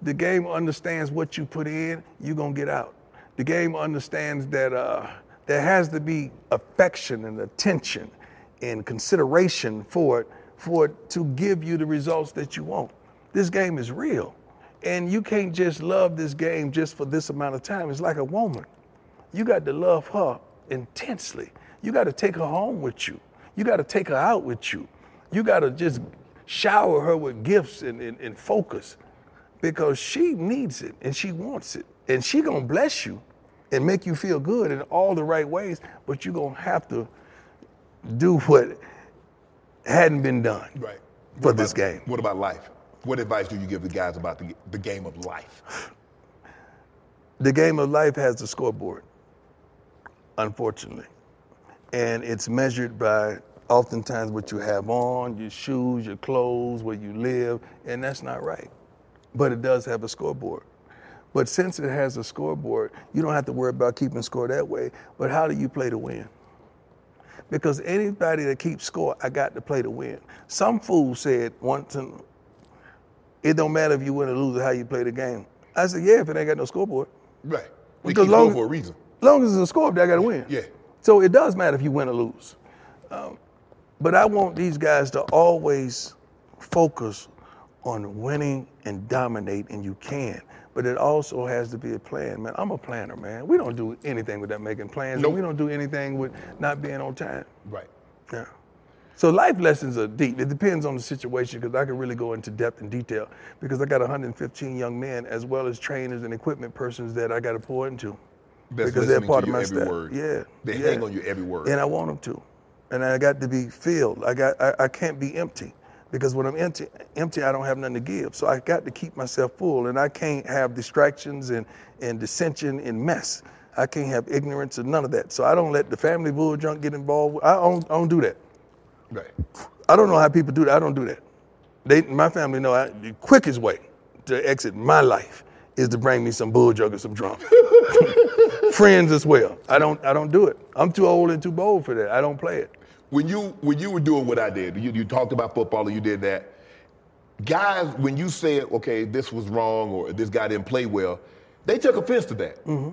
Speaker 3: The game understands what you put in, you're gonna get out. The game understands that uh, there has to be affection and attention and consideration for it for it to give you the results that you want. This game is real. And you can't just love this game just for this amount of time. It's like a woman. You got to love her intensely. You got to take her home with you. You got to take her out with you. You got to just shower her with gifts and, and, and focus because she needs it and she wants it. And she going to bless you and make you feel good in all the right ways, but you're going to have to do what hadn't been done
Speaker 1: Right.
Speaker 3: for
Speaker 1: What
Speaker 3: this
Speaker 1: about-
Speaker 3: game.
Speaker 1: What about life? What advice do you give the guys about the, the game of life?
Speaker 3: the game of life has a scoreboard, unfortunately. And it's measured by oftentimes what you have on, your shoes, your clothes, where you live, and that's not right. But it does have a scoreboard. But since it has a scoreboard, you don't have to worry about keeping score that way. But how do you play to win? Because anybody that keeps score, I got to play to win. Some fool said once, and it don't matter if you win or lose or how you play the game. I said, yeah, if it ain't got no scoreboard.
Speaker 1: Right. They
Speaker 3: Because
Speaker 1: keep
Speaker 3: long-
Speaker 1: going for a reason.
Speaker 3: As long as it's a score, up there, I got to win.
Speaker 1: Yeah.
Speaker 3: So it does matter if you win or lose. Um, but I want these guys to always focus on winning and dominate, and you can. But it also has to be a plan, man. I'm a planner, man. We don't do anything without making plans. and
Speaker 1: Nope.
Speaker 3: We don't do anything with not being on time.
Speaker 1: Right.
Speaker 3: Yeah. So life lessons are deep. It depends on the situation because I can really go into depth and detail because I got 115 young men as well as trainers and equipment persons that I got to pour into
Speaker 1: That's listening
Speaker 3: because they're
Speaker 1: to
Speaker 3: part of
Speaker 1: you
Speaker 3: my
Speaker 1: every
Speaker 3: staff.
Speaker 1: word.
Speaker 3: Yeah,
Speaker 1: They
Speaker 3: yeah.
Speaker 1: hang on you every word.
Speaker 3: And I want them to, and I got to be filled. I got I, I can't be empty because when I'm empty, empty I don't have nothing to give. So I got to keep myself full, and I can't have distractions and and dissension and mess. I can't have ignorance and none of that. So I don't let the family bull junk get involved. I don't, I don't do that.
Speaker 1: right.
Speaker 3: I don't know how people do that. I don't do that. They, my family know I, the quickest way to exit my life is to bring me some bull jug or some drum. *laughs* Friends as well. I don't. I don't do it. I'm too old and too bold for that. I don't play it.
Speaker 1: When you when you were doing what I did, you, you talked about football and you did that. Guys, when you said, okay, this was wrong or this guy didn't play well, they took offense to that.
Speaker 3: Mm-hmm.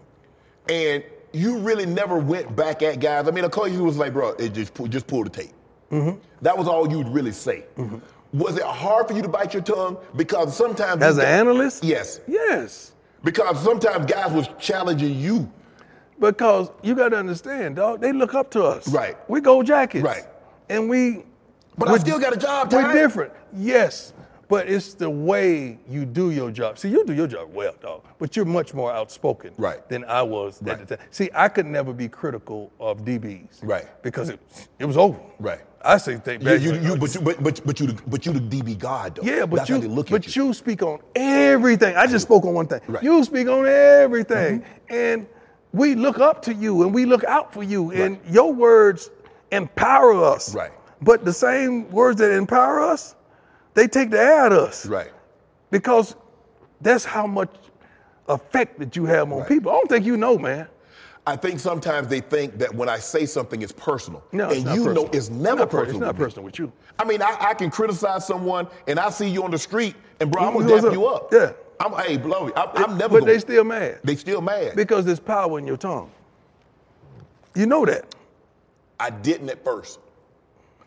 Speaker 1: And you really never went back at guys. I mean, of course you was like, bro, it just pull, just pull the tape.
Speaker 3: Mm-hmm.
Speaker 1: That was all you'd really say. Was it hard for you to bite your tongue? Because sometimes
Speaker 3: As
Speaker 1: you
Speaker 3: an
Speaker 1: got-
Speaker 3: analyst,
Speaker 1: Yes.
Speaker 3: yes,
Speaker 1: Because sometimes guys was challenging you.
Speaker 3: because you got to understand, dog. They look up to us.
Speaker 1: Right.
Speaker 3: We gold jackets.
Speaker 1: Right.
Speaker 3: And we
Speaker 1: But I
Speaker 3: We're-
Speaker 1: still got a job.
Speaker 3: We're
Speaker 1: Ty.
Speaker 3: different. Yes. But it's the way you do your job. See, you do your job well, dog, but you're much more outspoken
Speaker 1: Right.
Speaker 3: than I was at the time. See, I could never be critical of DBs.
Speaker 1: Right.
Speaker 3: Because it, it was over.
Speaker 1: Right.
Speaker 3: I say thank
Speaker 1: Yeah, you, you, but you, but, but, but you, the- but you the DB God though.
Speaker 3: Yeah, but
Speaker 1: That's
Speaker 3: you,
Speaker 1: how they look
Speaker 3: but
Speaker 1: at
Speaker 3: you. speak on everything. I just spoke on one thing.
Speaker 1: Right. Mm-hmm.
Speaker 3: You speak on everything, and we look up to you, and we look out for you, and your words empower us.
Speaker 1: Right.
Speaker 3: But the same words that empower us, they take the air out of us.
Speaker 1: Right.
Speaker 3: Because that's how much effect that you have on
Speaker 1: Right.
Speaker 3: people. I don't think you know, man.
Speaker 1: I think sometimes they think that when I say something, it's personal.
Speaker 3: No,
Speaker 1: and
Speaker 3: it's not
Speaker 1: you
Speaker 3: personal.
Speaker 1: know it's never
Speaker 3: not per-
Speaker 1: personal.
Speaker 3: It's not
Speaker 1: with me.
Speaker 3: personal with you.
Speaker 1: I mean, I, I can criticize someone, and I see you on the street, and bro, I'm
Speaker 3: Who
Speaker 1: gonna
Speaker 3: goes
Speaker 1: dap
Speaker 3: up?
Speaker 1: you up.
Speaker 3: Yeah.
Speaker 1: I'm, hey, blow me. I'm, I'm never.
Speaker 3: But
Speaker 1: gonna,
Speaker 3: they still mad.
Speaker 1: they still mad.
Speaker 3: Because there's power in your tongue. You know that.
Speaker 1: I didn't at first.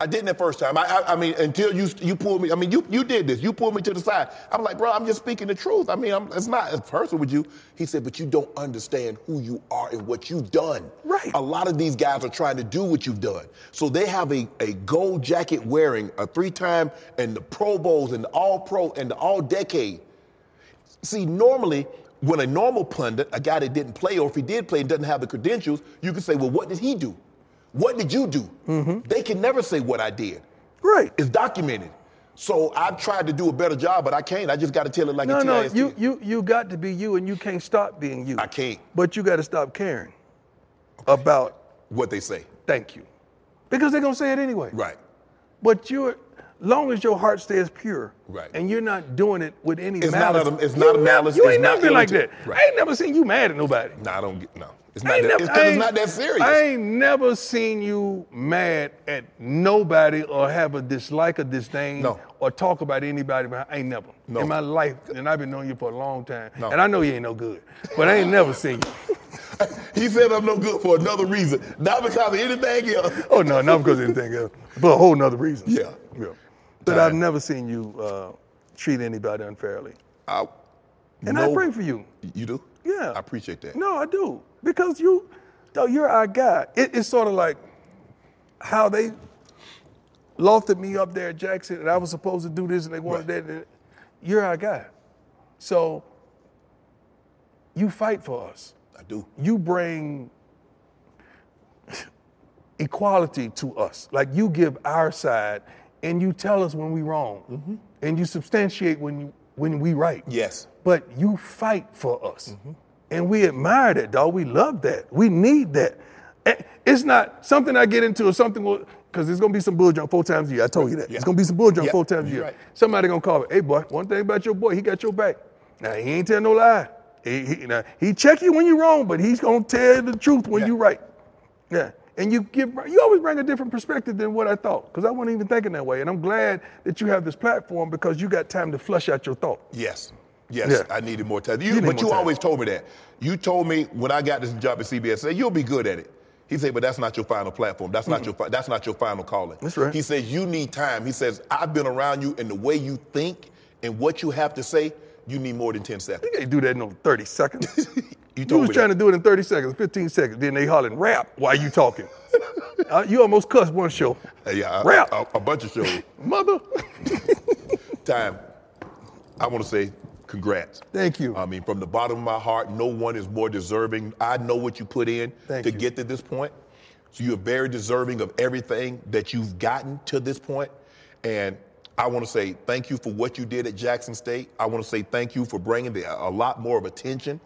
Speaker 1: I didn't at first time. I, I, I mean, until you you pulled me. I mean, you you did this. You pulled me to the side. I'm like, bro, I'm just speaking the truth. I mean, I'm, it's not it's personal with you. He said, but you don't understand who you are and what you've done.
Speaker 3: Right.
Speaker 1: A lot of these guys are trying to do what you've done. So they have a, a gold jacket wearing a three time and the Pro Bowls and the All Pro and the All Decade. See, normally, when a normal pundit, a guy that didn't play, or if he did play and doesn't have the credentials, you can say, well, what did he do? What did you do?
Speaker 3: Mm-hmm.
Speaker 1: They can never say what I did.
Speaker 3: Right.
Speaker 1: It's documented. So I've tried to do a better job, but I can't. I just got to tell it like
Speaker 3: No,
Speaker 1: it's
Speaker 3: no, you, you you got to be you, and you can't stop being you.
Speaker 1: I can't.
Speaker 3: But you got to stop caring about
Speaker 1: what they say.
Speaker 3: thank you, because they're gonna say it anyway.
Speaker 1: Right.
Speaker 3: But you're, long as your heart stays pure,
Speaker 1: Right.
Speaker 3: and you're not doing it with any
Speaker 1: It's not
Speaker 3: malice.
Speaker 1: out of- it's
Speaker 3: you
Speaker 1: not a
Speaker 3: nev-
Speaker 1: malice,
Speaker 3: You
Speaker 1: it's
Speaker 3: ain't
Speaker 1: not
Speaker 3: never been like that.
Speaker 1: irritate-
Speaker 3: I
Speaker 1: right.
Speaker 3: ain't never seen you mad at nobody.
Speaker 1: No, I don't get, no. It's
Speaker 3: I
Speaker 1: not,
Speaker 3: ain't
Speaker 1: that,
Speaker 3: never-
Speaker 1: it's,
Speaker 3: I
Speaker 1: 'cause it's
Speaker 3: ain't-
Speaker 1: not that serious.
Speaker 3: I ain't never seen you mad at nobody or have a dislike or disdain
Speaker 1: No.
Speaker 3: or talk about anybody. But I ain't never
Speaker 1: No.
Speaker 3: in my life, and I've been knowing you for a long time,
Speaker 1: No.
Speaker 3: and I know you ain't no good, but I ain't never seen you.
Speaker 1: he said I'm no good for another reason, not because of anything else.
Speaker 3: Oh no, not because of anything else, but a whole nother reason.
Speaker 1: Yeah.
Speaker 3: yeah. But I've never seen you uh, treat anybody unfairly,
Speaker 1: I,
Speaker 3: and I
Speaker 1: no-
Speaker 3: pray for you.
Speaker 1: You do?
Speaker 3: Yeah.
Speaker 1: I appreciate that.
Speaker 3: No, I do because you, though you're our guy. It, it's sort of like how they lofted me up there at Jackson, and I was supposed to do this, and they wanted
Speaker 1: Right.
Speaker 3: that. And you're our guy, so you fight for us.
Speaker 1: I do.
Speaker 3: You bring *laughs* equality to us. Like you give our side, and you tell us when we wrong, and you substantiate when you when we right
Speaker 1: Yes.
Speaker 3: but you fight for us. And we admire that, dog. We love that. We need that. And It's not something I get into or something because there's gonna be some bull junk four times a year. I told you that.
Speaker 1: Yeah.
Speaker 3: It's gonna be some bull junk
Speaker 1: Yeah,
Speaker 3: four times a
Speaker 1: you're
Speaker 3: year.
Speaker 1: right.
Speaker 3: Somebody gonna call me, hey boy, one thing about your boy, he got your back. Now he ain't tell no lie. He, he, now, he check you when you wrong, but he's gonna tell the truth when
Speaker 1: Yeah.
Speaker 3: you right. Yeah. And you give you always bring a different perspective than what I thought, because I wasn't even thinking that way. And I'm glad that you have this platform because you got time to flush out your thought.
Speaker 1: Yes. Yes,
Speaker 3: Yeah.
Speaker 1: I needed more time. You,
Speaker 3: You need
Speaker 1: but
Speaker 3: more
Speaker 1: you
Speaker 3: time.
Speaker 1: always told me that. You told me when I got this job at CBS, say you'll be good at it. He said, but that's not your final platform. That's not your fi- that's not your final calling.
Speaker 3: That's right.
Speaker 1: He says you need time. He says I've been around you, and the way you think and what you have to say, you need more than ten seconds.
Speaker 3: You can't do that in no 30 *laughs* seconds.
Speaker 1: You
Speaker 3: you
Speaker 1: told
Speaker 3: was
Speaker 1: me
Speaker 3: trying to
Speaker 1: that.
Speaker 3: do it in 30 seconds, 15 seconds. Then they hollering rap while you talking. *laughs* Uh, you almost cussed one show.
Speaker 1: Uh, yeah, I-
Speaker 3: rap.
Speaker 1: a- a bunch of shows.
Speaker 3: Mother.
Speaker 1: time. I want to say congrats.
Speaker 3: *laughs* Thank you.
Speaker 1: I mean, from the bottom of my heart, no one is more deserving. I know what you put in
Speaker 3: Thank
Speaker 1: to
Speaker 3: you.
Speaker 1: get to this point. So you're very deserving of everything that you've gotten to this point. And I want to say thank you for what you did at Jackson State. I want to say thank you for bringing the, a lot more of attention.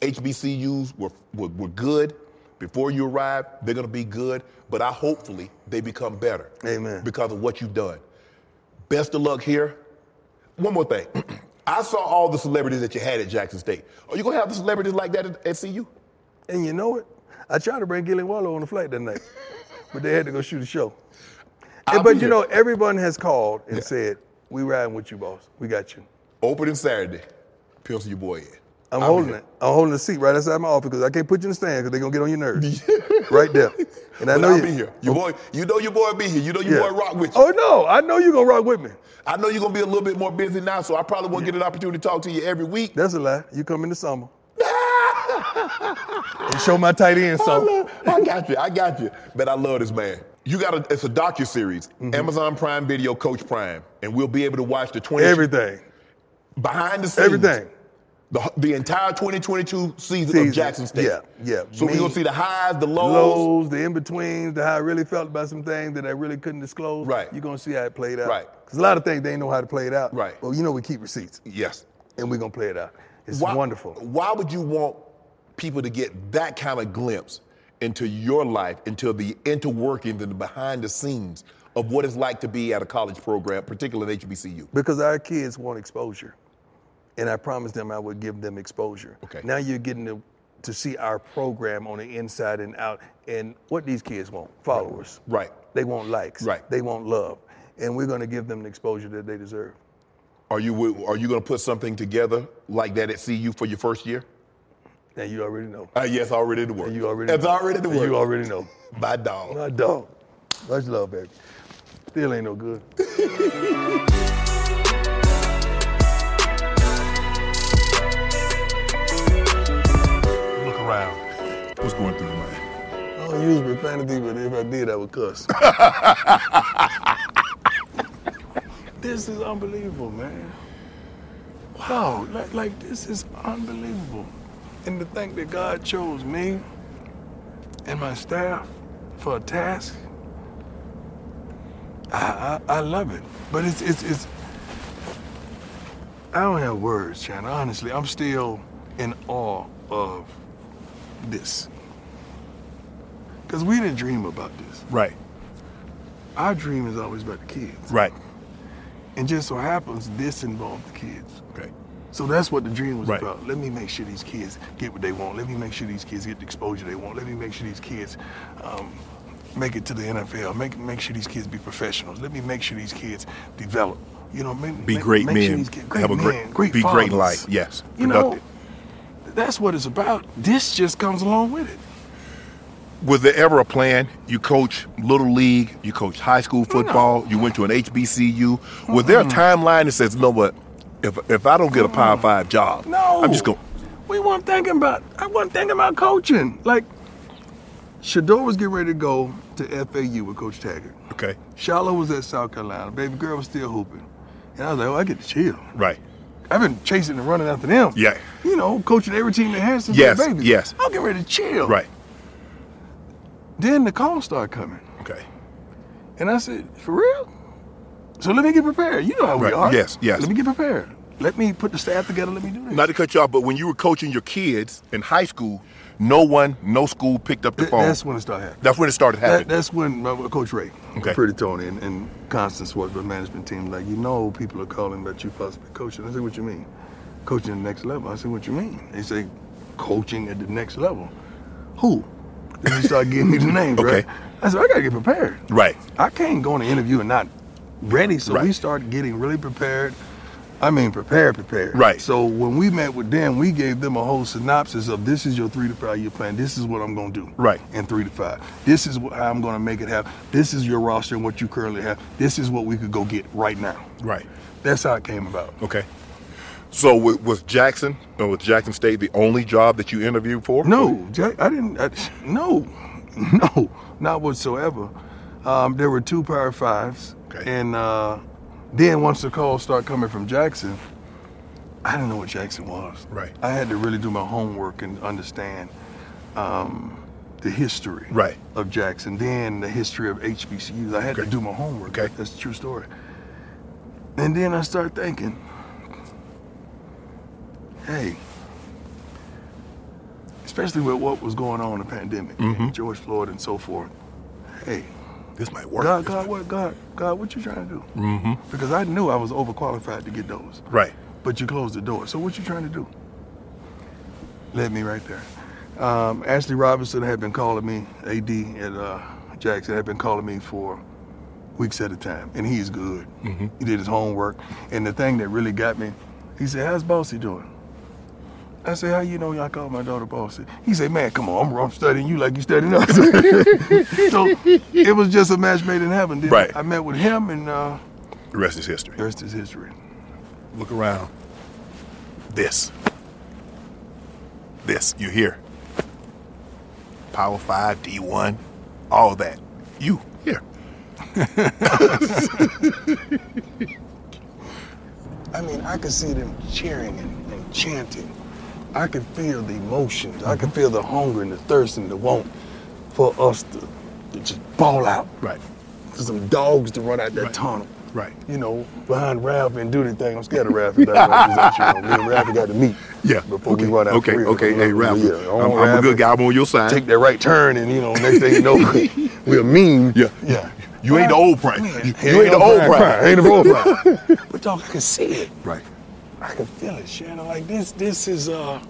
Speaker 1: HBCUs were, were, were good before you arrived. They're going to be good, but I hopefully they become better.
Speaker 3: Amen.
Speaker 1: Because of what you've done. Best of luck here. One more thing. *clears throat* I saw all the celebrities that you had at Jackson State. Are you gonna have the celebrities like that at, at CU?
Speaker 3: And you know it. I tried to bring Gillian Wallow on the flight that night, but they had to go shoot a show.
Speaker 1: I'll
Speaker 3: And- but
Speaker 1: be
Speaker 3: you
Speaker 1: here.
Speaker 3: know, everyone has called and said, We riding with you, boss. We got you.
Speaker 1: Opening Saturday, pencil your boy in. I'll
Speaker 3: I'm
Speaker 1: be
Speaker 3: holding
Speaker 1: here.
Speaker 3: it. I'm holding the seat right outside my office because I can't put you in the stand because they're going to get on your *laughs* nerves. right there. And I
Speaker 1: But
Speaker 3: know
Speaker 1: I'll
Speaker 3: you. Oh.
Speaker 1: be here. Your boy, you know your boy be here. You know your
Speaker 3: Yeah.
Speaker 1: boy rock with you.
Speaker 3: Oh, no. I know you're going to rock with me.
Speaker 1: I know you're gonna be a little bit more busy now, so I probably won't get an opportunity to talk to you every week.
Speaker 3: That's a lie. You come in the summer. *laughs* and show my tight end
Speaker 1: I,
Speaker 3: some.
Speaker 1: love- I got you. I got you. But I love this man. You got to, it's a docu series,
Speaker 3: Mm-hmm.
Speaker 1: Amazon Prime Video, Coach Prime, and we'll be able to watch the 20
Speaker 3: Everything.
Speaker 1: behind the scenes,
Speaker 3: Everything.
Speaker 1: the, the entire 2022 season,
Speaker 3: Season.
Speaker 1: of Jackson State.
Speaker 3: Yeah, yeah.
Speaker 1: So
Speaker 3: Me-
Speaker 1: we're gonna see the highs, the lows.
Speaker 3: Lows, the in betweens, the how I really felt about some things that I really couldn't disclose.
Speaker 1: Right.
Speaker 3: You're gonna see how it played out.
Speaker 1: Right.
Speaker 3: Because a lot of things they know how to play it out.
Speaker 1: Right.
Speaker 3: Well, you know we keep receipts,
Speaker 1: Yes,
Speaker 3: and we're gonna play it out. It's
Speaker 1: Why-
Speaker 3: wonderful.
Speaker 1: Why would you want people to get that kind of glimpse into your life, into the interworkings and the behind the scenes of what it's like to be at a college program, particularly at HBCU?
Speaker 3: Because our kids want exposure. And I promised them I would give them exposure.
Speaker 1: Okay.
Speaker 3: Now you're getting to, to see our program on the inside and out. And what these kids want followers.
Speaker 1: Right.
Speaker 3: They want likes.
Speaker 1: Right.
Speaker 3: They want love. And we're going to give them the exposure that they deserve.
Speaker 1: Are you wi- are you gonna put something together like that at CU for your first year?
Speaker 3: And you already know.
Speaker 1: Uh, yes, already the work.
Speaker 3: You already
Speaker 1: it's
Speaker 3: know.
Speaker 1: already the work.
Speaker 3: You already know.
Speaker 1: My dog.
Speaker 3: My dog. Much love, baby. Still ain't no good.
Speaker 1: Look around. What's going through your mind?
Speaker 3: I don't use profanity, but if I did, I would cuss. *laughs* this is unbelievable, man. Wow, like, like this is unbelievable. And to think that God chose me and my staff for a task, I, I, I love it. But it's, it's, it's, I don't have words, Chad. Honestly, I'm still in awe of this. Because we didn't dream about this.
Speaker 1: Right,
Speaker 3: Our dream is always about the kids.
Speaker 1: right,
Speaker 3: And just so happens, this involved the kids.
Speaker 1: okay.
Speaker 3: So that's what the dream was
Speaker 1: Right.
Speaker 3: about. Let me make sure these kids get what they want. Let me make sure these kids get the exposure they want. Let me make sure these kids um, make it to the NFL. Make make sure these kids be professionals. Let me make sure these kids develop. You know, make,
Speaker 1: Be
Speaker 3: make-
Speaker 1: great
Speaker 3: make sure
Speaker 1: men.
Speaker 3: these kids- great
Speaker 1: Have a great-
Speaker 3: men, great
Speaker 1: be great in
Speaker 3: fathers.
Speaker 1: life. Yes.
Speaker 3: You know,
Speaker 1: Productive.
Speaker 3: that's what it's about. This just comes along with it.
Speaker 1: Was there ever a plan? You coached little league, you coached high school football, you went to an HBCU. Was there a timeline that says, you know what, if, if I don't get a Power Five job,
Speaker 3: No.
Speaker 1: I'm just going.
Speaker 3: We weren't thinking about. I wasn't thinking about coaching. Like, Shador was getting ready to go to FAU with Coach Taggart.
Speaker 1: Okay,
Speaker 3: Shallow was at South Carolina. Baby girl was still hooping, and I was like, oh, I get to chill.
Speaker 1: right.
Speaker 3: I've been chasing and running after them.
Speaker 1: Yeah.
Speaker 3: You know, coaching every team they had since
Speaker 1: Yes,
Speaker 3: they were babies.
Speaker 1: yes.
Speaker 3: I'm getting ready to chill.
Speaker 1: Right.
Speaker 3: Then the calls start coming,
Speaker 1: Okay.
Speaker 3: and I said, for real? So let me get prepared. You know how
Speaker 1: Right.
Speaker 3: we are.
Speaker 1: Yes, yes.
Speaker 3: Let me get prepared. Let me put the staff together. Let me do this.
Speaker 1: Not to cut you off, but when you were coaching your kids in high school, no one, no school picked up the
Speaker 3: Th-
Speaker 1: phone.
Speaker 3: that's when it started happening.
Speaker 1: That's when it started
Speaker 3: That,
Speaker 1: happening.
Speaker 3: that's when my, Coach Ray,
Speaker 1: Okay.
Speaker 3: Pretty Tony, and, and Constance was the management team. Like, you know, people are calling about you possibly coaching. I said, what you mean? Coaching at the next level. I said, what you mean? They say, coaching at the next level. Who? Then they start giving me the names,
Speaker 1: Okay.
Speaker 3: right? I said, I gotta get prepared.
Speaker 1: right.
Speaker 3: I can't go on an interview and not ready. So we
Speaker 1: Right.
Speaker 3: start getting really prepared. I mean, prepared, prepared.
Speaker 1: Right.
Speaker 3: So when we met with them, we gave them a whole synopsis of this is your three to five year plan. This is what I'm going to do.
Speaker 1: Right.
Speaker 3: In three to five. This is wh- how I'm going to make it happen. This is your roster and what you currently have. This is what we could go get right now.
Speaker 1: Right.
Speaker 3: That's how it came about.
Speaker 1: Okay. So wa- was Jackson, or was Jackson State the only job that you interviewed for?
Speaker 3: No, Jack, I didn't. I, no, *laughs* no, not whatsoever. Um, there were two power fives,
Speaker 1: Okay.
Speaker 3: and uh, then once the calls start coming from Jackson, I didn't know what Jackson was.
Speaker 1: Right.
Speaker 3: I had to really do my homework and understand um, the history.
Speaker 1: Right.
Speaker 3: Of Jackson, then the history of HBCUs. I had to
Speaker 1: Okay.
Speaker 3: do my homework.
Speaker 1: Okay.
Speaker 3: That's a true story. And then I start thinking, hey, especially with what was going on in the pandemic,
Speaker 1: Mm-hmm.
Speaker 3: George Floyd and so forth. Hey,
Speaker 1: This might work. Mm-hmm.
Speaker 3: God,
Speaker 1: This
Speaker 3: God,
Speaker 1: might-
Speaker 3: what, God, God, what you trying to do? Because I knew I was overqualified to get those,
Speaker 1: Right.
Speaker 3: but you closed the door. So what you trying to do? Let me right there. Um, Ashley Robinson had been calling me, AD at uh, Jackson had been calling me for weeks at a time, and he's good. He did his homework, and the thing that really got me, he said, "How's Bossy doing?" I said, "How you know y'all call my daughter Bossy?" He said, "Man, come on, I'm, I'm studying you like you studying us." *laughs* so it was just a match made in heaven. Then
Speaker 1: Right.
Speaker 3: I met with him, and uh,
Speaker 1: The rest is history.
Speaker 3: the rest is history.
Speaker 1: Look around. This. This. You here. Power 5, D1, all that. You here.
Speaker 3: I mean, I could see them cheering and, and chanting. I could feel the emotions. I
Speaker 1: Mm-hmm.
Speaker 3: could feel the hunger and the thirst and the want for us to, to just ball out.
Speaker 1: Right.
Speaker 3: For some dogs to run out that tunnel.
Speaker 1: Right.
Speaker 3: You know, behind Ralph and do the thing. I'm scared of Ralph. and That's why he's out, you know. Me and Ralph got to meet.
Speaker 1: Yeah.
Speaker 3: Before
Speaker 1: okay.
Speaker 3: we run out.
Speaker 1: Okay.
Speaker 3: for real.
Speaker 1: Okay.
Speaker 3: You know,
Speaker 1: Hey, Ralph.
Speaker 3: yeah, on
Speaker 1: I'm, I'm a
Speaker 3: Ralph
Speaker 1: good guy. I'm on your
Speaker 3: and
Speaker 1: side.
Speaker 3: Take that right turn, and you know, next thing
Speaker 1: *laughs*
Speaker 3: you know, we're mean.
Speaker 1: yeah.
Speaker 3: Yeah.
Speaker 1: You ain't the old prime. You, you
Speaker 3: Ain't
Speaker 1: ain't the
Speaker 3: no
Speaker 1: old
Speaker 3: prime,
Speaker 1: prime.
Speaker 3: prime. Ain't *laughs* no old prime. But dog, I can see it.
Speaker 1: *laughs* Right.
Speaker 3: I can feel it, Shannon. Like this, this is uh,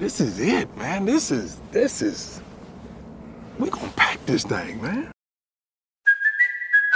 Speaker 3: this is it, man. This is this is. We gonna pack this thing, man.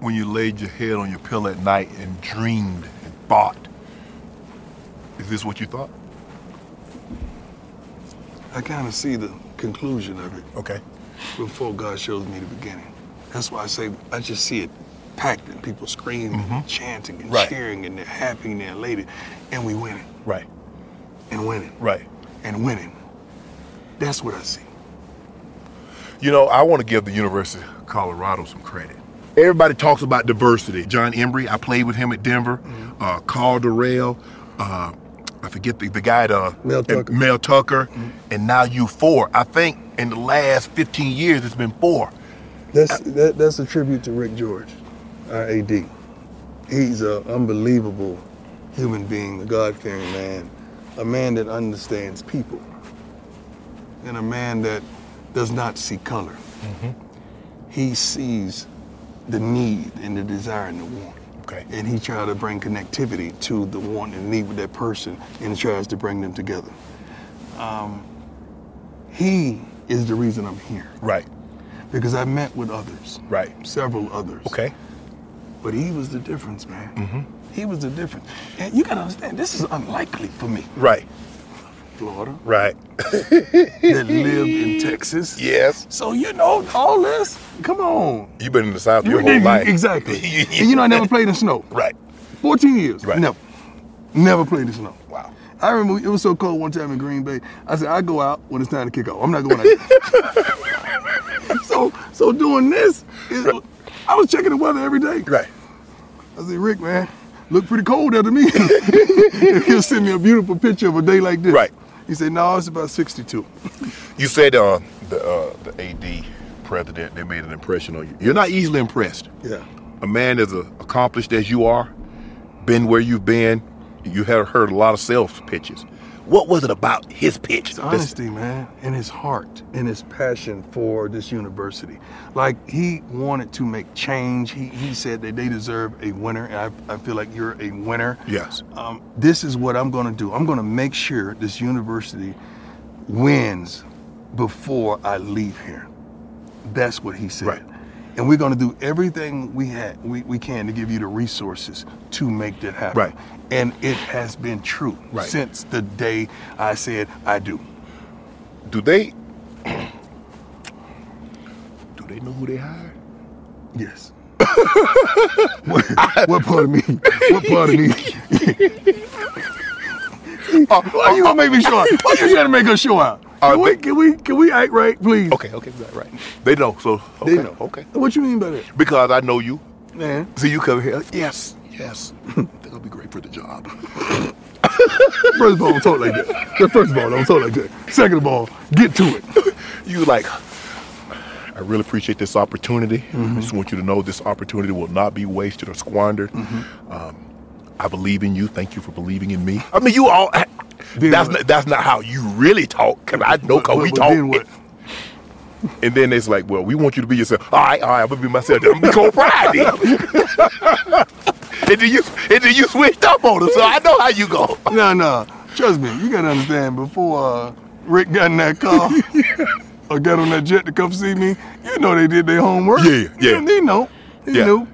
Speaker 1: When you laid your head on your pillow at night and dreamed and thought, is this what you thought?
Speaker 3: I kind of see the conclusion of it
Speaker 1: Okay.
Speaker 3: before God shows me the beginning. That's why I say I just see it packed and people screaming, and chanting, and
Speaker 1: Mm-hmm. Right.
Speaker 3: cheering, and they're happy and they're elated, and we winning
Speaker 1: Right.
Speaker 3: and winning
Speaker 1: Right.
Speaker 3: and winning. That's what I see.
Speaker 1: You know, I want to give the University of Colorado some credit. Everybody talks about diversity. John Embry, I played with him at Denver.
Speaker 3: Mm-hmm.
Speaker 1: Uh, Carl Durrell, uh, I forget the, the guy, uh,
Speaker 3: Mel Tucker. Mm-hmm.
Speaker 1: Mel Tucker, and now you four. I think in the last 15 years, it's been four.
Speaker 3: That's that, that's a tribute to Rick George, our AD. He's an unbelievable human being, a God-fearing man, a man that understands people, and a man that does not see color. He sees the need and the desire and the want.
Speaker 1: Okay.
Speaker 3: And he tries to bring connectivity to the want and need with that person, and tries to bring them together. Um, he is the reason I'm here
Speaker 1: Right,
Speaker 3: because I met with others,
Speaker 1: right.
Speaker 3: several others. But he was the difference, man. Mm-hmm. He was the difference. And you gotta understand, this is unlikely for me.
Speaker 1: Right,
Speaker 3: Florida,
Speaker 1: right.
Speaker 3: that lived in Texas.
Speaker 1: *laughs* Yes.
Speaker 3: So you know all this. Come on.
Speaker 1: You've been in the South your
Speaker 3: You-
Speaker 1: whole life. *laughs*
Speaker 3: Exactly. and you know I never played in snow.
Speaker 1: Right.
Speaker 3: 14 years.
Speaker 1: Right.
Speaker 3: Never. Never played in snow.
Speaker 1: Wow.
Speaker 3: I remember it was so cold one time in Green Bay. I said, I go out when it's time to kick off. I'm not
Speaker 1: *laughs*
Speaker 3: going out. so so doing this is I was checking the weather every day.
Speaker 1: Right.
Speaker 3: I said, Rick, man, look pretty cold out to me. *laughs* He'll send me a beautiful picture of a day like this.
Speaker 1: Right.
Speaker 3: He said, no, it's about 62.
Speaker 1: You said uh, the, uh, the AD president, they made an impression on you. You're not easily impressed.
Speaker 3: Yeah.
Speaker 1: a man as uh, accomplished as you are, been where you've been, you have heard a lot of sales pitches. What was it about his pitch?
Speaker 3: It's honesty, man, and his heart and his passion for this university. Like he wanted to make change. He, he said that they deserve a winner, and I, I feel like you're a winner.
Speaker 1: Yes.
Speaker 3: Um, this is what I'm going to do. I'm going to make sure this university wins before I leave here. That's what he said.
Speaker 1: Right.
Speaker 3: And we're going to do everything we had we, we can to give you the resources to make that happen.
Speaker 1: Right.
Speaker 3: And it has been true
Speaker 1: Right.
Speaker 3: since the day I said I do.
Speaker 1: Do they *coughs* do they know who they hired?
Speaker 3: Yes. what, what part of me? What part of
Speaker 1: *laughs*
Speaker 3: me? Why you gonna make me
Speaker 1: *laughs*
Speaker 3: show out? Why you trying to make us show out?
Speaker 1: Uh,
Speaker 3: Can we, can we can we act right, please?
Speaker 1: Okay, okay, right, right. They know, so okay,
Speaker 3: They know.
Speaker 1: okay.
Speaker 3: What you mean by that,
Speaker 1: Because I know you.
Speaker 3: man?
Speaker 1: So you come here. Yes,
Speaker 3: *laughs*
Speaker 1: yes. They'll be great for the job.
Speaker 3: First of all, don't talk like that. First of all, don't talk like that. Second of all, get to it.
Speaker 1: *laughs* you like I really appreciate this opportunity. I just want you to know this opportunity will not be wasted or squandered.
Speaker 3: Mm-hmm.
Speaker 1: Um, I believe in you. Thank you for believing in me. I mean, you all.
Speaker 3: Then
Speaker 1: that's
Speaker 3: what?
Speaker 1: not, that's not how you really talk. 'cause I know, cause
Speaker 3: But-
Speaker 1: we
Speaker 3: but
Speaker 1: talk.
Speaker 3: Then what?
Speaker 1: *laughs* And then it's like, well, we want you to be yourself. All right, all right, I'm gonna be myself. I'm gonna be Cold
Speaker 3: *laughs*
Speaker 1: Friday. and then you *laughs* and then you switched up on us, so I know how you go.
Speaker 3: No, no. Trust me, you gotta understand. Before uh, Rick got in that
Speaker 1: *laughs*
Speaker 3: car or got on that jet to come see me, you know they did their homework.
Speaker 1: Yeah, yeah.
Speaker 3: They know. They He
Speaker 1: Yeah.
Speaker 3: knew.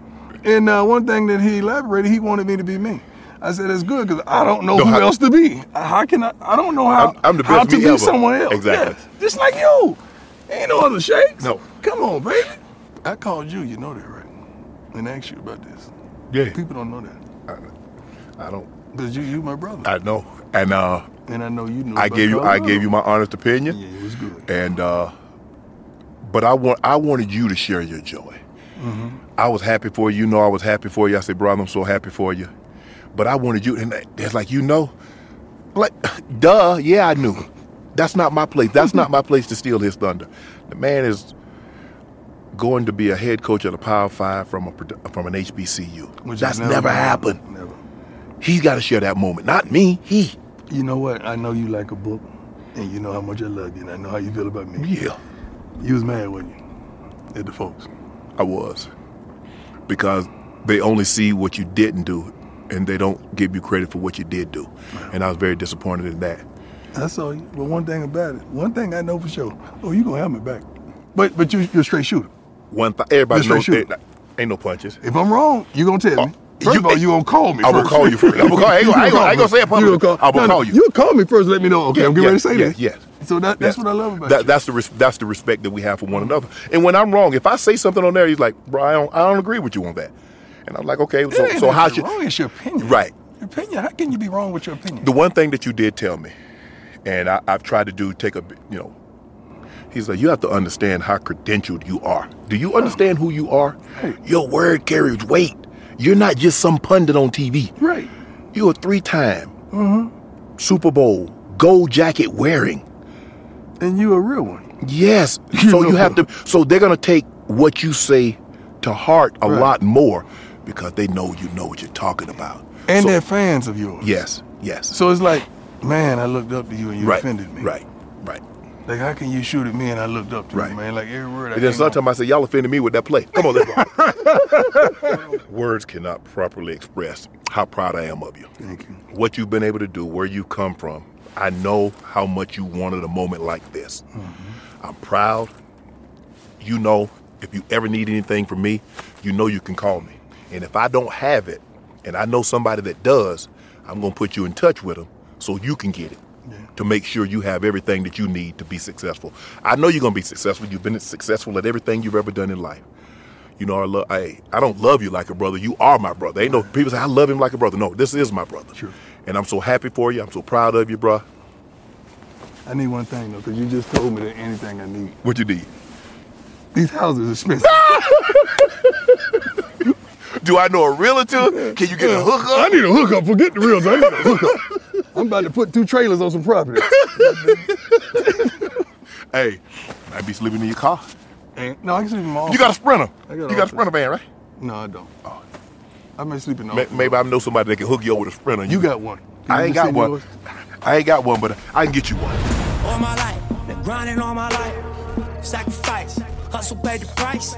Speaker 3: And uh, one thing that he elaborated, he wanted me to be me. I said, "That's good because I don't know
Speaker 1: No,
Speaker 3: who
Speaker 1: how-
Speaker 3: else to be. How can I? I don't know how.
Speaker 1: I'm- I'm the
Speaker 3: how
Speaker 1: best
Speaker 3: to
Speaker 1: me
Speaker 3: be
Speaker 1: ever."
Speaker 3: someone else.
Speaker 1: Exactly.
Speaker 3: Yeah, just like you. Ain't no other shakes.
Speaker 1: No.
Speaker 3: Come on, baby. I called you. You know that, right? And asked you about this.
Speaker 1: Yeah.
Speaker 3: People don't know that
Speaker 1: I don't.
Speaker 3: because you, you, my brother,
Speaker 1: I know. And uh,
Speaker 3: and I know you know.
Speaker 1: I
Speaker 3: about
Speaker 1: gave you. I
Speaker 3: Colorado.
Speaker 1: gave you my honest opinion.
Speaker 3: Yeah, it was good.
Speaker 1: and uh, but I want I wanted you to share your joy.
Speaker 3: Mm-hmm.
Speaker 1: I was happy for you. You know, I was happy for you. I said, "Brother, I'm so happy for you." But I wanted you, and that's like you know, like *laughs* duh, yeah, I knew. That's not my place. That's not my place to steal his thunder. The man is going to be a head coach at a Power Five from a produ- from an HBCU.
Speaker 3: Which
Speaker 1: that's
Speaker 3: has
Speaker 1: never, happened.
Speaker 3: Never.
Speaker 1: He's got to share that moment, not me. He,
Speaker 3: You know what? I know you like a book, and you know how much I love you, and I know how you feel about me.
Speaker 1: yeah.
Speaker 3: You was mad, wasn't you, at the folks?
Speaker 1: I was. Because they only see what you didn't do and they don't give you credit for what you did do. And I was very disappointed in that.
Speaker 3: I saw you. But one thing about it, one thing I know for sure. Oh, you gonna have me back. But but you, you're a straight shooter.
Speaker 1: One th- everybody
Speaker 3: Mr.
Speaker 1: knows
Speaker 3: Shoot.
Speaker 1: eh, ain't no punches.
Speaker 3: If I'm wrong, you gonna tell me.
Speaker 1: Oh,
Speaker 3: First
Speaker 1: you-
Speaker 3: of all, you gonna call me.
Speaker 1: I will
Speaker 3: first.
Speaker 1: call you first. I will call- I ain't gonna- I ain't gonna- I ain't gonna say it
Speaker 3: call me.
Speaker 1: publicly. I will call you.
Speaker 3: You gonna call me first. Let me know. Okay,
Speaker 1: Yeah,
Speaker 3: I'm getting
Speaker 1: yeah,
Speaker 3: ready to say
Speaker 1: yeah,
Speaker 3: that.
Speaker 1: yeah.
Speaker 3: So that, that's
Speaker 1: Yeah.
Speaker 3: what I love about
Speaker 1: that,
Speaker 3: you.
Speaker 1: That's the res- that's the respect that we have for one another. And when I'm wrong, if I say something on there, he's like, "Bro, I don't, I don't agree with you on that." And I'm like, "Okay,
Speaker 3: It
Speaker 1: so,
Speaker 3: ain't
Speaker 1: so how
Speaker 3: nothing
Speaker 1: should
Speaker 3: wrong? It's your opinion,
Speaker 1: Right.
Speaker 3: Your opinion. How can you be wrong with your opinion?
Speaker 1: the one thing that you did tell me, and I, I've tried to do, take a, bit, you know, he's like, you have to understand how credentialed you are. Do you understand who you are? Your word carries weight. You're not just some pundit on TV.
Speaker 3: right.
Speaker 1: You're a three-time
Speaker 3: Mm-hmm.
Speaker 1: Super Bowl gold jacket wearing.
Speaker 3: And you a real one. *laughs*
Speaker 1: Yes. So you have to. So they're gonna take what you say to heart a
Speaker 3: Right.
Speaker 1: lot more because they know you know what you're talking about.
Speaker 3: And
Speaker 1: So-
Speaker 3: they're fans of yours.
Speaker 1: yes, yes.
Speaker 3: So it's like, man, I looked up to you and you
Speaker 1: right,
Speaker 3: offended me.
Speaker 1: right, right.
Speaker 3: Like, how can you shoot at me and I looked up to
Speaker 1: Right.
Speaker 3: you, man? Like every word I.
Speaker 1: And then
Speaker 3: came up-
Speaker 1: sometimes I say, y'all offended me with that play. Come on, let's go.
Speaker 3: *laughs*
Speaker 1: Words cannot properly express how proud I am of you.
Speaker 3: Thank you.
Speaker 1: What you've been able to do, where you come from. I know how much you wanted a moment like this.
Speaker 3: Mm-hmm.
Speaker 1: I'm proud. You know, if you ever need anything from me, you know you can call me. And if I don't have it, and I know somebody that does, I'm going to put you in touch with them so you can get it to make sure you have everything that you need to be successful. I know you're going to be successful. You've been successful at everything you've ever done in life. You know, I love. I I don't love you like a brother. You are my brother. Ain't no people say I love him like a brother. No, this is my brother.
Speaker 3: True.
Speaker 1: And I'm so happy for you. I'm so proud of you, bruh.
Speaker 3: I need one thing though, because you just told me that anything I need.
Speaker 1: What you need?
Speaker 3: These houses are expensive.
Speaker 1: Do I know a realtor? Can you get a hookup?
Speaker 3: need a hookup. Forget the real. I need a hookup. *laughs* I'm about to put two trailers on
Speaker 1: *laughs*
Speaker 3: some property.
Speaker 1: Hey, I be sleeping in your car.
Speaker 3: And- no, I can sleep in my office.
Speaker 1: You got a sprinter.
Speaker 3: I got
Speaker 1: you
Speaker 3: an
Speaker 1: got a
Speaker 3: office.
Speaker 1: sprinter van, right?
Speaker 3: No, I don't. I may sleep in the
Speaker 1: Ma-
Speaker 3: office.
Speaker 1: Maybe I know somebody that can hook you up with a sprinter.
Speaker 3: You got one.
Speaker 1: I ain't
Speaker 3: You
Speaker 1: got
Speaker 3: send
Speaker 1: one.
Speaker 3: yours?
Speaker 1: I ain't got one, but I can get you one.
Speaker 2: all my life. Been grinding all my life. Sacrifice, hustle paid the price.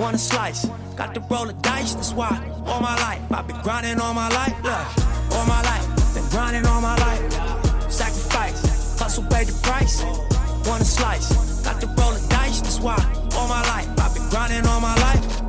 Speaker 2: Want a slice, got to roll the dice, that's why. All my life, I've been grinding all my life. Look, all my life, been grinding all my life. Sacrifice, hustle paid the price. Want a slice, got to roll the dice, that's why. All my life, I've been grinding all my life.